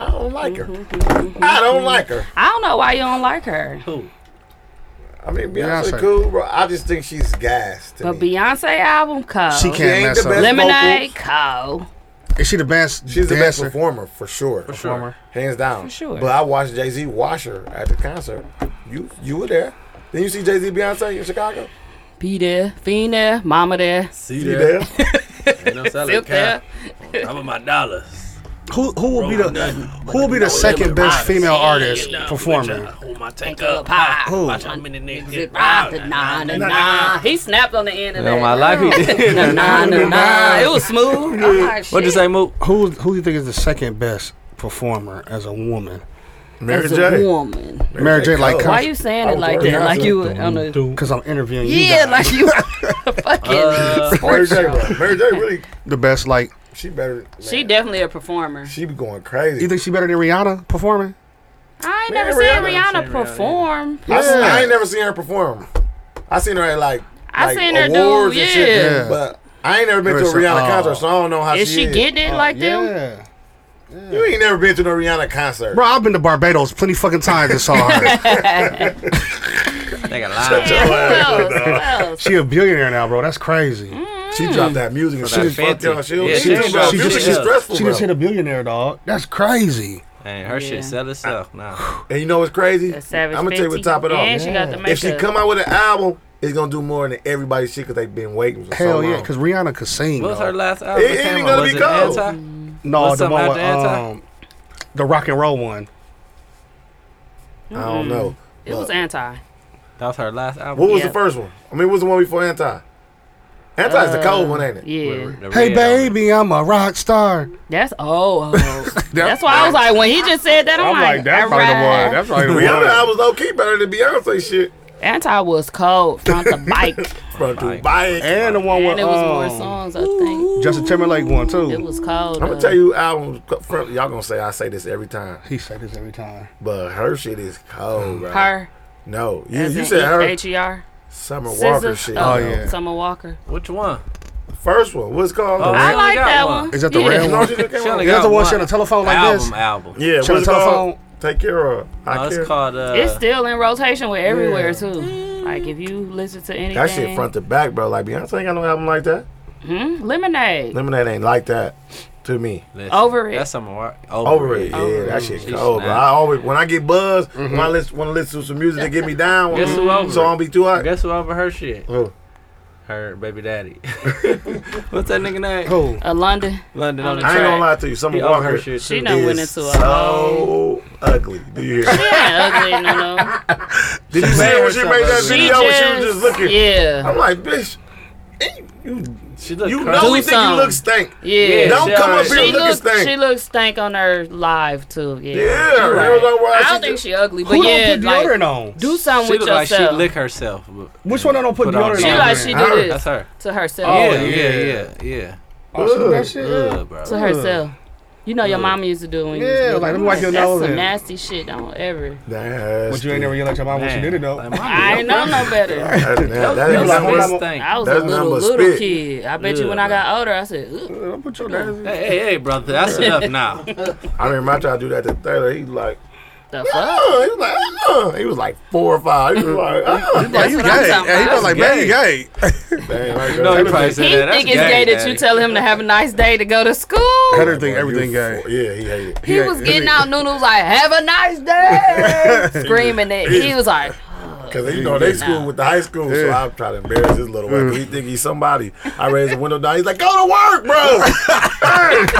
E: I don't like her.
B: Mm-hmm,
E: I don't like her.
B: I don't know why you don't like her.
I: Who?
E: I mean, Beyonce,
H: Beyonce.
E: cool, bro. I just think she's gassed. To
B: But
E: me.
B: Beyonce album cold.
H: She
E: She ain't
H: can't mess
E: the best
H: up.
B: Lemonade cold.
H: Is she the best?
E: she's the best
H: dancer?
E: performer for sure,
I: For sure.
E: hands down. For
B: sure.
E: But I watched Jay Z wash her at the concert. You you were there. Then you see Jay Z Beyonce in Chicago.
B: Be there, fiend there, mama there,
I: See
E: You
I: that?
E: there?
I: [LAUGHS] Ain't no selling
B: sit there.
I: cap. I'm on my dollars.
H: Who who will be the
I: Nothing.
H: who will be the second best female artist performing?
I: Hold my tank
B: Up
I: up.
B: high.
H: Who?
B: Watch how many
I: niggas
B: niggas
I: ride
B: ride the
I: the
B: nine to nine. He snapped on the end of that.
I: my life, he
B: [LAUGHS]
I: did.
B: The nine to nine. It was smooth. I'm like,
I: [LAUGHS] What'd you
B: shit.
I: say, Mook?
H: Who who do you think is the second best performer as a woman?
E: Mary
B: As a
E: J.
B: woman.
H: Mary J. Like,
E: Cole.
B: Why you saying it like that? Like you were on a
H: because I'm interviewing you.
B: yeah,
H: guys.
B: like you were [LAUGHS] fucking
I: Uh,
E: Mary
B: sports [LAUGHS]
E: J.
B: show.
E: bro. Mary J. Really,
H: the best. Like,
E: she better.
B: She
E: man,
B: definitely a performer.
E: She be going crazy.
H: you think she better than Rihanna performing?
B: I ain't
E: Man,
B: never seen
E: Rihanna-
B: Rihanna,
I: seen Rihanna
B: perform.
E: I, seen- I
H: Yeah.
E: ain't never seen her perform. I seen her at like,
B: I
E: like
B: seen her do-
E: awards and shit,
H: yeah.
E: but I ain't never been to a
H: Listen,
E: Rihanna
H: oh.
E: concert, so I don't know how
B: Is
E: she
B: she getting it like them?
H: Yeah.
E: You ain't never been to no Rihanna concert.
H: Bro, I've been to Barbados plenty fucking times and saw her.
I: They got live.
B: Yeah, who else? Who else?
H: she a billionaire now, bro. That's crazy.
E: She dropped that music and
I: that
E: shit. Fuck
I: fancy.
E: y'all. She,
I: Yeah,
E: she,
I: she
E: she,
I: dropped-
E: she,
I: she
E: music is
I: just-
E: stressful,
H: She
E: bro.
H: just hit a billionaire, dog. That's crazy.
I: And her
B: Yeah.
I: shit sell itself now.
E: and you know what's crazy?
B: The Savage
E: I'm gonna tell you what
B: 50.
E: top it
B: And
E: off.
B: she got the makeup.
E: If she come out with an album, it's gonna do more than everybody's shit because they've been waiting for so
H: Hell
E: long.
H: yeah, because Rihanna could sing.
I: What was
H: dog.
I: her last album?
E: It
I: that
E: ain't
I: came
E: even
I: out?
E: gonna
I: Was
E: be
I: it
E: cold.
I: Anti?
H: No,
I: What's
H: the
I: up
H: one
I: after
H: with
I: Anti?
H: um, the rock and roll one.
E: I don't know.
B: Mm. It was
E: But
B: anti.
I: That was her last album.
E: what was
B: Yeah.
E: the first one? I mean, what was the one before Anti? Anti is the cold one, ain't it?
B: Uh, Yeah.
I: The
H: Hey
I: red album.
H: baby, I'm a rock star.
B: That's
E: [LAUGHS]
B: old. That's why I was like, when he just said that, I'm, like, alright.
H: That's probably the
E: Rihanna albums low key better than Beyonce shit.
B: Anti was cold from the
E: [LAUGHS]
B: bike,
E: Bro, to buy it.
H: And the one with
B: and it was more
H: um,
B: songs. I think
H: Justin Timberlake one
B: it
H: too.
B: was cold.
E: I'm gonna tell you, albums. Front, y'all gonna say I say this every time,
H: He say this every time.
E: but her shit is cold, bro.
B: uh, her.
E: No, you,
B: as
E: you
B: in
E: said her.
B: H E R.
E: Summer Walker
B: Scissor.
E: shit.
B: Oh,
H: Oh,
B: yeah.
H: yeah.
B: Summer Walker.
I: Which one?
E: First one. What's it called?
I: Oh,
B: I
I: She only
B: like
I: got
B: that
I: one.
B: one.
H: Is that the
B: yeah.
H: red one?
E: She only got
I: She only
E: one.
H: That's
I: got
H: the one she on the telephone like
I: album,
H: this?
I: Album.
E: Yeah, what's
H: She on
E: it
H: the telephone.
E: called? Take care of. her.
I: No,
E: I
I: it's
E: care.
I: called. Uh,
B: It's still in rotation with everywhere too. Like if you listen to anything,
E: That shit front to back, bro. Like Beyonce ain't got no album like that.
B: Hmm? Lemonade.
E: Lemonade ain't like that to me.
I: listen,
B: Over it.
I: That's something. wa- Over,
E: Over it, yeah, that shit
I: She's
E: cold. Bro.
I: not-
E: I always when I get buzzed, when I listen, want to listen to some music that get me down,
I: Guess who over
E: so
I: it?
E: I don't be too hot.
I: Guess who over her shit?
E: Who?
I: Her baby daddy. What's that nigga name?
H: Who?
B: Uh, London. [LAUGHS]
I: London on the
E: I ain't
I: track.
E: gonna lie to you. Some
I: He over
E: Walker
I: her shit
B: She
I: too.
B: done went
E: is
B: into a whole.
E: so ugly. Do you hear? me?
B: Yeah, ugly, no, no.
E: [LAUGHS] Did you see her when she
I: herself
E: made that
I: ugly.
E: video? When she was just looking.
B: Yeah.
E: I'm like, bitch, ain't- You,
I: she look
E: you
I: crazy.
E: know
I: Do
E: we think you
I: something.
E: look stink.
B: Yeah,
E: Don't
I: she
E: come up
I: alright.
E: here
B: She
E: looking
B: looks
E: stink.
B: she looks stank on her live too. Yeah,
E: Yeah,
B: You
E: I don't know why
B: I
E: she
B: don't think
E: just-
B: she ugly, but
H: Who
B: yeah,
H: don't put
B: like,
H: deodorant on?
B: do something
I: She
B: with
I: look like she
B: yourself.
I: lick herself. but-
H: Which one I don't put
I: Put on
H: deodorant on?
I: She
B: like she
H: man?
B: do this.
I: That's her.
B: to herself.
I: Oh
H: yeah.
I: yeah, yeah, yeah.
H: Oh, she do that shit, yeah.
I: Ugh, bro.
B: to herself. You know your mama used to do it when you was
H: Yeah,
B: little.
H: like, let me wipe your
B: That's
H: nose
B: some
H: in.
B: nasty shit. Don't ever.
E: That's
H: But you ain't
E: [LAUGHS]
H: never yelled at your mom when she
I: Man,
H: did it though.
I: like, my
B: I ain't know no
H: [LAUGHS]
B: better.
E: that, that, that,
I: That
H: You
E: ain't
I: is
H: like,
E: like
I: the
H: hold
I: worst
H: on.
I: thing.
B: I was
E: That's
B: a little
E: number
B: little
E: spit.
B: kid. I bet you
I: Ugh,
B: when I got older, I said, Ugh.
H: Don't put [LAUGHS] your nasty-
I: Hey, hey, hey, brother, that's enough now.
E: I remember I tried to do that to Taylor. He like,
B: the fuck?
E: uh, he was like, uh. he was like four or five. He was
I: Mm.
E: like,
I: [LAUGHS]
E: uh.
B: That's what I'm talking
H: Hey, he
B: about.
H: was like, man,
I: Gay.
H: you gay.
E: Man, like,
I: No, he probably said
B: He
E: Taylor think-
I: that. That's
B: think it's gay, that you
I: daddy.
B: tell him to have a nice day to go to school.
H: Heather think
E: Boy,
H: everything
E: you
H: gay.
E: fool. Yeah, he hated. it.
B: He was getting out noodles like, have a nice day, screaming it. He was like,
E: Cause you know they school with the high school, so I try to embarrass this little
I: Mm.
E: one. He think he's somebody. I raise the window down. He's like, "Go to work, bro."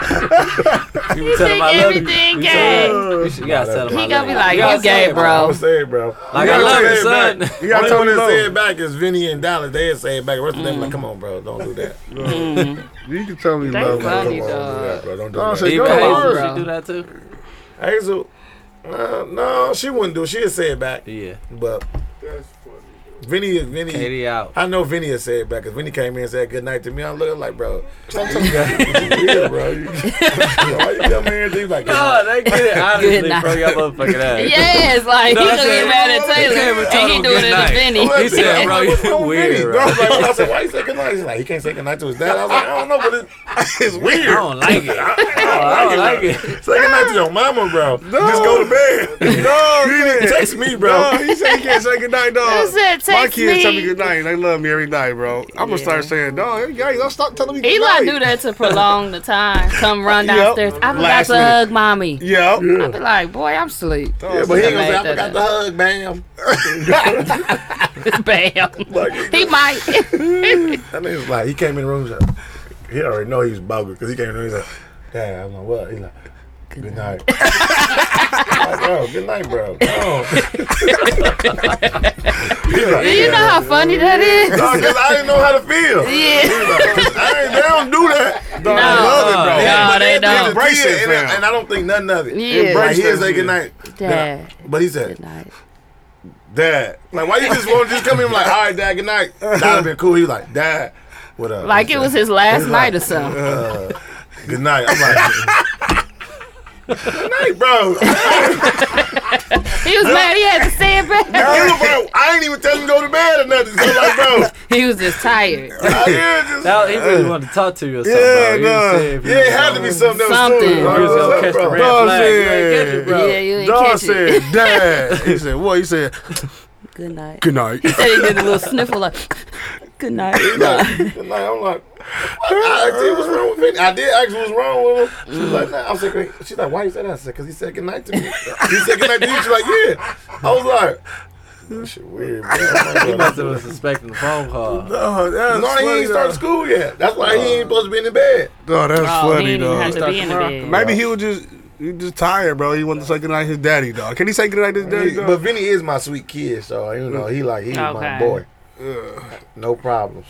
I: You tell him
B: think
I: I love you.
B: everything gay.
I: You should- you gotta tell him I love
B: He gonna
I: you.
B: be like,
I: gotta say
B: you gay,
I: it,
E: [LAUGHS]
I: bro.
E: I'm
B: bro.
E: gonna say it, bro.
I: Like,
E: You
I: I
E: gotta
I: love
E: say
I: you,
E: it
I: son.
E: back.
I: You
H: gotta
E: Only
H: tell
E: one
H: him
E: that
H: no.
E: say it back is Vinny and Dallas. They say it back. The rest of
I: Mm.
E: them like, "Come on, bro, don't do that."
H: You can tell me
B: They
H: love.
E: Come on,
B: funny,
E: don't do
B: dog.
E: that, bro. Don't do
H: Don't
E: that.
H: say
I: Even
H: Go to
I: Hazel,
B: work.
I: she do that too?
E: Hazel, uh, no, she wouldn't do. it. She'd say it back,
I: Yeah.
E: but Vinny, Vinny,
I: Katie out.
E: I know Vinny had said it back because Vinny came in and said good night to me. I look at him like, bro, don't tell me that. [LAUGHS] Yeah, bro. You, why you come here and
I: [LAUGHS]
E: he's like,
I: No, Oh, they get
B: [LAUGHS]
I: it honestly
B: Good night.
I: from your motherfucking ass.
B: Yes, like
I: No, I
B: he gonna
I: said-
B: get mad at
E: You
I: can't even
B: Taylor,
I: tell
B: and he
I: him
B: doing
I: good
B: it to
I: night.
E: [LAUGHS]
B: Vinny.
I: He said, bro,
E: What's wrong
I: you
E: with
I: weird.
E: Vinny?
I: bro.
E: I, was like, I said, why you say good night? He's like, he can't say good night to his dad. I was like, I don't know, but it's, it's
I: I
E: weird.
I: don't like
E: [LAUGHS]
I: it. I don't like it.
E: Say good night to your mama, [LAUGHS] bro. Just go to
H: [LAUGHS]
E: bed. No, you didn't text me, bro.
H: No, he said he can't say goodnight, dog.
B: He said,
H: My
B: "Text
H: kids tell me
B: me."
H: goodnight. and They love me every night, bro. I'm gonna start saying, dog, hey, guys, don't stop telling me goodnight.
B: Eli do that to prolong the time. Come run
H: Yep.
B: downstairs. I forgot
H: Last
B: to
H: minute.
B: hug mommy.
H: Yeah.
B: I be like, boy, I'm asleep.
E: Yeah, but he ain't gonna say, I
B: Made
E: forgot
B: that
E: the hug,
B: [LAUGHS]
E: bam.
B: Bam.
E: [LAUGHS] Like,
B: He might. [LAUGHS]
E: that nigga's like, he came in the room, he's like, he already know he was bogus because he came in the room, he's like, Dad, I'm like, what? He's like, good night. I'm [LAUGHS] like, bro, good night, bro. [LAUGHS] No. He's like,
B: Do you know how funny that is?
E: Because I didn't know how to feel.
B: [LAUGHS] Yeah.
E: I ain't, they don't do that.
H: Dog, I love it, bro.
B: No,
E: But
B: they
E: at the end
B: don't.
E: of the
H: Embrace
E: day,
H: it,
E: and, I,
H: fam.
E: and I don't think nothing of it.
B: Yeah. Embrace
E: Like, he'll
H: that
E: say
H: shit.
E: good night.
B: Dad.
E: But he said,
B: Good night.
E: Dad. Like, why you just want to just come in and be like, all right, Dad, good night. That would have been cool. He like, Dad, what up?
B: Like it was his last night or something.
E: [LAUGHS] Uh, good night. I'm like, good night, bro. [LAUGHS]
B: He was mad he had to say it
E: [LAUGHS]
B: back.
E: Dude, bro, I ain't even tell him to go to bed or nothing. So, like, bro,
B: He was just tired.
E: I yeah, just,
I: Now he really wanted to talk to you or something.
H: Yeah,
I: bro.
H: nah.
E: yeah, it had to be something else.
B: Something.
E: Soon,
I: You was gonna catch the red
H: Dog
I: flag. You ain't catch it,
H: said-
I: bro.
B: Yeah, you didn't
H: Dog
B: catch it. [LAUGHS]
H: said, dad. He said, what? He said,
B: Good night.
H: good night. [LAUGHS]
B: Said he did a little sniffle like, [LAUGHS] good night.
E: [LAUGHS] Like, and like, I'm like, I asked her what's wrong with Vinny. I did ask her what's wrong with him. She's like, nah. I was like, she's like, why you said that? I said, because he said goodnight to me. he said goodnight to you. She's like, yeah. I was like, that shit weird, bro. I'm like,
I: He must have was expecting the phone call. [LAUGHS]
H: Dog, that's
E: [LAUGHS] No, he
H: funny,
E: ain't started
H: dog.
E: school yet. That's why he ain't supposed to be in the bed.
H: Dog, that's
B: Oh, he
H: funny,
B: didn't even have
H: dog.
B: to be in the bed.
H: Maybe he was just, he just tired, bro. He wanted to say goodnight to his daddy, dog. Can he say goodnight to his daddy,
E: But
H: dog?
E: Vinny is my sweet kid, so you know he like he's my
B: Okay.
E: boy. No problems.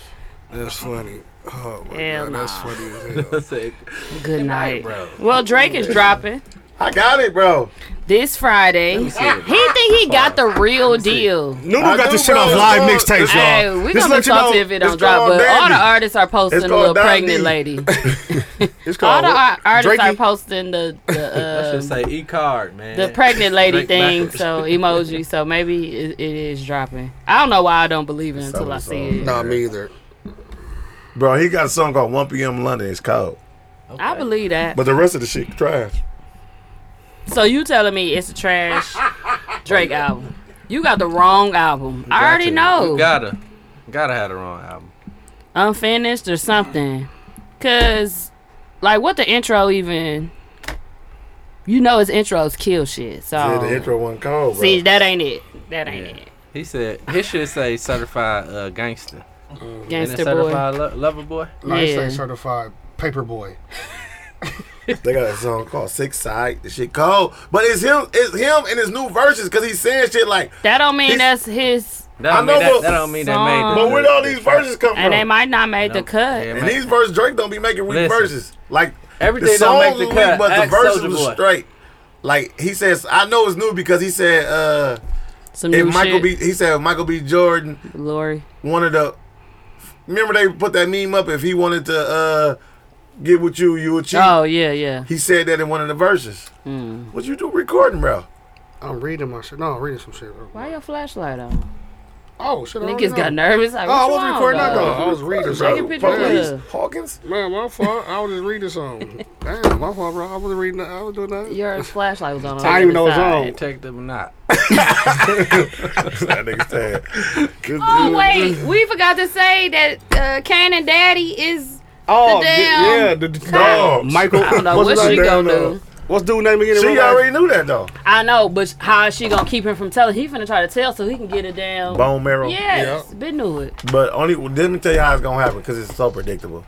H: That's funny. Oh, my
B: Hell
H: God, that's
B: nah.
I: [LAUGHS]
H: funny as hell.
I: I said,
B: Good night.
I: bro.
B: Well, Drake is dropping
E: I got it, bro.
B: this Friday. He think he got the real deal.
H: Noodle
E: I
H: got
E: do,
H: this shit
E: bro.
H: off
E: It's
H: live
E: called-
H: mixtapes, y'all.
B: Hey, we gonna be
H: Just let you
B: salty
H: know,
B: if it don't
E: it's
B: drop,
E: called
B: but all
E: Dandy.
B: the artists are posting
E: It's
B: a
E: called
B: little
E: Dandy.
B: pregnant lady.
H: It's
B: all
H: called
B: the uh, ar- artists
H: Drakey?
B: are posting the
H: [LAUGHS]
B: the,
I: should
B: um,
I: say e card, man.
B: the pregnant lady
I: Drake
B: thing,
I: backwards.
B: so emoji. So maybe it, it is dropping. I don't know why I don't believe it until I
E: Something's
B: see
E: on.
B: it.
H: Nah, me either.
E: Bro, he got a song called 1 p.m. London. It's cold.
B: I believe that.
E: But the rest of the shit trash.
B: So you telling me it's a trash Drake album? You got the wrong album. I already
I: You
B: know.
I: gotta, gotta have the wrong album.
B: Unfinished or something. Cause like what the intro even you know his intros kill shit. So
E: Yeah, the intro wasn't cold, bro.
B: Oh. see that ain't it. That ain't
I: Yeah. He said he should say certified uh, gangster.
B: it.
I: And
B: Gangster boy.
I: certified lo- lover boy.
H: Like I
B: Yeah.
H: say certified paper boy.
E: They got a song called Six Side. The shit cold. But it's him, it's him and his new verses because he's saying shit like,
B: That don't mean
E: He's-
B: that's his
I: That don't
E: I know,
I: mean that-
E: but-
I: that don't mean they made the-
E: But where all these verses come from?
B: And they might not made the cut.
E: And these verses, Drake don't be making weak
I: Listen.
E: verses. Like
I: Everything
E: the
I: don't
E: songs
I: make the
E: was
I: cut.
E: weak, but the
I: Ask
E: verses
I: Soulja
E: was
I: Boy.
E: straight. Like he says, I know it's new because he said, uh,
B: Some
E: if
B: new
E: Michael
B: shit.
E: B, he said Michael B. Jordan,
B: Lori,
E: one of the. Remember they put that meme up. If he wanted to uh, get with you, you would cheat.
B: Oh yeah, yeah. Hmm.
E: He said that in one of the verses. What you do recording, bro?
H: I'm reading my shit. No, I'm reading some shit.
B: Why your flashlight on?
H: Oh shit! I already
B: Niggas got
H: know.
B: nervous. Like,
H: Oh, I
B: what you
H: was
B: on,
H: recording. I,
B: dog?
H: I was reading.
B: Take a
H: something.
B: picture of
H: Man,
B: us.
E: Hawkins.
H: Man, my fault. I was just reading something. Damn, my fault, bro. I was reading. that. I was doing that.
B: Your flashlight was on.
H: I didn't even know it was on.
I: Take them or not.
E: that nigga said.
B: Oh wait, we forgot to say that uh, Kane and Daddy is the
H: th-
B: damn.
H: Oh, yeah, the, the dog. Michael.
B: I don't know what
H: what's his
B: she
H: name?
B: gonna
H: Damn,
B: do.
H: uh, What's dude name again? in
E: She
H: real life?
E: already knew that though.
B: I know, but how is she gonna keep him from telling? He finna try to tell so he can get a damn.
E: Bone marrow.
B: Yes, been knew it.
E: But only let me tell you how it's gonna happen because it's so predictable.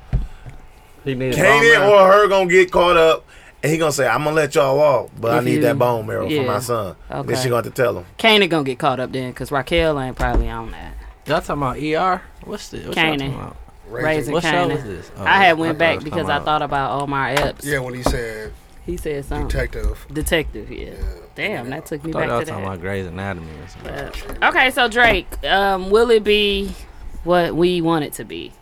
I: He needed
E: Kanan or her gonna get caught up, and he gonna say, "I'm gonna let y'all off, but
B: If
E: I need
B: you-
E: that bone marrow
B: yeah.
E: for my son."
B: Okay.
E: Then she gonna have to tell him.
B: Kanan gonna get caught up then, cause Raquel ain't probably on that.
I: Y'all talking about ER? What's this? What's y'all
B: Kanan.
I: talking about?
B: Raising
I: What show is
B: Kanan.
I: this? Oh,
B: I had
I: I
B: went
I: thought it
B: back
I: was
B: because
I: talking
B: I thought about Omar Epps.
H: Yeah, when he said
B: He said something.
H: detective.
B: Detective, yeah. Damn, that took me
I: Thought
B: back
I: y'all
B: to
I: talking
B: that.
I: about Grey's Anatomy or something.
B: Okay, so Drake, um, will it be what we want it to be?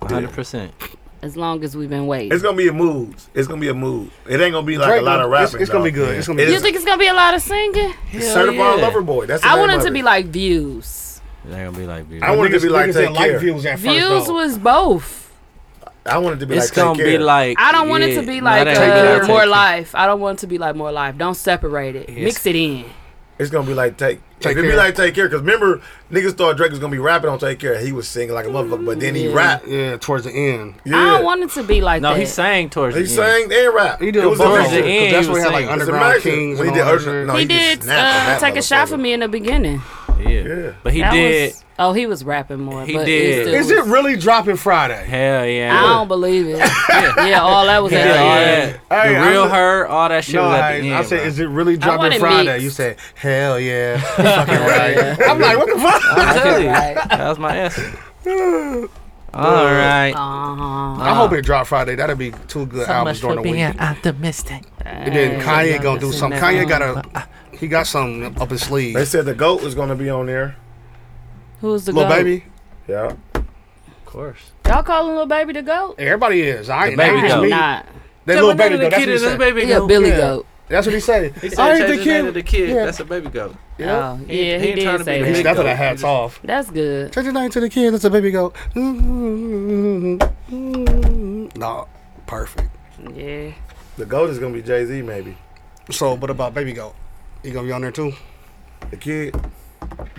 I: 100. percent
B: As long as we've been waiting.
E: It's gonna be a mood. It's gonna be a mood. It ain't gonna be like
H: Drake
E: a lot of
H: gonna- it's-
E: rapping.
H: it's gonna be
E: dog.
H: good. It's gonna be
E: It
B: you
E: is
B: think it's gonna be a lot of singing?
E: a certified
I: yeah.
E: lover boy. That's the
B: I
E: name
B: want it
E: of
B: to be like views.
I: They gonna be like,
E: I want it to be like
H: Niggas said
E: Take
H: light
E: Care.
H: views at first.
B: Views
H: though.
B: was both.
E: I want it to be
I: it's
E: like.
I: gonna
E: Take
I: be
E: Care.
I: like.
B: I don't want it
I: yeah,
B: to be
I: no,
B: like
I: that ain't gonna
B: uh,
I: take
B: more
I: it.
B: life. I don't want it to be like more life. Don't separate it.
I: Yes.
B: Mix it in.
E: It's gonna be like take.
H: Take
E: Take it be
H: Care.
E: like take care because remember niggas thought Drake was gonna be rapping on take care. He was singing like a motherfucker, but then he rapped.
H: Yeah, towards the end.
E: Yeah,
B: Mm, I don't want it to be like
I: No,
B: that.
I: he sang towards
E: he
I: the end.
E: sang and rap.
H: He did
E: it was
H: a bunch of
I: amazing.
H: shit, 'cause
I: Yeah,
H: That's
I: he
H: where
I: was
H: he had like
I: saying-
E: It's
H: underground
E: amazing.
H: kings.
E: When
H: and
E: he
H: all that
E: did Urgent-
H: shit.
E: no,
B: he
E: he just
B: did uh,
E: snapped on that
B: take a shot for
E: motherfucker.
B: me in the beginning.
I: Yeah.
E: Yeah.
I: But he
B: That
I: did.
B: was- oh, he was rapping more.
I: He
B: but
I: did.
B: It
H: Is
B: still
H: it
B: was-
H: really dropping Friday?
I: Hell yeah.
B: I don't believe it. [LAUGHS] yeah. all that was
I: Hell
B: at the
I: yeah.
B: end.
H: Hey,
I: the
H: I'm
I: real
H: just-
I: her, all that shit
H: No,
I: was at
H: I,
I: the end.
H: I said,
I: bro.
H: is it really
B: want
H: dropping
B: it
H: Friday?
B: mixed.
H: You said, hell yeah.
B: [LAUGHS]
H: Fucking right. I'm like, what the fuck?
I: I tell you, that was my
H: [LAUGHS]
I: answer. All right.
B: Uh-huh.
H: I hope it dropped Friday. That'll be two good albums during the week.
I: optimistic.
H: And then Kanye gonna do something.
B: that
H: Kanye got a, he got something up his sleeve.
E: They said the goat was gonna be on there.
B: Who's the
H: Little
B: goat?
H: baby.
E: Yeah.
I: Of course.
B: Y'all calling little baby the goat?
H: Everybody is. I ain't
I: baby
H: that ain't just
I: goat.
H: me.
B: Not.
H: That little baby though. That's what he
I: is a
H: said.
I: baby
B: He a
I: goat.
B: Billy
H: Yeah.
B: goat.
H: That's what he said.
I: He
H: I
I: said, change
H: ain't
I: the
H: the
I: name of the
H: kid.
I: kid.
H: Yeah.
I: That's a baby goat.
H: Yeah.
B: Oh,
I: He-
B: yeah,
I: he
B: he,
I: ain't trying
B: did
I: to
B: say
I: be
B: that.
I: big.
H: That's what
I: goat.
H: I hat's off.
B: That's good.
H: Change your name to the kid. That's a baby goat. No, perfect.
B: Yeah.
E: The goat is gonna be Jay Z maybe.
H: So, what about baby goat? He gonna be on there too.
E: The kid,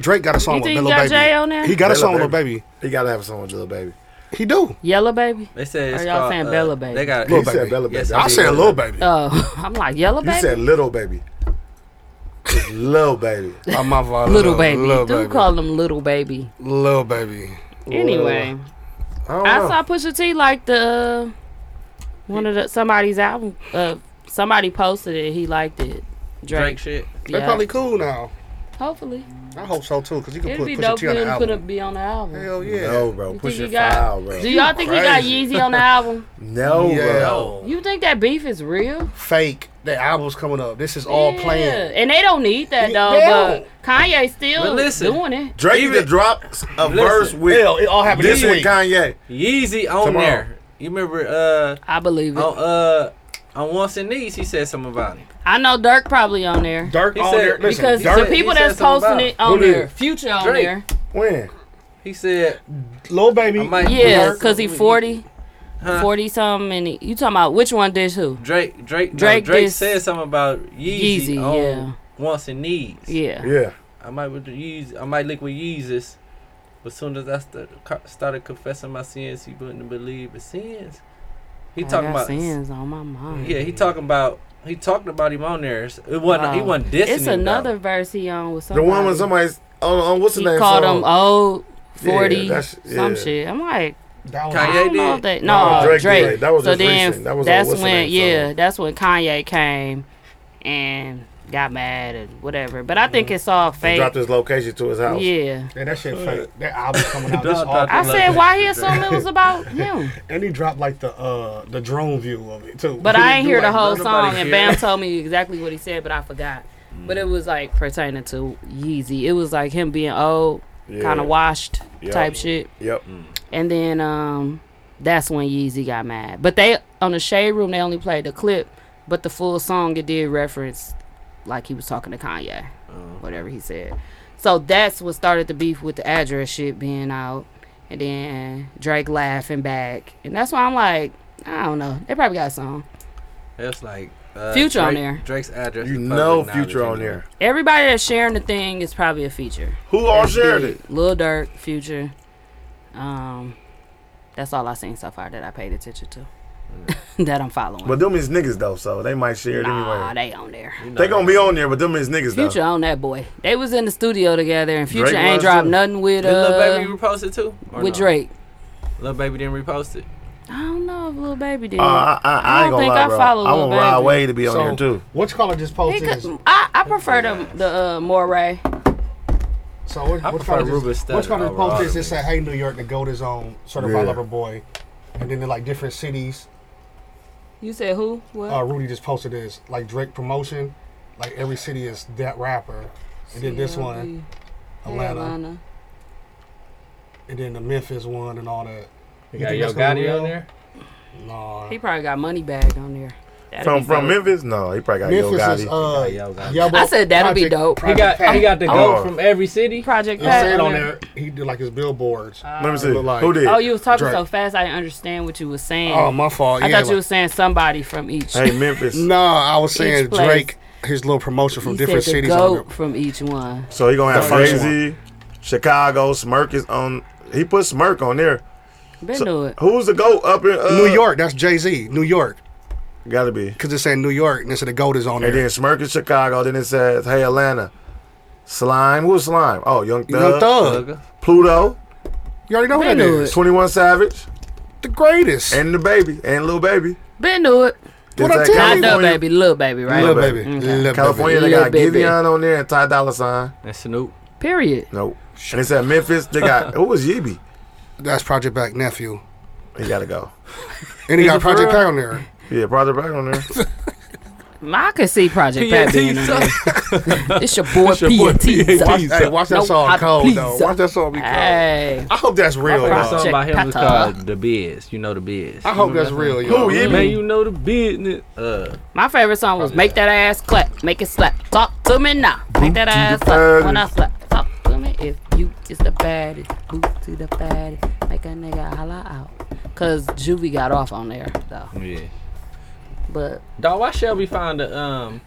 H: Drake got a song
B: You
H: with
B: think
H: Lil
B: Jay
H: Baby.
B: Jay on there?
H: He got a
E: Lil
H: song with Lil Baby.
E: he gotta have someone with Lil Baby.
H: He do.
B: Yellow
H: [LAUGHS]
B: baby?
I: They said it's
B: Or y'all
I: called,
B: saying
I: uh,
B: Bella Baby?
I: They got
E: He
H: Lil
I: it.
E: said
H: Baby.
E: Bella
I: Yes,
E: Baby.
H: I said Lil Baby.
B: Oh, [LAUGHS] I'm like, yellow
E: You
B: baby?
E: said little baby. It's Lil baby.
H: Oh, my fault.
B: little baby.
H: Lil
B: Do
H: Baby.
B: call him little baby.
H: Lil Baby. Oh.
B: Anyway,
E: I don't
B: I
E: know.
B: saw Pusha T like the uh, one of the somebody's album. Uh, somebody posted it. He liked it.
I: Drake
B: Drake.
I: shit.
H: They're
B: Yeah.
H: probably cool now.
B: Hopefully,
H: I hope so too, because you can
B: it'd
H: put
B: be
H: Pusha
B: dope
H: T on
B: for him to
H: the album.
B: be on the album.
H: Hell yeah.
E: No, bro.
B: You
E: Push
B: think he
E: your
B: got-
E: file, bro.
B: Do y'all think he
H: Crazy.
B: got Yeezy
H: [LAUGHS]
B: on the album?
E: No, bro.
H: Yeah.
B: You think that beef is real?
H: Fake. The album's coming up. This is all
B: Yeah.
H: planned.
B: and they don't need that
H: They
B: though.
H: don't.
B: But Kanye still
I: But listen.
B: doing it.
E: Drake even
I: Even-
E: dropped a
I: Listen.
E: verse with
H: Hell, it all happened
E: this
H: this
E: with
H: week.
E: Kanye.
I: Yeezy on
E: Tomorrow.
I: there. You remember uh
B: I believe it.
I: on uh on once and knees he said something about it.
B: I know Dirk probably on there
H: Dirk
I: He
H: on
I: said-
H: there. Listen,
B: because
H: Dirk,
B: the people
I: he said
B: that's
I: something about
B: posting it on
E: Who did?
B: there, Future on
I: Drake.
B: there.
E: When?
I: He said
H: Lil Baby.
I: I might-
B: Yeah,
I: Dirk.
B: because he 40,
I: Huh?
B: 40 something. And he- you talking about which one did who?
I: Drake Drake no,
B: Drake
I: Drake,
B: this-
I: said something about Yeezy,
B: Yeezy,
I: on
B: yeah.
I: once and knees.
B: Yeah.
E: Yeah.
I: I might with the Yeezy, I might link with Yeezus. But soon as I sta- co- started confessing my sins, he wouldn't believe his sins. He
B: I
I: talking
B: got
I: about
B: sins on my mind.
I: Yeah, he talking about he talked about him on there. It wasn't he
B: Wow.
I: wasn't dissing.
B: It's
I: him,
B: another
I: though.
B: verse he on with
E: The
B: somebody.
E: one when somebody's on, on what's the
B: he
E: name?
B: called
E: song?
B: him uh, old forty
E: Yeah, that's-
B: some
E: yeah.
B: shit. I'm like,
H: That was-
I: Kanye
B: Oh, I don't know
I: did.
B: if they, no,
E: No,
B: Drake.
E: Drake did. That was
B: so
E: just
B: then
E: recent. That was on
B: that's
E: what's the
B: when
E: name
B: yeah,
E: song.
B: that's when Kanye came and got mad and whatever. But I think it's all
E: He
B: fake.
E: Mm-hmm. dropped his location to his house.
B: Yeah.
E: And that shit
H: fake. That album coming out. this
E: Dog
H: August.
E: dropped I
B: said why he assumed it was
E: [LAUGHS]
B: about him.
H: And he dropped like the uh the drone view of it too.
B: But I ain't hear the whole
H: Nobody
B: song, and
H: cared.
B: Bam told me exactly what he said, but I forgot.
E: Mm.
B: But it was like pertaining to Yeezy. It was like him being old,
E: Yeah.
B: kind of washed
E: Yep.
B: type shit.
E: Yep.
B: And then um, that's when Yeezy got mad. But they on the Shade Room, they only played the clip, but the full song it did reference like he was talking to Kanye, whatever he said. So that's what started the beef with the address shit being out, and then Drake laughing back, and that's why I'm like, I don't know, they probably got a song.
I: That's like uh,
B: Future on
I: Drake-
B: there.
I: Drake's address.
E: You
I: is
E: know
I: public
E: Future
I: knowledge
E: on there.
B: Everybody that's sharing the thing is probably a feature.
E: Who all
B: That's
E: shared
B: big. Lil Durk, Future. Um, that's all I seen so far that I paid attention to. [LAUGHS] that I'm following.
E: But them is niggas though, so they might share it
B: Nah,
E: anyway.
B: they on there.
E: They gonna be on there, but them is niggas though.
B: Future on that boy. They was in the studio together, and Future
E: Drake
B: ain't
E: was
B: dropped
E: too.
B: nothing with
I: Did Lil Baby
B: uh
I: repost it too? Or
B: with
I: no?
B: Drake.
I: Lil Baby didn't repost it.
B: I don't know if Lil Baby did.
E: Uh, I, I, I
B: I don't
E: ain't gonna
B: think
E: lie,
B: I
E: bro.
B: follow
E: I
B: Lil
E: want Rod
B: Baby.
E: Wade to be on
H: So,
E: here too.
H: What you call it? Just
B: He
H: posted.
B: could- I, I prefer the the uh, Moray.
H: So what,
I: I
H: what's
I: prefer
H: called
I: Ruben
H: this?
I: Studdard
H: What's called this
I: over
H: post
I: all
H: is
I: of
H: it said, "Hey New York, the goat is on certified
E: Yeah.
H: lover boy," and then they're like different cities.
B: You said who? What?
H: Uh, Rudy just posted this like Drake promotion, like every city is that rapper, and then this one, Atlanta,
B: Atlanta.
H: and then the Memphis one, and all that.
I: You
H: You
I: got Yo
H: think that's gonna be
I: Gotti on
H: real?
I: there?
H: Nah.
B: He probably got money bag on there. That'd
E: From
B: be
E: from
B: dope.
E: Memphis? No, he probably got Yo
H: Memphis is
E: Gotti.
H: uh,
I: Yo Gotti.
H: Yabo
B: I said that'd be
H: Project-
B: dope. He
I: He got
H: Project
I: he got the
E: Oh.
I: goat from every city.
B: Project
H: He said
B: Pat
H: on there he did like his billboards.
B: Uh,
E: Let me see.
H: look like-
E: Who did?
B: Oh, you was talking
H: Drake.
B: so fast I didn't understand what you was saying.
H: Oh my fault.
B: I
H: yeah,
B: thought you were saying somebody from each.
E: Hey
B: [LAUGHS]
E: Memphis.
H: No, I was saying
B: place.
H: Drake, his little promotion from
B: You
H: different
B: said the
H: cities. On
B: goat
H: there.
B: from each one.
E: So he gonna have
H: The first
E: crazy Chicago Smirk is on. He put Smirk on there.
B: Been
E: So
B: knew it.
E: Who's the goat up in uh,
H: New York, that's Jay Z. New York,
E: Gotta be.
H: because it's saying New York, and it said the goat is on
E: And
H: there.
E: then Smirk is Chicago. Then it says, "Hey Atlanta, Slime. Who's Slime? Oh, Young Thug,
H: Young Thug,
I: Thugger.
E: Pluto,
H: you already know who
B: They
H: that
B: knew
H: is.
E: Twenty One Savage,
H: The greatest.
E: and the baby, and little baby.
B: Been knew it.
E: Then
H: What I
E: it's
H: tell
E: at
B: Not
H: you?
B: the
E: California.
B: baby, little baby, right?
H: Lil
E: Lil
H: baby,
E: Baby.
H: Lil
E: California,
H: baby.
E: they
B: Lil
E: got
B: Baby.
E: Giveon on there and Ty Dolla Sign.
I: And Snoop.
B: Period.
E: Nope. And it's at Memphis. They got who was Yeeby?
H: That's Project Back nephew,
E: He gotta go.
H: and he got
E: for
H: Project
E: real?
H: Pack on there.
E: Yeah, brother back on there.
B: I could see Project Pat being on
I: son.
H: [LAUGHS]
B: there. It's your boy P.T.
H: Hey, watch that
B: No,
H: song
B: I-
H: cold
B: please,
H: though.
B: uh,
H: Watch that song be cold.
B: Hey,
H: I hope that's real.
I: That
H: Though.
I: song about him was
B: Pata.
I: called The Biz. You know The Biz.
H: I
I: You
H: hope
I: remember
H: that's
I: that
H: real.
I: song?
H: Yo.
E: Who, Yeeby?
I: Man, you know the business. Uh,
B: my favorite song was "Make That Ass Clap, Make It Slap." Talk to me now, make that ass clap when I slap. Talk to me if you is the baddest, boot to the baddest, make a nigga holla out. Cause Juvie got off on there though,
I: yeah.
B: but
I: Dog, why Shelby find a um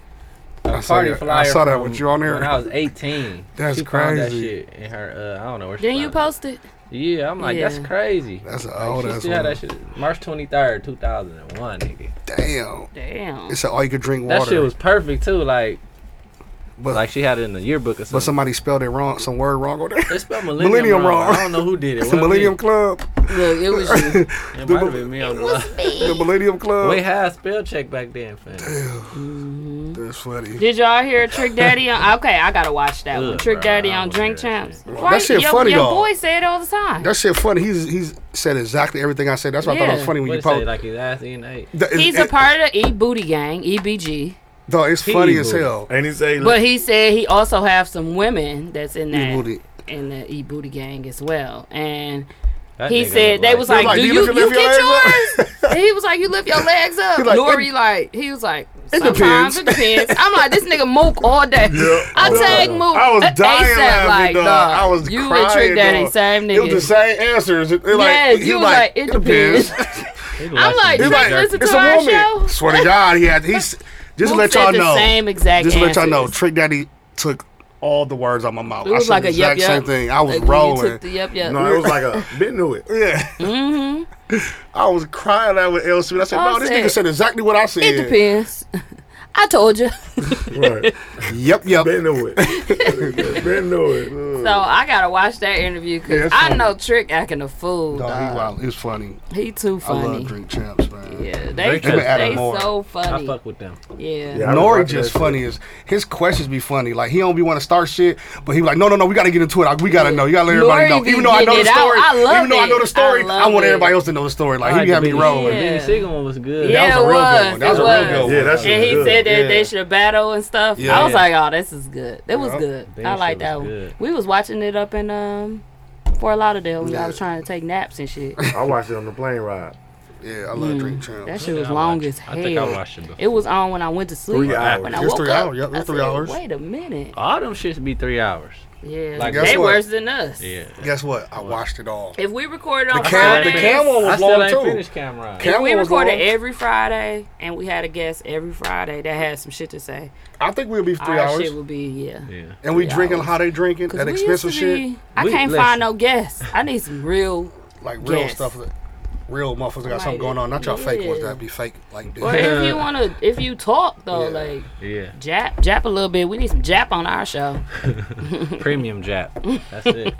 I: a
H: I saw
I: party
H: that- I
I: flyer?
H: saw that
I: from
H: with you on there.
I: When I was eighteen.
H: That's
I: she found that
H: crazy.
I: shit in her. Uh, I don't know where. she
B: didn't you
I: found
B: post it?
I: it. Yeah, I'm like that's
B: Yeah.
I: crazy.
H: Oh, That's an
I: like,
H: old
I: she
H: ass
I: still had
H: one.
I: that shit. March twenty third, two thousand and one, nigga.
H: Damn,
B: Damn.
H: it's an all you could drink water.
I: That shit was perfect too. Like
H: but,
I: like she had it in the yearbook or
H: but
I: something.
H: somebody spelled it wrong, some word wrong on there.
I: They spelled millennium,
H: Millennium
I: wrong.
H: wrong.
I: I don't know who did it.
H: [LAUGHS] It's the
I: Wasn't
H: Millennium
I: me.
H: Club.
B: Look, it was you.
H: [LAUGHS]
I: It might have been me on the line.
H: The Millennium Club.
I: We had spell check back then, fam.
H: That's funny.
B: Did y'all hear Trick
I: [LAUGHS]
B: Daddy on? Okay, I gotta watch that one.
I: Ugh,
B: Trick
I: bro,
B: Daddy
I: I don't
B: on
I: wanna
B: Drink
I: hear that
B: Champs.
I: shit.
B: Right?
H: shit
B: your,
H: funny,
B: Your
H: dog.
B: boy said it all the time.
H: That shit funny. He's he's said exactly everything I said. That's why I thought it was
B: Yeah.
H: funny when
I: What
H: you
I: it say?
H: posted.
I: Like his ass in eight.
B: He's a part of the E Booty Gang, EBG.
H: Though it's funny
I: He
H: as
I: booty.
H: hell.
E: and he say,
B: But he said he also have some women that's in that
H: E booty.
B: in the E Booty Gang as well. And
I: That
B: he
I: nigga
B: said
I: look
B: they was like,
H: like,
B: "Do
H: "Do you
B: you
H: lift
B: you,
H: your- lift your
B: get yours?" And he was like, "You lift your legs up."
H: He like,
B: Lori
H: it-
B: like he was like, "Sometimes it
H: depends."
B: depends." I'm like, "This nigga mook all
H: [LAUGHS]
B: day." I take mook.
H: I was
B: ASAP,
H: dying laughing,
B: like,
H: dog.
B: dog,
H: I was
B: you
H: crying,
B: and Trick Daddy
H: dog.
B: same nigga.
H: It was the same answers. It- it like-
B: Yes,
H: he
B: you was like, "It depends."
H: [LAUGHS]
I: He lost
B: I'm
I: his
B: like,
I: mind.
H: He's
B: Trick
H: like,
B: listen
H: it's
B: to
H: a
B: our
H: woman.
B: show.
H: Swear to God, he had he's just to
B: Mook
H: let
B: said
H: y'all
B: the
H: know.
B: same exact
H: just to let y'all know,
B: answers.
H: Trick Daddy took all the words out my mouth.
B: It was
H: I said
B: like
H: the
B: a yup
H: exact
B: yup.
H: same thing. I was
B: Like, when you
H: rolling.
B: took the yup yup.
E: no, it was like a been to it.
H: [LAUGHS] yeah. Mm-hmm. I was crying out with LC. I said,
B: I
H: no, this
B: said,
H: nigga said exactly what I said.
B: It depends. [LAUGHS] I told you.
E: [LAUGHS] Right.
H: Yep, yep.
E: Been to it. Been to it.
B: So I gotta watch that interview because
H: Yeah, it's
B: I
H: funny.
B: know Trick acting a fool.
H: Dog, he
B: dog.
H: wild. It's funny.
B: He too
H: I
B: funny.
H: love Drink Champs, man.
B: Yeah, they,
H: been at it
B: they,
H: more.
B: so funny.
I: I fuck with them.
B: Yeah.
H: Yeah, Nori just funny as his questions be funny. Like he don't be want to start shit, but he be like, no, no, no, we gotta get into it. Like, we gotta know. You gotta let everybody
B: Nori
H: know.
B: be
H: Even though I know
B: getting
H: the
B: it out.
H: story,
B: I love
H: even though I know
B: it.
H: the story,
B: I
H: I,
B: love
H: want
B: it.
H: everybody else to know the story. Like
I: I
H: he be
I: the
H: having me
I: Benny-
H: rolling.
I: The
B: Yeah.
I: Benny Siegel one was good.
B: Yeah,
H: was a
B: it
H: real good
B: was.
H: one. That was
B: it
H: a real good one.
E: Yeah, that shit
B: and
E: was
B: he
E: good.
B: said that
I: Yeah.
B: they should have battle and stuff.
H: Yeah.
B: I was like, oh, this is good. It was good.
I: That
B: I
I: shit
B: like
I: was
B: that one.
I: good.
B: We was watching it up in um Fort Lauderdale when I was
H: Yeah.
B: trying to take naps and
I: [LAUGHS]
B: shit.
E: I watched it on the plane ride.
H: Yeah, I love
B: Mm.
H: Drink Champs.
B: That
H: That's
B: shit
I: I
B: was
I: watched-
B: long as
I: I think I
B: hell.
I: watched it before.
B: It was on when I went to sleep.
E: Three hours.
B: When I
H: It's
B: woke
H: three
B: up,
H: hours. Yep, it's
B: I
H: three
B: said,
H: hours.
B: Wait a minute.
I: All them shits be three hours.
B: Yeah,
I: Like,
H: guess
B: they
H: what?
B: worse than us.
I: Yeah.
H: Guess what? I watched it all.
B: If we recorded on
H: The cam,
B: Friday,
H: the cam one
I: I
H: was
I: still
H: long
I: ain't
H: too.
I: finished camera.
H: Cam
B: If we
H: one was long.
B: recorded every Friday and we had a guest every Friday that had some shit to say,
H: I think we'll be three
B: our
H: hours.
B: shit would be yeah.
I: Yeah.
H: And we
B: three
H: drinking
B: hours.
H: how they drinking
B: 'Cause
H: that
B: we used
H: expensive
B: to
H: shit,
B: be- I
I: We-
B: can't
I: listen.
B: find no guests. I need some real.
H: like real
B: Yes.
H: stuff. That, real motherfuckers that got
B: Like
H: something going on. Not y'all
B: it.
H: fake ones
B: Yeah.
H: that be fake like
B: Or
H: this.
B: if you wanna, if you talk though,
H: Yeah.
B: like
I: Yeah.
B: jap, jap a little bit. We need some jap on our show.
I: [LAUGHS] Premium Jap. That's [LAUGHS] it.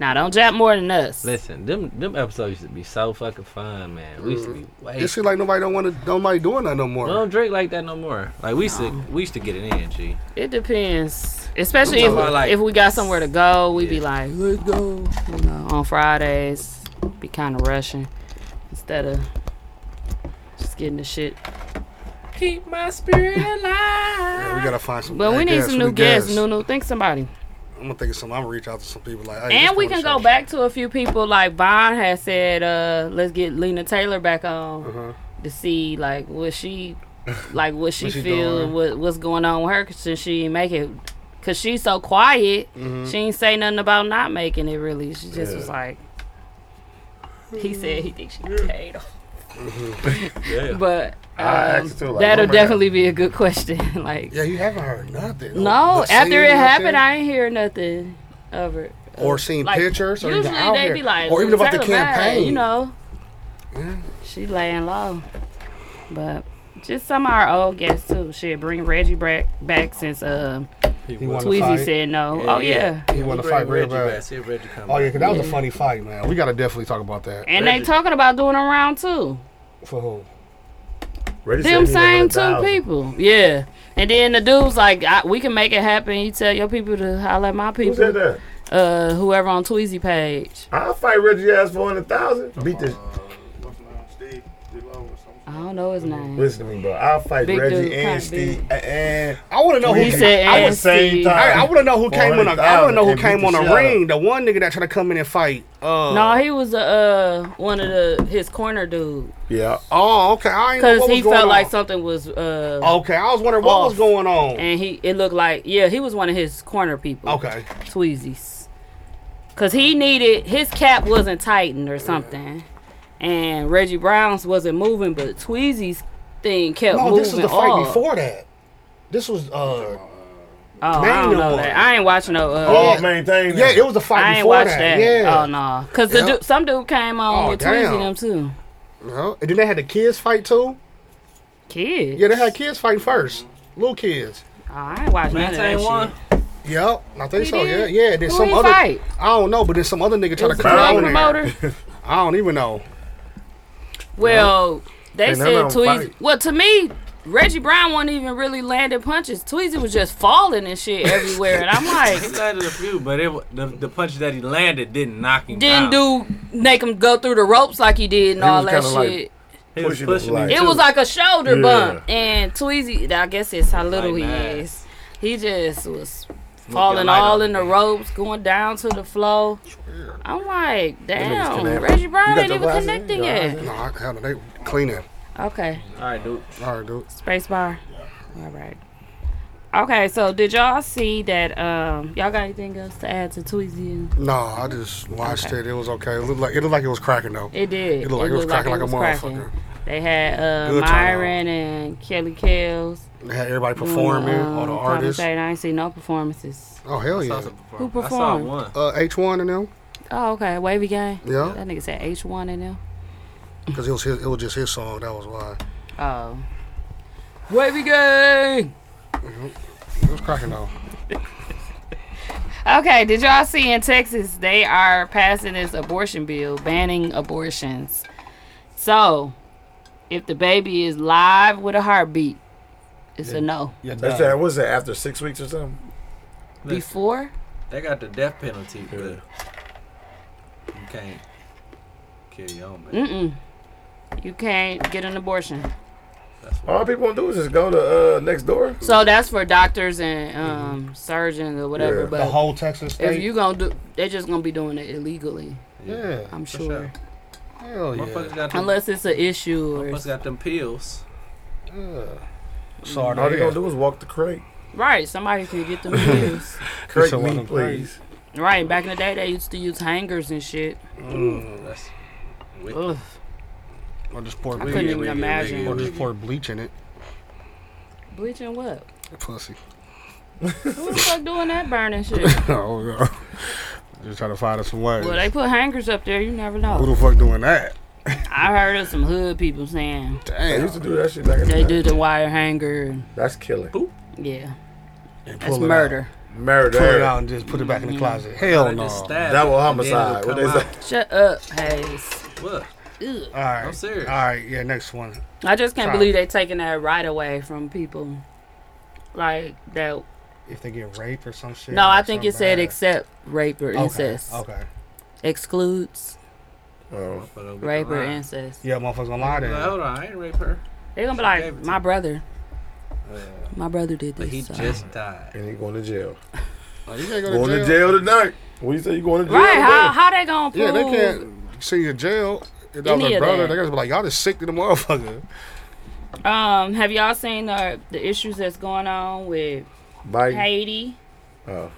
B: Now don't jap more than us.
I: Listen, them them episodes used to be so fucking fun, man. We used to be way.
H: It seems like nobody don't want to. Nobody doing that no more.
I: we don't drink like that no more. Like we used to, we used to get it in, G.
B: It depends, especially
I: I'm
B: if,
I: talking about, like-
B: if we got somewhere to go. We be
I: Yeah.
B: like, let's go you know, on Fridays. Be kind of rushing instead of just getting the shit. Keep my spirit alive.
H: Yeah, we gotta find some.
B: But we
H: hey,
B: need
H: guests,
B: some
H: we
B: new guests.
H: guests.
B: No, no, think somebody.
H: I'm gonna think of some. I'm gonna reach out to some people like. Hey,
B: and
H: let's
B: we
H: go
B: can
H: to
B: go
H: church.
B: back to a few people. Like Vaughn has said, uh, let's get Lena Taylor back on to see like what she, like what she,
H: she
B: feel,
H: doing?
B: what what's going on with her 'cause since she ain't make it. Cause she's so quiet, she ain't say nothing about not making it. Really, she just was like, he said he thinks she paid off. [LAUGHS]
I: Yeah.
B: But
E: I
B: um,
E: asked too. Like,
B: that'll
E: oh my God.
B: definitely be a good question. [LAUGHS] like,
H: Yeah, you haven't heard nothing.
B: no,
H: But
B: after
H: seen
B: it happened,
H: nothing,
B: I ain't hear nothing of it.
H: or seen
B: Like,
H: pictures, or
B: Usually
H: even out
B: they
H: here,
B: be like,
H: or even about the
B: "Tell her back,"
H: campaign.
B: you know.
H: Yeah.
B: She laying low, but just some of our old guests too. Shit, bring Reggie back back since uh,
H: he wanted to
B: Tweezy
H: fight.
B: said no.
I: Yeah,
B: oh yeah,
I: yeah.
H: he wanted to
I: Bring
H: fight real
I: Reggie back.
H: bad.
I: See if Reggie come
H: Oh yeah,
I: back.
H: 'cause that was a funny fight, man. We gotta definitely talk about that.
B: and
I: Reggie-
B: they talking about doing a round two.
H: For who?
E: Reggie said
B: Them
E: he
B: same
E: wanted
B: two
E: 1,000.
B: people, yeah. And then the dude's like, I, we can make it happen. You tell your people to holler at my
E: Who
B: people,
E: said that?
B: uh, whoever on Tweezy page.
E: I'll fight Reggie ass for hundred thousand. Beat this.
B: I don't know his name.
E: Listen to me, bro. I'll fight
B: Big
E: Reggie
B: dude, kinda
E: and Steve.
B: big.
E: And
H: I want to know
B: He
H: who.
B: said,
H: I,
E: I
B: and
E: was same
B: Steve.
E: time.
H: I, want to know who came on. A, I want to know who
E: 400,000
H: came on
E: and beat
H: a
E: the
H: ring. The one nigga that tried to come in and fight. Uh,
B: No, he was uh one of the his corner dude
E: yeah,
H: oh, okay. I ain't know
B: because
H: what
B: he
H: was going
B: felt like
H: on.
B: something was uh
H: Okay, I was wondering what was
B: off.
H: going on.
B: and he it looked like yeah he was one of his corner people
H: Okay.
B: Tweezies because he needed his cap wasn't tightened or something and Reggie Brown's wasn't moving but Tweezy's thing kept
H: No,
B: moving
H: this was the fight
B: off.
H: before that. This was uh
B: oh I don't
H: Manuel
B: know
H: one.
B: that I ain't watching no uh,
E: all maintained.
H: yeah, it was the
B: I
H: fight
B: ain't
H: before
B: watched
H: that.
B: that,
H: Yeah.
B: oh no because
H: Yep.
B: the dude, some dude came on
H: Oh,
B: with
H: damn.
B: Tweezy them too
H: Uh-huh. And then they had the kids fight too.
B: kid
H: Yeah, they had kids fighting first. Little kids.
B: oh, I ain't watching none of that
I: Maintain
B: shit.
I: one.
H: Yep, I think
B: He
H: so.
B: did?
H: Yeah, yeah. Then
B: Who
H: some
B: he
H: other.
B: fight?
H: I don't know, but then some other nigga
B: It
H: tried
B: was
H: to
B: a
H: come
B: club
H: out there.
B: promoter.
H: I don't even know.
B: Well, they
E: And
B: said
E: they're not on
B: Tweezy.
E: fight.
B: Well, to me, Reggie Brown wasn't even really landing punches. Tweezy was just falling and
E: [LAUGHS]
B: shit everywhere, and I'm
I: He
B: like,
I: landed a few, but it wa- the the punch that he landed didn't knock him
B: didn't
I: down.
B: do make him go through the ropes like he did and all
E: was
B: that
E: kinda like-
B: shit.
I: He was
E: Pushing
I: pushing
E: him
I: him.
E: like-
B: it
I: too.
B: was like a shoulder
E: Yeah.
B: bump, and Tweezy. I guess it's how little
I: Like
B: he
I: that.
B: is. He just was
I: your
B: falling
I: light
B: all
I: up,
B: in the
I: man.
B: ropes, going down to the floor. I'm like, damn,
E: connect.
B: Reggie Brown
E: got
B: ain't
E: your
B: even
E: glasses in?
B: connecting
E: Your eyes
B: yet.
H: No, I, hell, they cleaning.
B: Okay.
I: All right, dude.
H: All right, dude.
B: Space bar. All right. Okay, so did y'all see that? Um, y'all got anything else to add to Tweezy?
H: No, I just watched
B: Okay.
H: it. It was okay. It looked like it looked like it was cracking though.
B: It did.
H: It looked like it was cracking like a
B: cracking.
H: motherfucker.
B: They had uh,
H: Good turnout.
B: Myron and Kelly Kells
H: They had everybody
B: doing,
H: performing,
B: um,
H: all the artists.
B: commentating. I ain't seen no performances.
H: Oh hell yeah.
B: Who
I: I saw
B: performed?
I: one.
H: Uh, H1 and them.
B: Oh, okay, Wavy Gang.
H: Yeah.
B: That nigga said H one in them.
H: Because it was his, it was just his song. That was why.
B: Oh, Wavy Gang.
H: It was cracking though.
B: Okay, did y'all see in Texas they are passing this abortion bill banning abortions? So, if the baby is live with a heartbeat, it's a no.
H: Yeah,
E: That's that. What's that? After six weeks or something?
B: Before
I: They got the death penalty for the You can't kill your own man.
B: Mm-mm. you can't get an abortion.
H: Oh,
E: All people want to do is just go to uh, next door.
B: So that's for doctors and um, surgeons or whatever.
E: Yeah.
B: But
E: The whole
H: Texas
B: if you gonna do, they're just gonna be doing it illegally.
H: Yeah,
B: I'm
I: for
B: sure.
I: sure.
H: Hell yeah.
I: Motherfuckers got them,
B: Unless it's an issue or
I: motherfuckers got them pills.
H: Sorry,
E: All they
H: yeah.
E: gonna do is walk the crate.
B: right, somebody can get them pills.
E: Crate
H: a lot
E: me,
H: of
E: please.
B: Right, back in the day they used to use hangers and shit.
I: Ooh, that's wicked.
B: Ugh.
H: Or just pour
B: I
H: bleach.
B: couldn't
I: yeah,
B: even
I: we get- we
B: imagine.
H: Or just pour bleach in it.
B: Bleaching what?
H: Pussy.
B: Who the fuck doing that burning shit?
H: [LAUGHS] oh no. Just try to find us some ways.
B: Well, they put hangers up there. You never know.
H: Who the fuck doing that?
B: I heard of some hood people saying
E: They
H: Damn.
E: used to do that shit back in the
B: they
E: day.
B: did the wire hanger.
E: That's killing.
B: And, yeah, that's
H: Pull it
B: murder. Mm-hmm.
E: Murder.
H: Out. Pull it out and just put it back in the closet. Hell
I: They
H: no.
I: just
H: All
I: stab
E: That
I: it,
E: was
I: and then it'll
E: homicide. What
I: come
E: they say?
I: out.
B: Shut up, Hayes.
I: Look,
B: Ugh.
H: right.
I: I'm serious.
H: All right. Yeah. Next one.
B: I just can't
H: Sorry.
B: believe they taking that right away from people. Like that.
H: If they get raped or some shit.
B: no,
H: or
B: I think it
H: something
B: said
H: bad.
B: except rape or
H: Okay, oh.
B: incest.
H: Okay.
B: Excludes
E: Oh,
I: Motherfucker gonna
B: rape or
I: lie.
B: incest.
H: Yeah, motherfuckers gonna lie
I: Like,
H: then.
I: Hold on, I ain't rape her.
B: They're gonna be
I: Gave it
B: like,
I: to
B: my brother.
I: Yeah.
B: My brother did this.
I: But he
B: so-
I: just died.
E: and you going to jail.
H: Like, you can't go to
E: Going to jail tonight. What you say? You going to jail?
B: right? How
E: Today?
B: how they gonna prove?
H: Yeah, they can't send you to jail. If that was
B: Any
H: a
B: of
H: brother,
B: that.
H: they're gonna be like, y'all just sick to the motherfucker.
B: Um, have y'all seen the the issues that's going on with
E: Biden.
B: Haiti?
E: Oh.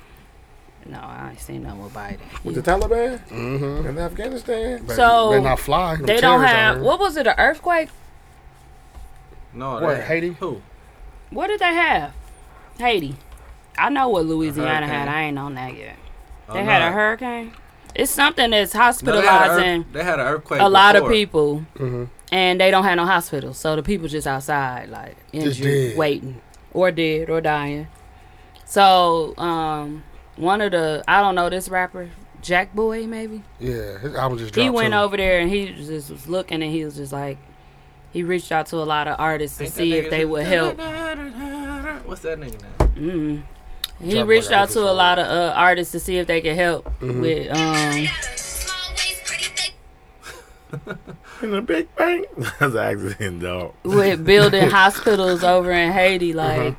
B: No, I ain't seen nothing with Biden.
E: With the Taliban
H: Mm-hmm.
E: in Afghanistan.
B: So,
H: they not fly.
B: Oh, They don't have what was it? An earthquake?
I: No,
H: What,
I: that-
H: Haiti?
I: Who?
B: What did they have? Haiti. I know what Louisiana had.
I: hurricane.
B: I ain't on that yet.
I: Oh,
B: They had
I: no.
B: a hurricane. It's something that's
I: No, they had a
B: hospitalizing
I: earth- They had an earthquake.
B: a lot of
I: before.
B: people,
H: Mhm.
B: and they don't have no hospitals. So the people just outside, like
H: Just
B: injured,
H: dead.
B: waiting, or dead, or dying. So um, one of the I don't know this rapper Jack Boy maybe
H: Yeah, his album just dropped.
B: he went
H: too.
B: over there and he just was looking and he was just like he reached out to a lot of artists to
I: Ain't that
B: see if
I: nigga
B: they
I: just-
B: would help.
I: What's that nigga name?
B: Mm. He
H: Drop
B: reached
H: like
B: out to a
H: Apple
B: lot of uh, artists to see if they could help
H: Mm-hmm.
B: with um
E: In the Big Bang. [LAUGHS] That's an accident, dog.
B: with
H: [LAUGHS]
B: building hospitals over in Haiti,
H: Uh-huh.
B: like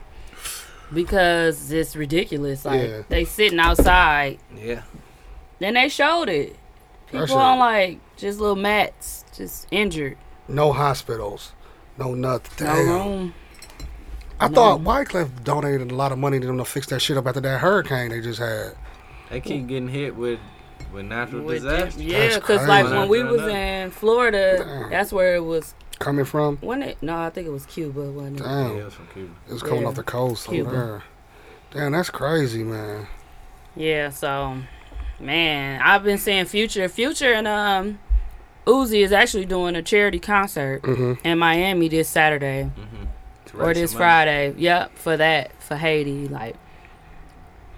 B: because it's ridiculous. Like
H: Yeah.
B: they sitting outside.
I: Yeah.
B: Then they showed it.
H: That
B: People on
H: shit-
B: like just little mats, just injured,
H: No hospitals, no nothing.
B: no
H: Damn.
B: room.
H: I thought Wycliffe donated a lot of money to them to fix that shit up after that hurricane they just had.
I: They keep getting hit with Hmm. with natural
B: With them-
I: disasters.
B: Yeah,
H: That's
B: because like
I: crazy.
B: when we was
I: Damn.
B: in Florida, that's where it was.
H: Coming from,
B: When it no, I think it was Cuba. Wasn't it?
I: Yeah,
H: damn,
I: it's from Cuba.
H: it was coming
B: Yeah.
H: off the coast. so,
B: Cuba.
H: yeah. Damn, that's crazy, man.
B: Yeah, so man, I've been seeing Future. Future and um Uzi is actually doing a charity concert
H: Mhm.
B: in Miami this Saturday
I: To
B: or
I: raise
B: this
I: some money.
B: Friday. Yep, for that, for Haiti. Like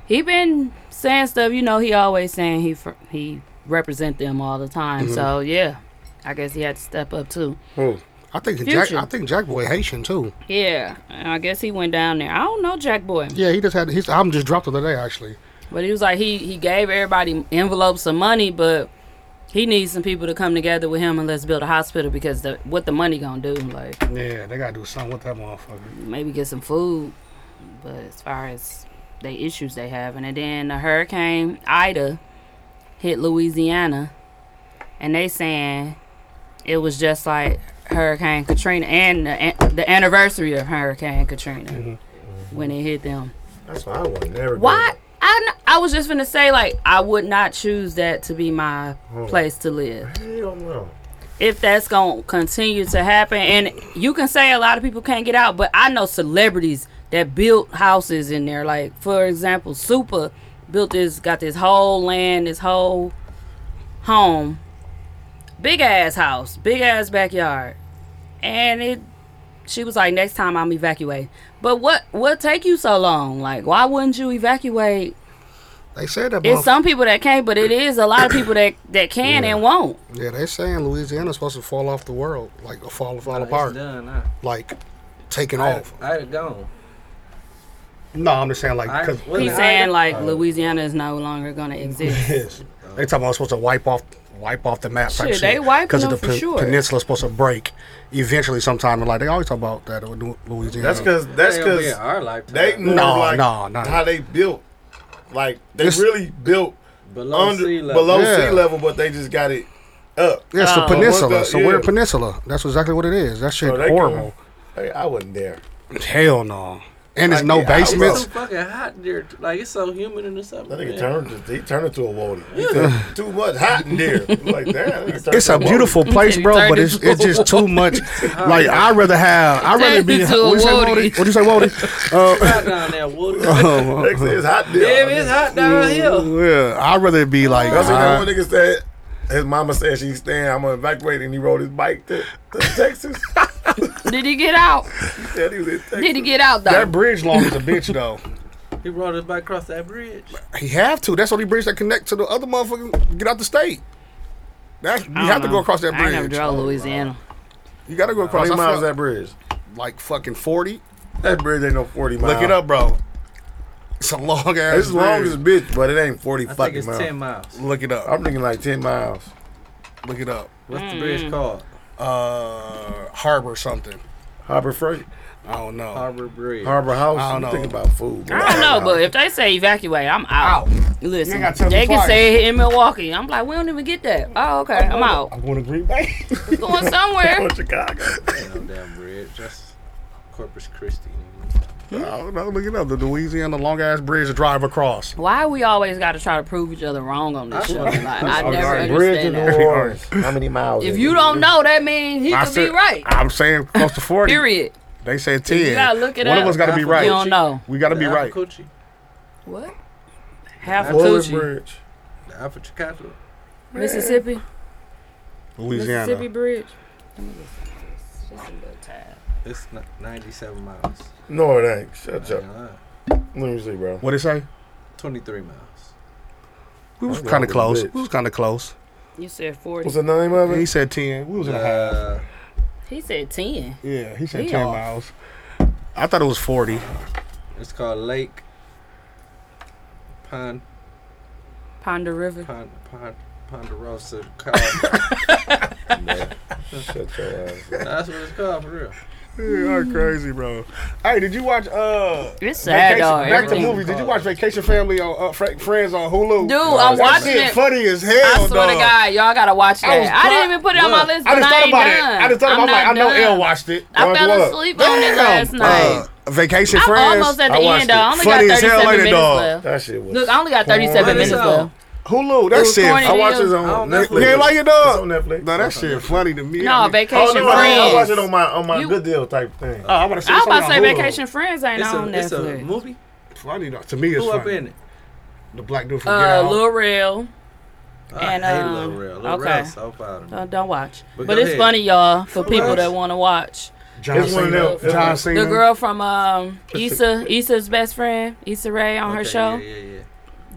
B: he been saying stuff, you know, he always saying he fr- he represent them all the time. So yeah. I guess he had to step up too.
H: I think Jack,
B: Future.
H: I think Jack Boy Haitian too.
B: Yeah, and I guess he went down there. I don't know Jack Boy,
H: Yeah, he just had his album just dropped the other day actually.
B: but he was like he he gave everybody envelopes of money, but he needs some people to come together with him and let's build a hospital because the, what the money gonna do? Like
H: Yeah, they gotta do something with that motherfucker.
B: maybe get some food, but as far as the issues they have, and then the hurricane Ida hit Louisiana, and they saying it was just like Hurricane Katrina and the, the anniversary of Hurricane Katrina when it hit them.
E: That's why I would never. do
B: Why?
E: that.
B: I, kn- I was just gonna say like I would not choose that to be my place to live
E: Hell no.
B: if that's gonna continue to happen. And you can say a lot of people can't get out, but I know celebrities that built houses in there. Like for example, Super built this, got this whole land, this whole home, big ass house, big ass backyard, and it. She was like, "Next time I'm evacuating." But what what take you so long? Like, why wouldn't you evacuate
H: They said that.
B: It's
H: motherf-
B: some people that can't, but it is a lot of people that that can and won't.
H: yeah, they saying Louisiana's supposed to fall off the world, like fall fall apart,
I: done now.
H: like taking
I: I,
H: off.
I: I'd have gone.
H: No, I'm just saying like
I: I,
H: 'cause-
I: wasn't
B: He's
I: I-
B: saying like Louisiana is no longer gonna exist.
H: Yes. They talking about supposed to wipe off wipe off the map type
B: Shit, they
H: shit.
B: wiping
H: of the
B: them for sure.
H: peninsula's supposed to break eventually sometime. Like they always talk about that with Lu- Louisiana.
E: That's because that's
I: They gonna be
E: because
I: in our lifetime.
E: they more
H: No,
E: like
H: no, no.
E: how they built. Like they
H: This-
E: really built
I: below
E: under
I: sea level.
E: below
H: Yeah.
E: sea level, but they just got it up.
H: Yes, the
B: Oh.
H: peninsula.
E: What the-
H: So we're a
E: yeah.
H: peninsula. That's exactly what it is. That shit
E: So they come-
H: horrible.
E: Hey, I wasn't there.
H: Hell no. And there's no
E: yeah, I was-
I: It's
H: basements.
I: so fucking hot there. Like it's so humid in the summer.
E: That nigga
I: man.
E: turned to, he turned into a woody. He said, too much hot in there. Like damn, that nigga turned
H: It's
E: to
H: a
E: Wally."
H: beautiful place,
B: Turn
H: bro, but
B: it
H: it's it's
B: [LAUGHS]
H: just too much. Like
I: yeah.
H: I'd rather have I'd rather
K: Turn
H: be
K: it to a
H: what you say,
K: Wody.
H: Wody? What you
B: [LAUGHS]
H: say, Wody? Uh,
I: Hot down there,
E: [LAUGHS]
I: Woody.
H: um,
E: They said, It's hot in there.
I: Damn, it's hot down here.
H: [LAUGHS] yeah, I'd rather be like
E: That's what
H: uh,
E: that one nigga said. His mama said she's staying. I'm gonna evacuate, and he rode his bike to, to
H: [LAUGHS]
E: Texas.
K: Did he get out?
E: he said he was in Texas.
K: Did he get out though?
H: that bridge long as a bitch though.
I: He brought us back across that bridge.
H: He have to. That's the only bridge that connect to the other motherfucker. Get out the state. That's you
K: I
H: have
K: don't
H: to
K: know.
H: go across that
K: I ain't never
H: bridge.
K: drove Louisiana.
H: You got to go
E: How
H: across.
E: many
H: I
E: miles is
H: felt
E: that bridge?
H: like fucking forty.
E: That bridge ain't no 40 miles.
H: Look it up, bro. It's a long ass.
E: It's long as a bitch, but it ain't 40
I: I think
E: fucking
I: it's
E: miles.
I: ten miles.
H: Look it up.
E: I'm thinking like 10 miles.
H: Look it up.
I: What's the
B: Mm.
I: bridge called?
H: Uh, harbor something.
E: Harbor Freight,
H: I don't know.
I: Harbor Bridge.
E: Harbor House.
H: I don't
E: you
H: know.
E: Think about food. bro.
B: I don't know, but if they say evacuate, I'm out.
H: Out. You
B: Listen,
H: ain't gotta tell me
B: they can
H: twice.
B: say it in Milwaukee. I'm like, we don't even get that. Oh, okay, I'm out.
H: I'm going to Green Bay.
B: Going somewhere.
H: [LAUGHS]
E: Or [LAUGHS] Chicago.
I: Ain't no damn bridge. That's Corpus Christi.
H: I don't know. Look it up. The Louisiana long ass bridge to drive across.
B: Why we always got to try to prove each other wrong on this show? Like, I never
H: sorry.
E: Bridge
B: understand
E: of New
B: that.
E: Orleans. How many miles?
B: If
E: is
B: you
E: it?
B: don't know, that means he
H: I
B: could be
H: said-
B: right.
H: I'm saying close to forty.
B: Period.
H: They said ten.
B: You gotta look it
H: One
B: up.
H: of us got to be
I: You
H: right.
B: You don't know.
H: We got to be
I: the
H: right.
I: Appacuchee,
B: What? Half a
E: Florida
B: coochie.
E: Bridge.
I: the Appacuchee Capital.
B: Mississippi. Mississippi
H: Louisiana.
B: Bridge.
I: It's n- ninety-seven miles.
E: No, it ain't. Shut up.
I: Ain't lying.
E: Let me see, bro.
H: What it say?
I: Twenty-three miles.
H: We was
E: That
H: kind of
E: was a
H: close.
E: bitch.
H: We was kind of close.
B: You said 40.
E: What's the name of
H: He
E: it?
H: said ten. We was in a half.
I: Uh,
B: He said 10.
H: Yeah, he said
B: He
H: ten
B: off.
H: miles. I thought it was forty.
I: Uh, it's called Lake Pond
B: Ponder River.
I: Pond Pond Ponderosa. Col-
E: Shut your ass.
I: That's what it's called for real.
H: You are crazy, bro. Hey, did you watch uh?
B: It's sad,
H: Vacation-
B: dog.
H: back to
B: Everything-
H: movies. Did you watch Vacation Family on uh, Fra- Friends on Hulu?
B: Dude, I'm
H: That
B: watching
H: shit
B: it.
H: Funny as hell.
B: I swear to
H: dog.
B: God, y'all gotta watch that.
H: I was
B: I,
H: cry-
B: didn't even put it on my
H: Look,
B: list.
H: I
B: but
H: just thought
B: ain't
H: about
B: done.
H: it. I just thought about. I'm
B: not
H: like, I know
B: done.
H: Elle watched it.
B: I
E: Watch
B: fell
E: what?
B: asleep on it last night.
H: Uh, Vacation
B: I'm
H: Friends.
B: almost at the
E: I watched
B: end, though. I
H: it.
B: only
H: Funny
B: got
H: as hell,
B: 37
H: ain't it,
B: minutes
H: dog?
B: left.
E: That shit was.
B: Look, I only got 37
E: Porn.
B: minutes
I: What is
B: left.
H: Hulu.
B: It
H: That
B: was
H: shit.
B: corny.
E: I watch
B: Video.
E: it
I: I don't
E: on
I: know.
H: You
E: Netflix.
H: ain't like it,
E: It's on
H: dog.
E: Netflix.
H: No, that shit funny to me.
B: No,
E: Oh,
B: Vacation
E: no, I, I watch
B: Friends.
E: it on my on my
B: You-
E: good deal type thing.
H: Oh, I want to say
B: I was
H: something
B: about to say
H: on Hulu.
B: Vacation Friends ain't
I: It's a,
B: on
I: it's a
B: Netflix.
I: movie.
H: Funny though. To me, it's
I: Who up
H: funny.
I: in it?
H: The black dude from Get
B: Uh,
H: Out.
B: Lil Rel.
I: I
B: And,
I: hate
B: um,
I: Lil Rel. Lil
B: okay.
I: Rel's so proud of me.
B: Uh, don't watch.
I: But
B: But,
I: go
B: it's
I: ahead.
B: funny, y'all, for
I: Don't
B: people
I: watch.
B: that want to watch.
H: John
E: It's one of
H: Cena.
E: them. It's
H: John
E: one-
H: Cena.
B: The girl from um, Issa, Issa's best friend, Issa Rae on her
I: Okay,
B: show.
I: Yeah, yeah, yeah.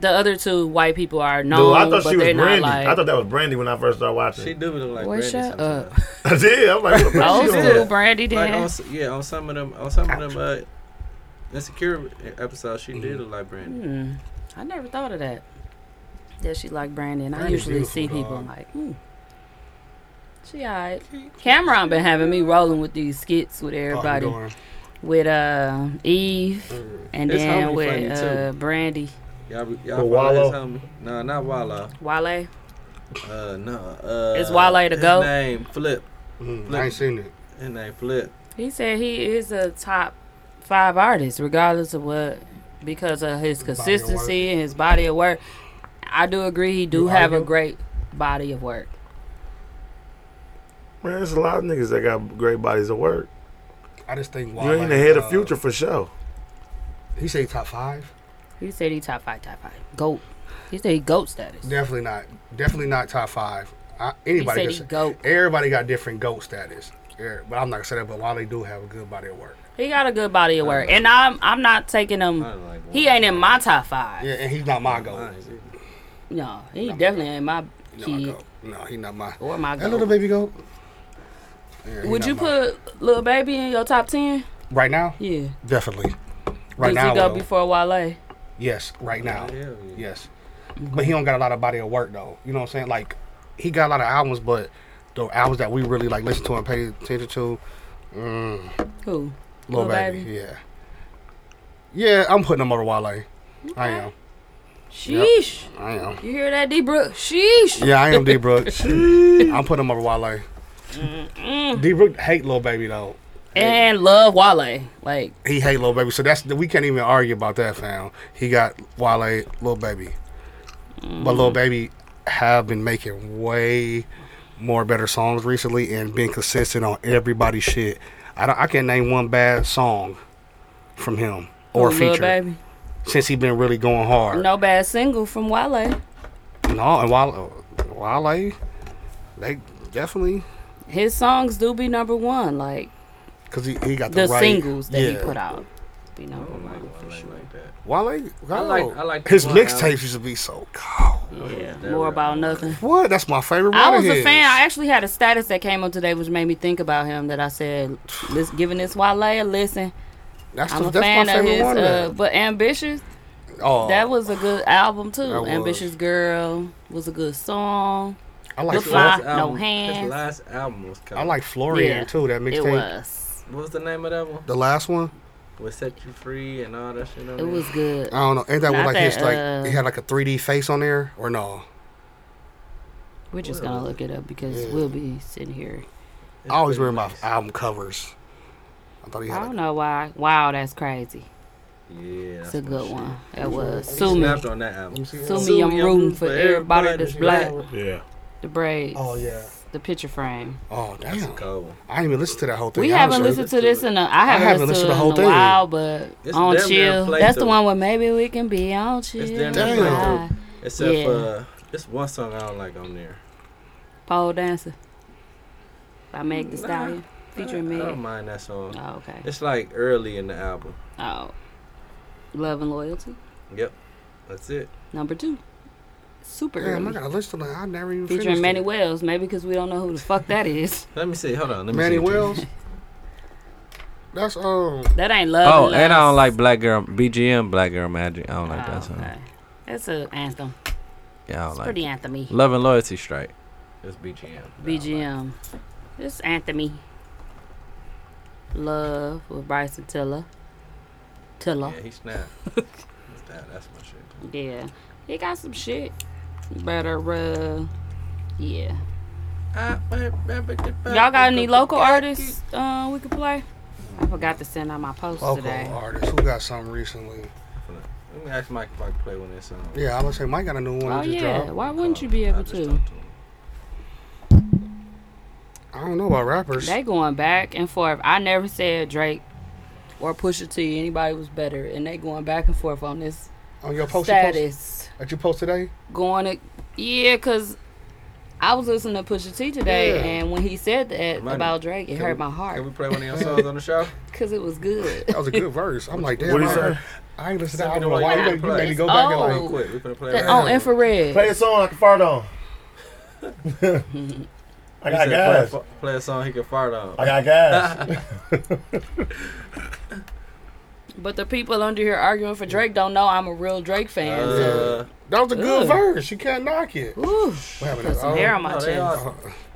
B: The other two white people are known,
E: Dude, I thought
B: but
E: she was
B: they're
E: Brandy.
B: not like.
E: I thought that was Brandy when I first started watching. [LAUGHS]
I: She do look like
B: Boy,
I: Brandy
B: shut
I: sometimes.
B: up.
E: I did. I'm like, what the fuck
B: Old
E: she
I: Yeah.
E: doing?
B: school Brandy did.
I: Like on, s- yeah, on some of them, on some of them, uh, insecure episodes, she did look like Brandy.
B: Hmm. I never thought of that. That she like Brandon. I
H: Brandy's
B: usually see
H: beautiful,
B: people
H: dog.
B: like, hmm. She alright. Cameron been having me rolling with these skits with everybody,
H: Fucking door.
B: with uh Eve, and
I: His
B: then
I: homie funny,
B: with uh Brandy
I: Y'all, be-
E: But
I: y'all follow his
E: Wallow?
I: homie? No, not Wallow.
B: Wale.
I: Uh, no. Uh,
B: Is Wallow the
I: his
B: goat?
I: Name Flip.
H: Mm, I ain't seen it.
I: His name Flip.
B: He said he is a top five artist, regardless of what, because of his
H: body of work.
B: consistency and his body of work. I do agree he do
H: You
B: have a
H: argue?
B: great body of work.
E: Man, there's a lot of niggas that got great bodies of work.
H: I just think
E: you ain't ahead of future for sure.
H: He say top five.
B: He said he top five, top five, goat. He said he goat status.
H: Definitely not. Definitely not top five. I, anybody
B: said
H: can
B: he
H: say-
B: goat.
H: Everybody got different goat status. Yeah, But I'm not gonna say that. But Wale do have a good body of work.
B: He got a good body of work, and I'm I'm not taking him. He ain't in my top five.
H: Yeah, and he's not my goal.
B: No, he definitely ain't my
H: He's not my
B: kid
H: goal. No, he's not my.
B: or my
H: That little
B: goat.
H: baby goat. Yeah, he
B: Would
H: not
B: you
H: my-
B: put Lil Baby in your top ten?
H: right now?
B: Yeah.
H: Definitely. Right
B: Does
H: now,
B: he go
H: though.
B: before Wale?
H: yes. Right now,
I: Hell yeah.
H: yes.
B: Mm-hmm.
H: But he don't got a lot of body of work though. You know what I'm saying? Like he got a lot of albums, but the albums that we really like listen to and pay attention to, mm,
B: Who? Lil
H: Lil Oh, baby.
B: Baby.
H: yeah, yeah. I'm putting him over Wale. I am.
B: Sheesh.
H: I am.
B: You hear that, D Brook? Sheesh.
H: Yeah, I am
B: [LAUGHS]
H: D Brook. I'm putting him over Wale. D Brook hate Lil Baby though.
B: And love Wale. Like
H: He hate Lil Baby, so that's we can't even argue about that, fam. He got Wale, Lil Baby, but
B: Mm.
H: Lil Baby have been making way more better songs recently and been consistent on everybody's shit. I don't, I can't name one bad song from him or
B: who, oh, Lil
H: feature
B: Baby.
H: since he been really going hard.
B: No bad single from Wale.
H: no and Wale, Wale, they definitely
B: His songs do be number one. Like
H: because he, he got the,
B: the
H: right,
B: singles that he
H: yeah.
B: put out be number one.
H: Wale, I
I: like- I like
H: his
I: the one I-
H: mixtapes used to be so cold.
B: Yeah. More about nothing.
H: What? That's my favorite.
B: I
H: one of
B: was a
H: his.
B: fan. I actually had a status that came up today, which made me think about him. That I said, "Let's giving this Wale a listen."
H: That's,
B: I'm
H: the,
B: a
H: that's
B: fan
H: my
B: of
H: favorite
B: his,
H: one. of
B: uh,
H: his.
B: but ambitious.
H: oh,
B: That was a good album
H: That
B: too.
H: was.
B: Ambitious Girl was a good song.
H: I like
B: Look
H: Flor-
B: Fly,
I: Last
B: no
I: album-
B: hands.
I: His last album was
H: I
I: coming.
H: like Florian
B: Yeah,
H: too.
B: It
H: That mixtape,
B: was.
I: What was the name of that one?
H: the last one.
I: Was set you free and all that shit. On
B: It
I: there?
B: was good.
H: I don't know. Ain't that
B: Not
H: one like his?
B: that,
H: Like
B: uh,
H: he had like a 3D face on there, or no?
B: We're just gonna look it up because
H: Yeah.
B: we'll be sitting here.
H: I always remember my album covers. I thought he
B: I
H: had.
B: don't
H: A,
B: know why. Wow, that's crazy.
I: Yeah,
B: It's
I: that's
B: a
I: my
B: good
I: shit.
B: one. That was
I: He
B: Sue Me.
I: snapped on that album.
B: Sue Me, I'm rooting for everybody that's black.
L: Yeah.
B: The braids.
H: oh yeah.
B: The picture frame.
H: Oh
I: That's a
H: damn.
I: cold one.
H: I didn't even listen to that whole thing.
B: We haven't listened to this in a. I haven't,
H: haven't
B: listened to
H: listened to the whole
B: it in a
H: thing.
B: while, but
I: It's
B: on
I: damn near
B: chill.
I: playthrough.
B: That's the one where maybe we can be on chill.
I: It's damn
H: near
B: Why?
I: Except
B: Yeah.
I: for uh, it's one song I don't like on there.
B: Pole dancer. By Meg Thee Stallion, featuring
I: I don't
B: Meg.
I: mind that song.
B: Oh, okay.
I: It's like early in the album.
B: Oh, love and loyalty.
I: Yep, that's it.
B: Number two, super
H: Damn, I
B: early.
H: gotta listen to that. I never even
B: um, featuring
H: finished
B: Manny
H: it.
B: Wells. Maybe because we don't know who the fuck that is. [LAUGHS]
I: Let me see. Hold on. Let me
H: Manny
I: see.
H: Wells. [LAUGHS] That's um.
B: That ain't love.
I: Oh,
B: and
I: and I
B: Lust.
I: don't like Black Girl BGM. Black Girl Magic. I don't like
B: Oh,
I: that song.
B: okay. That's an anthem.
I: Yeah, I don't
B: It's
I: like.
B: pretty
I: it.
B: anthemy.
I: Love and Loyalty Strike. It's BGM.
B: BGM. It's anthemy. Love with Bryson Tiller. Tiller.
I: Yeah, he snapped.
B: [LAUGHS]
I: That's that- that's my shit.
B: Yeah. He got some shit. Better, uh, yeah.
I: Uh,
B: Y'all got any local artists uh, we could play? I forgot to send out my post
H: Local
B: today.
H: artist who got something recently.
I: Let me ask Mike if I can play one of his songs.
H: Yeah, I would say Mike got a new one.
B: Oh,
H: that just
B: yeah.
H: dropped.
B: Why wouldn't you be
I: I
B: able
I: just
B: to?
I: talked him.
H: I don't know about rappers.
B: They going back and forth. I never said Drake or Pusha T anybody was better, and they going back and forth on this
H: on your post, you Oh, post-
B: status.
H: that you post today.
B: Going to yeah, cause I was listening to Pusha T today,
H: Yeah.
B: and when he said that
I: Money.
B: about Drake, it
I: Can
B: hurt
I: we-
B: my
I: Can we
B: heart
I: play one of your songs on the show?
B: because it was
I: [LAUGHS]
B: good.
H: That was a good [LAUGHS] verse. I'm like, damn,
L: What'd
H: I,
L: he say?
H: heard- I ain't listened to that
I: Send me
H: album
I: the
H: in a while.
I: white
H: You made, you
I: play.
H: made me go back and
B: Oh.
H: like,
I: Real quick, we finna play
B: That-
I: right
B: on
I: now.
B: infrared.
E: Play the song I can fart on. I
I: He
E: got
I: said
E: gas.
I: play, a- play a song he can fart on.
E: I got gas.
B: But the people under here arguing for Drake don't know I'm a real Drake fan. so.
I: Uh,
H: that was a good
B: Ugh.
H: verse. You can't knock it.
B: Ooh,
H: What happened?
B: put some
H: Oh,
B: hair on my
I: oh, they
B: chest.
I: are-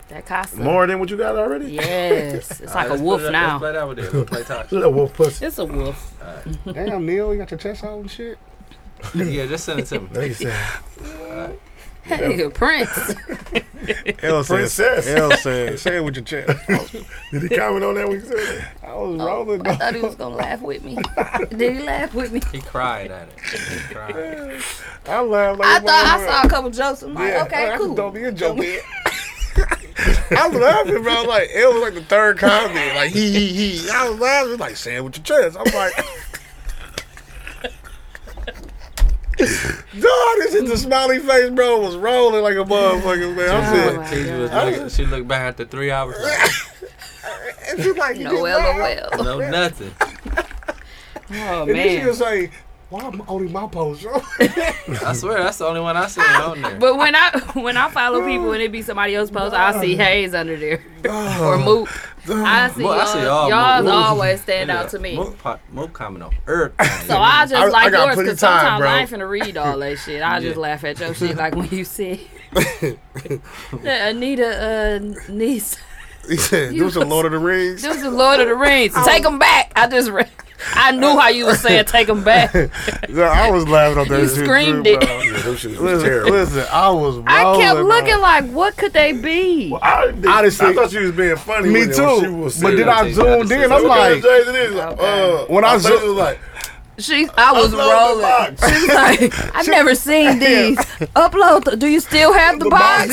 B: That costume.
E: More than what you got already?
B: Yes, it's like
I: Alright,
B: a
I: let's
B: wolf
I: play that- Let's
B: now.
I: play that with it. We'll play Toxic. [LAUGHS]
E: Little wolf pussy.
B: It's a wolf.
H: Damn, Neil, you got your chest out and shit.
I: yeah, just send it to me.
E: Nigga said,
B: [LAUGHS] Hey, Prince.
H: L
E: Princess.
H: L said, say it with your chest.
E: Did [LAUGHS] he comment on that when you said that?
H: [LAUGHS] I was rolling.
B: I thought he was gonna laugh with
H: [LAUGHS]
B: me. Did he laugh with me?
I: He cried at it. He [LAUGHS]
B: Oh,
I: cried.
H: I laughed like
B: I
H: a
B: thought I
H: motherfucker.
B: saw a couple jokes. I'm like,
H: Yeah,
B: okay,
H: I
B: cool.
H: Don't be a joke. man. I was laughing, bro. Like it was like the third comment. Like he, he, he. I was laughing. Like say it with your chest. I'm like, [LAUGHS] dog, this is the smiley face, bro. Was rolling like a motherfucker, man.
B: Oh,
H: I'm saying,
B: my
I: Teacher was
H: God.
I: looking, she looked back after three hours.
H: and she's like, you
B: No
H: just laugh?
B: [LAUGHS] LOL.
I: No nothing.
B: Oh
H: [LAUGHS] And this
B: man.
H: shit say, why am I only my post? bro?" [LAUGHS]
I: I swear that's the only one I seen on there.
B: [LAUGHS] But when I when I
H: [LAUGHS]
B: follow people and it be somebody else post, I see Hayes under there or Mook. I see
I: Mook, I see y'all
B: y'all. Y'all's
I: Mook.
B: always stand out to me.
I: Mook, pop- Mook comment on Earth.
B: [LAUGHS] So I just
H: I- I
B: like
H: got
B: yours
H: plenty
B: because
H: of time,
B: sometimes
H: bro.
B: I ain't finna read all that shit. I just
I: Yeah.
B: laugh at your shit like when you said
H: [LAUGHS]
B: [LAUGHS] that Anita uh, niece.
H: He said, "Do some Lord of the Rings."
B: This is Lord of the Rings. Take them back. I just re- I knew how you was saying take them [LAUGHS] back.
H: Yeah, I was laughing on that
B: You
H: shit,
B: screamed
H: too,
B: it.
H: bro.
E: Yeah, them shit was
H: Listen,
E: terrible.
H: listen, I was. Rolling,
B: I kept
H: bro.
B: looking like what could they be?
H: I, did,
M: Honestly-
H: I thought
E: she was being funny.
H: me
E: with it when She
H: too.
E: was
H: But
E: serious.
H: then I zoomed in. I'm like, when I
E: She uh, was
H: zoomed,
E: like,
B: She I was
H: the
B: rolling. [LAUGHS]
H: box.
B: She was like, I've never [LAUGHS] seen these. Upload. th- do you still have the, box?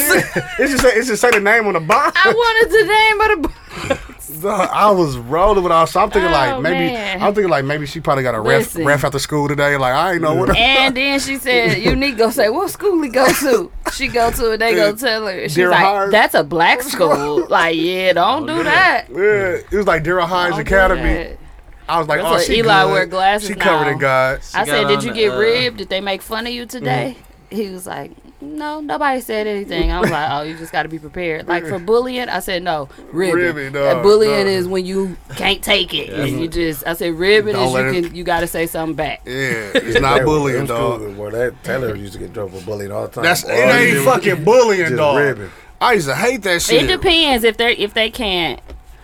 H: it's just say- it's just say the name on the box.
B: [LAUGHS] I wanted the name of the. box.
H: Dog, I was rolling with all. So I'm thinking
B: Oh,
H: like maybe
B: man.
H: I'm thinking like maybe she probably got a ref,
B: Listen.
H: ref after school today. Like I ain't know what.
B: And then she [LAUGHS] said, "Unique go say what school he go to." She go to and they go tell her. She's
H: Dear
B: like,
H: Heart.
B: "That's a black school." Like, Oh, yeah, don't do that.
H: Yeah, it was like Daryl Hines
B: Don't do
H: Academy.
B: that.
H: I was like,
B: Oh, That's
H: oh,
B: why
H: she
B: Eli
H: good.
B: wear glasses
H: She covered
B: now.
H: in God.
B: I said,
I: got
B: "Did
I: on
B: you
I: the,
B: get
I: uh,
B: ribbed? Did they make fun of you
H: Mm-hmm.
B: today?" He was like, "No, nobody said anything." I was like, "Oh, you just got to be prepared." Like for bullying, I said, "No, ribbing.
H: Ribbing,
B: That
H: dog,
B: bullying
H: dog.
B: is when you can't take it. and you just." I said, "Ribbing
H: Don't
B: is
H: let
B: you
H: it-
B: can. You got to say something back."
H: Yeah, it's not bullying, dog.
E: Boy, that Taylor used to get drunk for bullying all the
H: [LAUGHS]
E: time.
H: That's it
E: All he did
H: ain't
E: was
H: fucking bullying,
E: just
H: dog.
E: ribbing.
H: I used to hate that
B: It
H: shit.
B: depends if they are if they can't.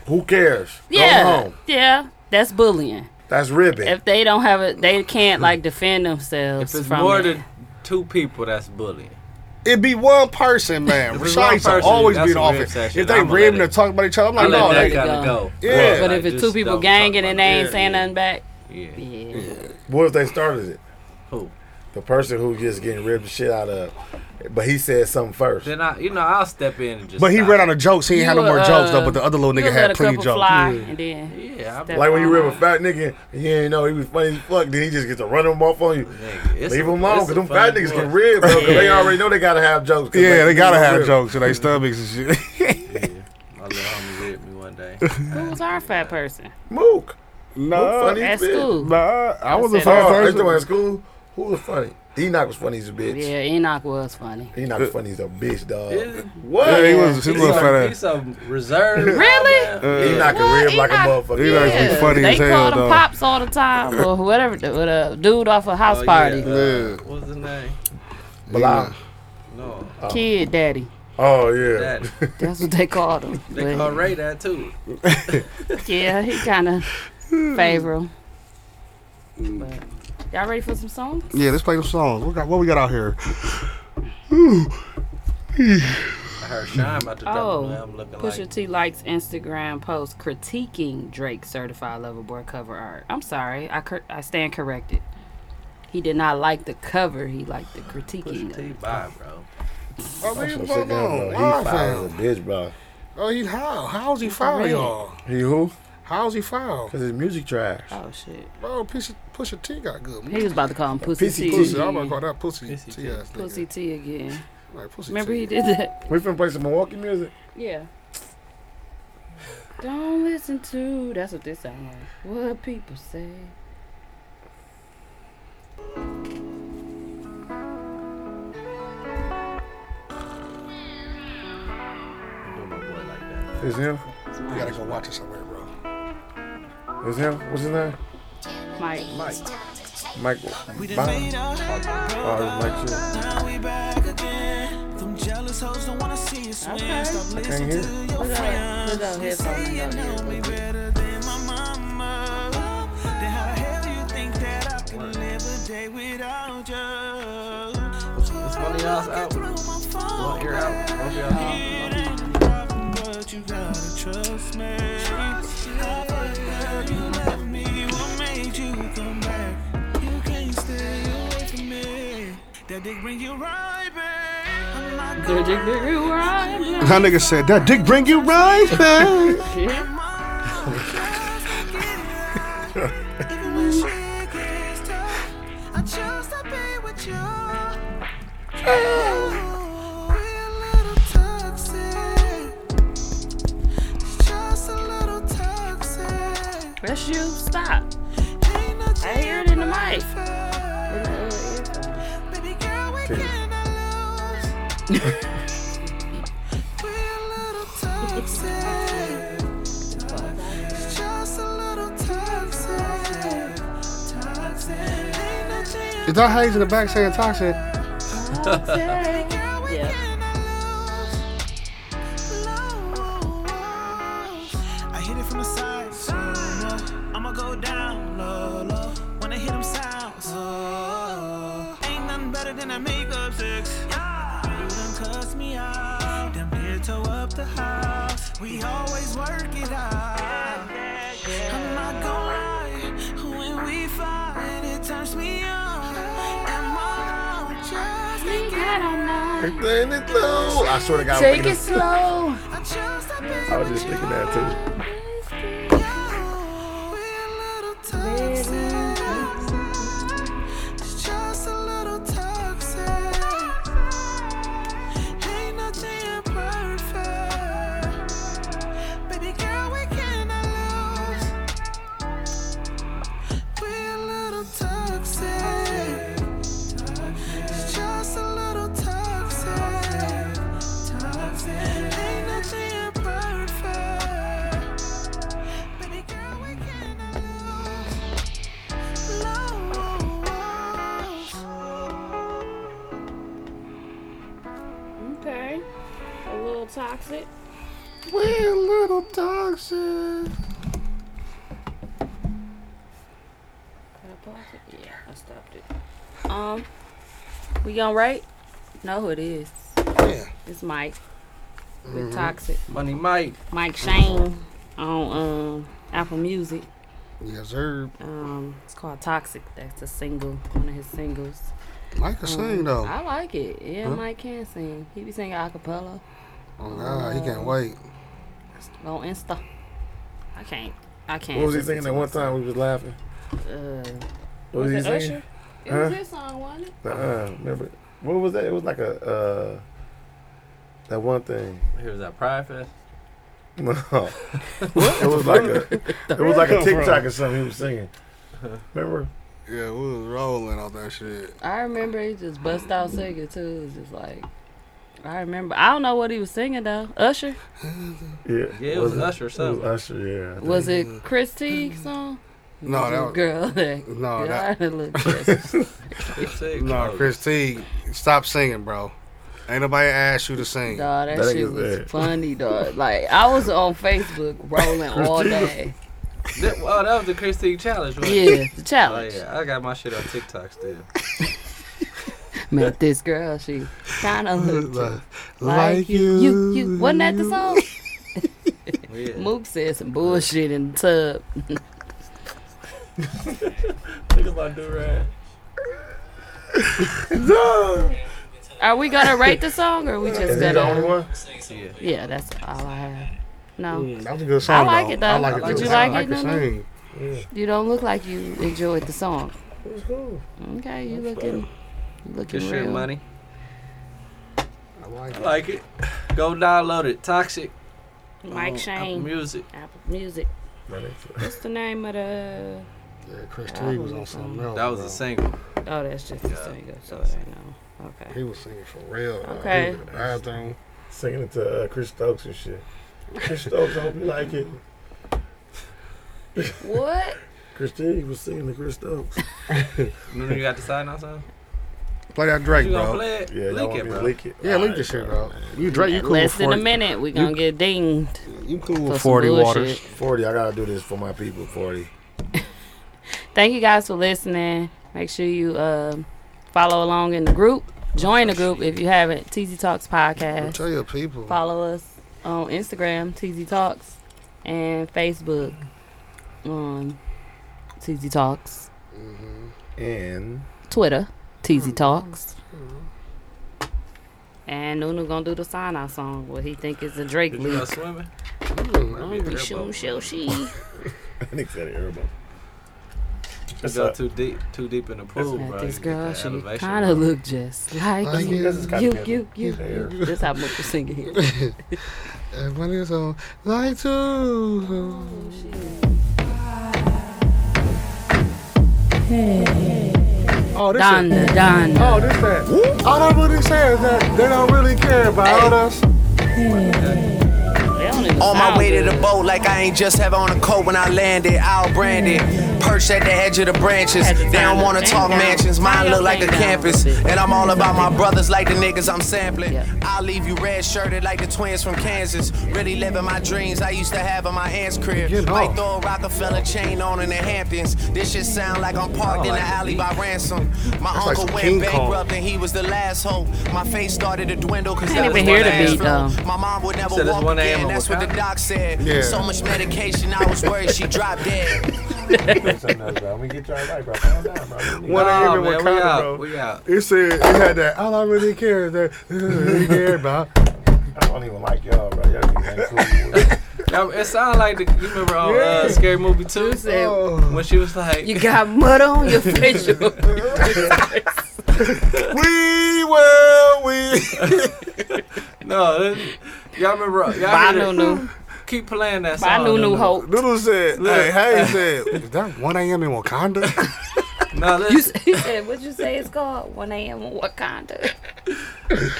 E: Who cares? Go
B: Yeah,
E: home.
B: yeah, that's bullying.
E: That's ribbon.
B: If they don't have it, they can't like defend themselves.
I: If it's
B: from
I: more
B: it.
I: than two people, that's bullying.
B: Oh,
H: It be one person, man.
I: If it's one
H: Recites
I: person,
H: always be
I: that's
H: in
I: a rib
H: office.
I: section.
H: If they
I: I'ma
H: ribbing
I: let
H: or
I: it-
H: talking about each other, I'm
I: I
H: like,
I: let
H: no,
I: that
H: that,
B: go.
I: kind of go.
H: Yeah.
B: but
I: Like,
B: if it's two
I: just
B: people
I: don't talk
B: ganging and
I: about
B: they ain't
I: it.
B: saying nothing back,
I: Yeah.
B: yeah.
E: what if they started it?
I: Who?
E: The person who just getting ribbed the shit out of, but he said something first.
I: Then I, you know, I'll step in and just.
H: But he
I: stop
H: ran
I: it.
H: out of jokes. He ain't had
B: You,
H: no more
B: uh,
H: jokes though. But the other little
B: You let
H: nigga had
B: a
H: plenty
B: couple
H: jokes.
B: fly and then
I: Yeah, I
B: step
E: Like when you
B: on
E: rib a
B: up.
E: fat nigga, you didn't know he was funny as fuck. Then he just gets to run them off on you.
I: Nigga, it's
E: Leave
I: a-
E: them alone,
I: it's a
E: cause them
I: funny
E: fat niggas
I: story.
E: can rib, bro. Cause they already know they gotta have jokes. 'cause
H: Yeah, they gotta have
E: rib.
H: jokes and they stomachs and
I: [LAUGHS]
H: shit.
I: Yeah. My little homie ribbed me one
H: [LAUGHS]
I: day.
B: Who was our fat person
E: Mook, Mook
H: No,
E: funny
B: at
E: as bitch.
B: school?
H: nah, I was a
B: said that.
H: fat
E: Oh, I used
H: person.
E: to go to school. Who was funny? Enoch was funny as a bitch.
B: Yeah, Enoch was funny.
E: Enoch was funny as a bitch, dog.
I: Yeah.
E: What?
H: Yeah, he was. He
I: He's
H: was
I: so,
H: fat
I: he's
H: ass.
I: so reserved.
B: Really?
I: man.
E: Enoch
B: What?
E: can rib like a
B: Enoch-
E: motherfucker.
H: Enoch was
B: Yeah,
H: funny
B: they
H: as hell,
B: called him
H: though.
B: pops all the time or whatever. The, with a dude off a house
I: Oh, yeah,
B: party,
I: uh,
H: Yeah.
I: What's his name?
E: Blah.
I: No,
B: kid daddy.
E: Oh yeah.
I: that.
B: That's what they called him.
I: They
B: But,
I: call Ray that too.
B: yeah, he kind of favor him. But, y'all ready for some songs?
H: Yeah, let's play the songs. What, got, what we got out here?
I: I heard Shine about to drop
B: Oh,
I: oh, new album looking
B: Pusha
I: like.
B: T likes Instagram post critiquing Drake certified lover boy cover art. I'm sorry, I cur- I stand corrected. He did not like the cover. He liked the critiquing.
I: Pusha T, bye, bro.
H: Oh,
E: That's
H: leave him
E: what I'm saying, bro.
H: alone.
E: He
H: Why,
E: foul
H: fam?
E: as a bitch, bro.
H: Oh, he how? How's he foul, y'all?
E: He who?
H: How's he foul?
E: Cause his music trash.
B: Oh shit!
H: Bro, Pusha, Pusha T got good.
B: He was about to call him Pussy,
E: Pussy
B: T.
H: Pussy, I'm
B: again.
H: gonna call that pussy.
I: Pussy
H: T ass nigga.
B: Pussy T again.
H: Like, pussy
B: Remember
H: T.
B: he did that?
E: We finna play some Milwaukee music.
B: Yeah. Don't listen to. That's what this sound like. What people say.
I: Don't do my boy like that.
E: It's him.
H: You gotta go watch it somewhere, bro.
E: It's him. What's his name?
B: Mike.
E: Mike. Mike. We done made all Oh, it's Mike
F: Now we back again. Them jealous hoes don't wanna see us win. Stop
E: shit. Can't hear. it.
F: listening to your
B: Put our- put our
F: friends.
B: headphones
F: Say you
B: on
F: know
B: here.
F: me better than my mama. Then how the hell you think that I can live a day without you?
I: It's one of y'all's albums.
F: My phone
I: One ear out. One of y'all's albums.
F: but you gotta trust me. Girl, you left me. What made you come back? You can't stay away from me. That dick bring you right back. I'm not
B: Their dick big, you right.
H: That nigga said that dick bring you [LAUGHS] right back.
F: Even when shit gets tough, I choose to be with you. Ooh, we're a little toxic. Just a little toxic.
B: That's you. Stop.
F: Ain't nothing
B: I hear it in the mic.
H: Is that Hayes in the back saying toxic?
B: yeah.
F: I hit it from the side. so low. I'ma go down low, low. When I hit them sounds, oh. Ain't nothing better than that makeup sex. You done cuss me out. Them here toe up the house. We always work it out. I'm not gonna lie. When we fight, it turns me on. Am I wrong? Just think it or not.
E: Everything is low. I swear to God, I'm
C: Take
E: thinking
C: it slow.
F: I just a bit
E: I was just thinking that too.
B: Okay. A little toxic.
E: We're a little toxic.
B: Can I pause it? Yeah, I stopped it.
G: Um, we gonna write? Know who it is?
B: It's Mike.
E: Mm-hmm.
B: With toxic.
I: Money Mike.
B: Mike Shane on um Apple Music.
H: Yes, sir.
B: Um, it's called Toxic. That's a single, one of his singles. Um,
H: Mike can sing though.
B: I like it. Yeah, Mike can sing. He be singing a cappella
H: Oh God, he can't wait.
B: on Insta. I can't. I can't.
E: What was he singing that one time we was laughing?
B: Uh,
E: What was,
B: was it
E: he
B: Usher?
E: singing?
B: It was
E: Huh?
B: his song, wasn't it?
E: Uh-uh, remember? What was that? It was like a, uh, that one thing. [LAUGHS]
I: Here's that Pride Fest.
E: No. It was like a, it was like a TikTok or something he was singing. Remember?
H: Yeah, we was rolling off that shit.
B: I remember he just bust out singing too. It was just like I remember. I don't know what he was singing though. Usher.
E: Yeah.
I: Yeah, it was, Usher or
E: It was
I: something.
E: Usher, yeah. I think.
B: Was it Chris T song?
H: No, that was,
B: girl. [LAUGHS] That,
H: no,
B: God,
H: that
B: that look Chris.
I: Chris Tigg.
H: no.
I: Oh,
H: Chris T, stop singing, bro. Ain't nobody asked you to sing.
B: dog, that,
E: That
B: shit
E: nigga's
B: was
E: bad.
B: funny, dog. Like I was on Facebook rolling all day.
I: That, oh, that was the Chris Tigg challenge. Wasn't it?
B: Yeah, the
I: Oh
B: challenge.
I: yeah, I got my shit on TikTok still.
B: Met this girl, she kind of looked
H: Like,
B: like you. You, you. Wasn't that the song?
I: Yeah.
B: Mook said some bullshit in the tub.
I: Think about do rag.
B: Are we gonna rate the song, or we
E: Is
B: just
E: he the only
B: gonna?
E: one?
I: Yeah.
B: Yeah, that's all I have. No,
H: Mm, that was a good song.
B: like
H: though.
B: it, though.
H: I like
I: I like
H: it. too.
I: it. Did you
H: I
B: like it,
H: to
B: Nunu?
H: sing.
B: you don't look like you enjoyed the song.
E: It was cool.
B: Okay, you looking, you looking
I: Good shit,
B: real.
I: money.
H: I like
I: I
H: it.
I: like it. Go download it. Toxic. on
B: Mike
H: Oh,
I: Apple
B: Shane,
I: Music.
B: Apple Music. What's the name of the?
H: Yeah, Chris T was on something else.
I: That was
H: bro.
I: a single.
B: Oh, that's just a single, so I know. Okay.
H: He was singing for real. bro.
B: Okay.
H: He was in the bathroom.
E: Singing it to uh, Chris Stokes and shit. Chris Stokes, I hope you like it.
B: What?
E: Chris T was singing to Chris Stokes.
I: Remember you got to sign on something?
H: Play that Drake,
I: You gonna
H: bro.
I: play it?
E: Yeah, y'all
I: Link
E: want
I: it,
E: me to
I: bro.
E: leak it?
H: Yeah, leak
E: Alright,
H: this shit,
E: bro.
H: bro. You Drake, [LAUGHS] you cool
B: Less
H: with
B: than a
H: 40
B: minute, we gonna get dinged
H: You cool
B: for
H: with
B: some
H: 40
B: bullshit.
H: waters.
E: 40, I gotta do this for my people, 40.
B: Thank you guys for listening. Make sure you uh, follow along in the group. Join the group if you haven't. TZ Talks podcast.
H: Tell your people.
B: Follow us on Instagram, TZ Talks, and Facebook, um, TZ Talks,
E: And
B: Twitter, TZ Talks. And Nunu gonna do the sign out song, what he think is a Drake
I: Did you go
B: leak.
I: swimming?
B: Hungry, shoo, shoo, she.
E: [LAUGHS] I think that everybody.
I: You go too deep, too deep in the pool,
B: Now
I: bro.
B: this
I: You get
B: girl,
I: that
B: she
I: elevation,
B: kind
I: bro.
B: of look just like
H: Like
B: you.
H: you.
B: You, you, you, you. That's how Mook was singing here.
I: [LAUGHS]
H: Everybody's on like to.
B: Thank
H: Oh, this
N: Donda,
H: it.
N: Donda.
H: Oh, this that. All they really say is that they don't really care about us.
N: They don't even
O: On my
N: sound
O: way to the
N: good.
O: boat, like I ain't just have on a coat when I landed. I'll brand it. Perched at the edge of the branches.
N: Had to
O: They
N: turn
O: don't
N: the
O: wanna
N: thing
O: talk
N: down.
O: mansions. Mine
N: Turn
O: look
N: your
O: like a
N: thing down a little
O: campus.
N: bit.
O: And I'm all about my brothers like the niggas I'm sampling.
N: Yeah.
O: I'll leave you red shirted like the twins from Kansas. Really living my dreams I used to have in my aunt's crib.
H: Get
O: Might
H: off.
I: Oh,
O: throw a Rockefeller chain on in the Hamptons. This shit sound like I'm parked in the alley by ransom. My
H: like
O: uncle
H: some
O: went
H: King Kong.
O: bankrupt and he was the last hope. My face started to dwindle because that
N: Can't
O: was my
N: even hear the
O: last
N: beat,
O: flow.
N: though.
O: My mom would never
I: said it's
O: walk
I: 1 a.m.
O: again.
I: on
O: That's what the
I: Wakanda?
O: doc said.
H: Yeah.
O: So much medication, I was worried she dropped dead.
E: We get y'all right, bro. Calm down, bro. We need-
H: When I
I: Nah,
H: even
I: man,
H: went
I: we
H: Wakanda,
I: out,
H: bro.
I: we out.
H: It said it had that. All I really care is that [LAUGHS] they don't really care about.
E: I don't even like y'all, bro. Y'all niggas ain't
H: [LAUGHS]
E: cool with it.
I: Now, It sounded like the, you remember on uh, Scary Movie 2
N: said-
I: when she was like,
N: You got mud on
I: [LAUGHS]
N: your facial.
H: We will. We.
I: No, that- y'all remember? Y'all hear
B: Bye,
I: that-
B: Nunu.
I: Keep playing that song.
B: Bye, Nunu
I: Nunu.
B: Hope.
H: Little said. Hey, hey, said. Is that 1 a.m. in Wakanda?
I: No, that-
N: You
I: you,
N: said-
B: [LAUGHS] He said, "What you say it's called? One a.m. in Wakanda."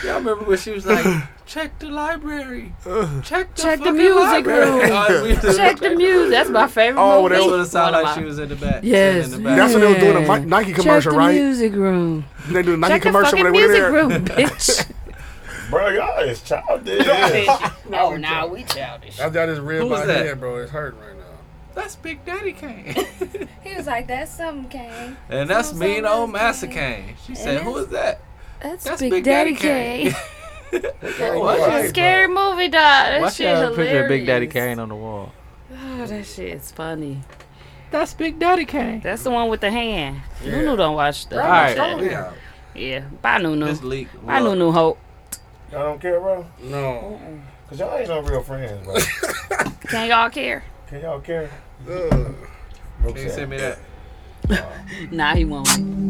I: all remember when she was like, check the library, check the,
B: Check the
I: fucking
B: music
I: library."
B: room.
I: Oh, we-
B: Check the music. That's my favorite
H: Oh,
B: movie.
I: That's what it
B: One
I: sounded
B: of
I: like.
B: my-
I: She was in the back.
N: Yes.
I: in the back.
H: That's when they was doing a
N: Yeah.
H: Mi- Nike
N: Check
H: commercial,
N: the
H: right?
N: music room.
H: They do a Nike
B: Check the
H: commercial
B: fucking
H: when they went in
B: music
I: [LAUGHS]
H: there.
B: room, bitch. [LAUGHS]
E: Bro, y'all is childish. That's
B: no, now Oh, we childish.
H: I got this rib
I: Who was
H: by
I: that?
H: here, bro. It's hurting right now.
I: That's Big Daddy
B: [LAUGHS]
I: Kane,
B: He was like, "That's something, Kane.
I: [LAUGHS] and that's
B: Sounds
I: mean
B: like
I: old
B: Big
I: Massa
B: Daddy.
I: Kane. She said, "Who
B: that's-
I: is that?"
B: That's,
I: That's
B: Big,
I: Big
B: Daddy,
I: Daddy
B: Kane." [LAUGHS]
I: Why
E: right,
B: Scary movie, dog. That
I: Watch
B: shit
I: y'all
B: hilarious.
I: picture of Big Daddy Kane on the wall.
B: Oh, that shit's funny.
I: That's Big Daddy Kane.
B: That's the one with the hand. Nunu don't watch that.
I: All right, Oh,
E: Yeah.
B: Yeah. Bye, Nunu.
I: this leak.
B: Bye,
I: look.
B: Nunu Hope.
E: Y'all don't care, bro?
H: No.
E: Because y'all ain't no real friends, bro.
B: Can y'all care?
E: Can y'all care?
H: Ugh.
E: Brooke
I: Can you
E: said,
I: send me that?
N: Nah, he won't.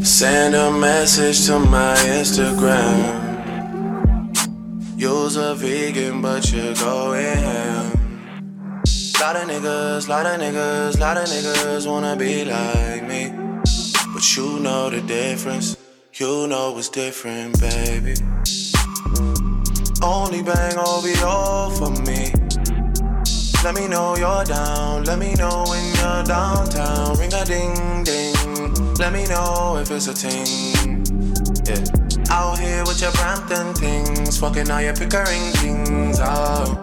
P: Send a message to my Instagram. You's a vegan, but you're going ham. Lot of niggas, lot of niggas, lot of niggas wanna be like me. But you know the difference. You know what's different, baby. Only bang OVO for me. Let me know you're down. Let me know when you're downtown. Ring a ding ding. Let me know if it's a ting. Yeah. Out here with your Brampton things. Fucking all your Pickering things. Oh.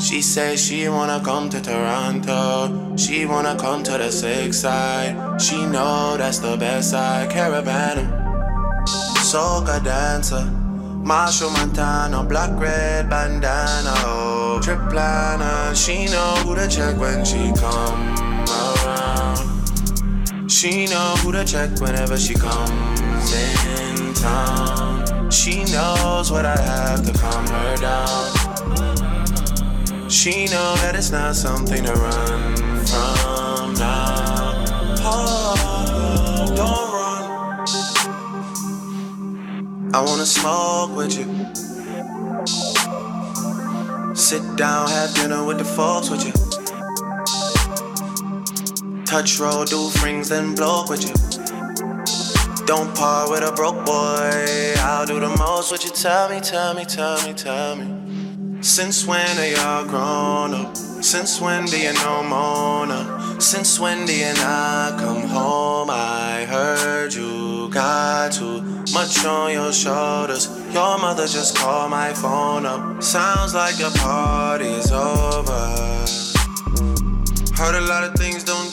P: She says she wanna come to Toronto. She wanna come to the sick side. She know that's the best side. Caravan soca dancer. Marshall Montana, black red bandana, oh, trip planner. She know who to check when she come around. She know who to check whenever she comes in town. She knows what I have to calm her down. She know that it's not something to run from now. Oh, don't run. I wanna smoke with you. Sit down, have dinner with the folks with you. Touch roll, do things, then blow with you. Don't par with a broke boy. I'll do the most with you. Tell me, tell me, tell me, tell me. Since when are y'all grown up? Since when do you know Mona? Since when do you not come home? I heard you got too much on your shoulders. Your mother just called my phone up. Sounds like your party's over. Heard a lot of things don't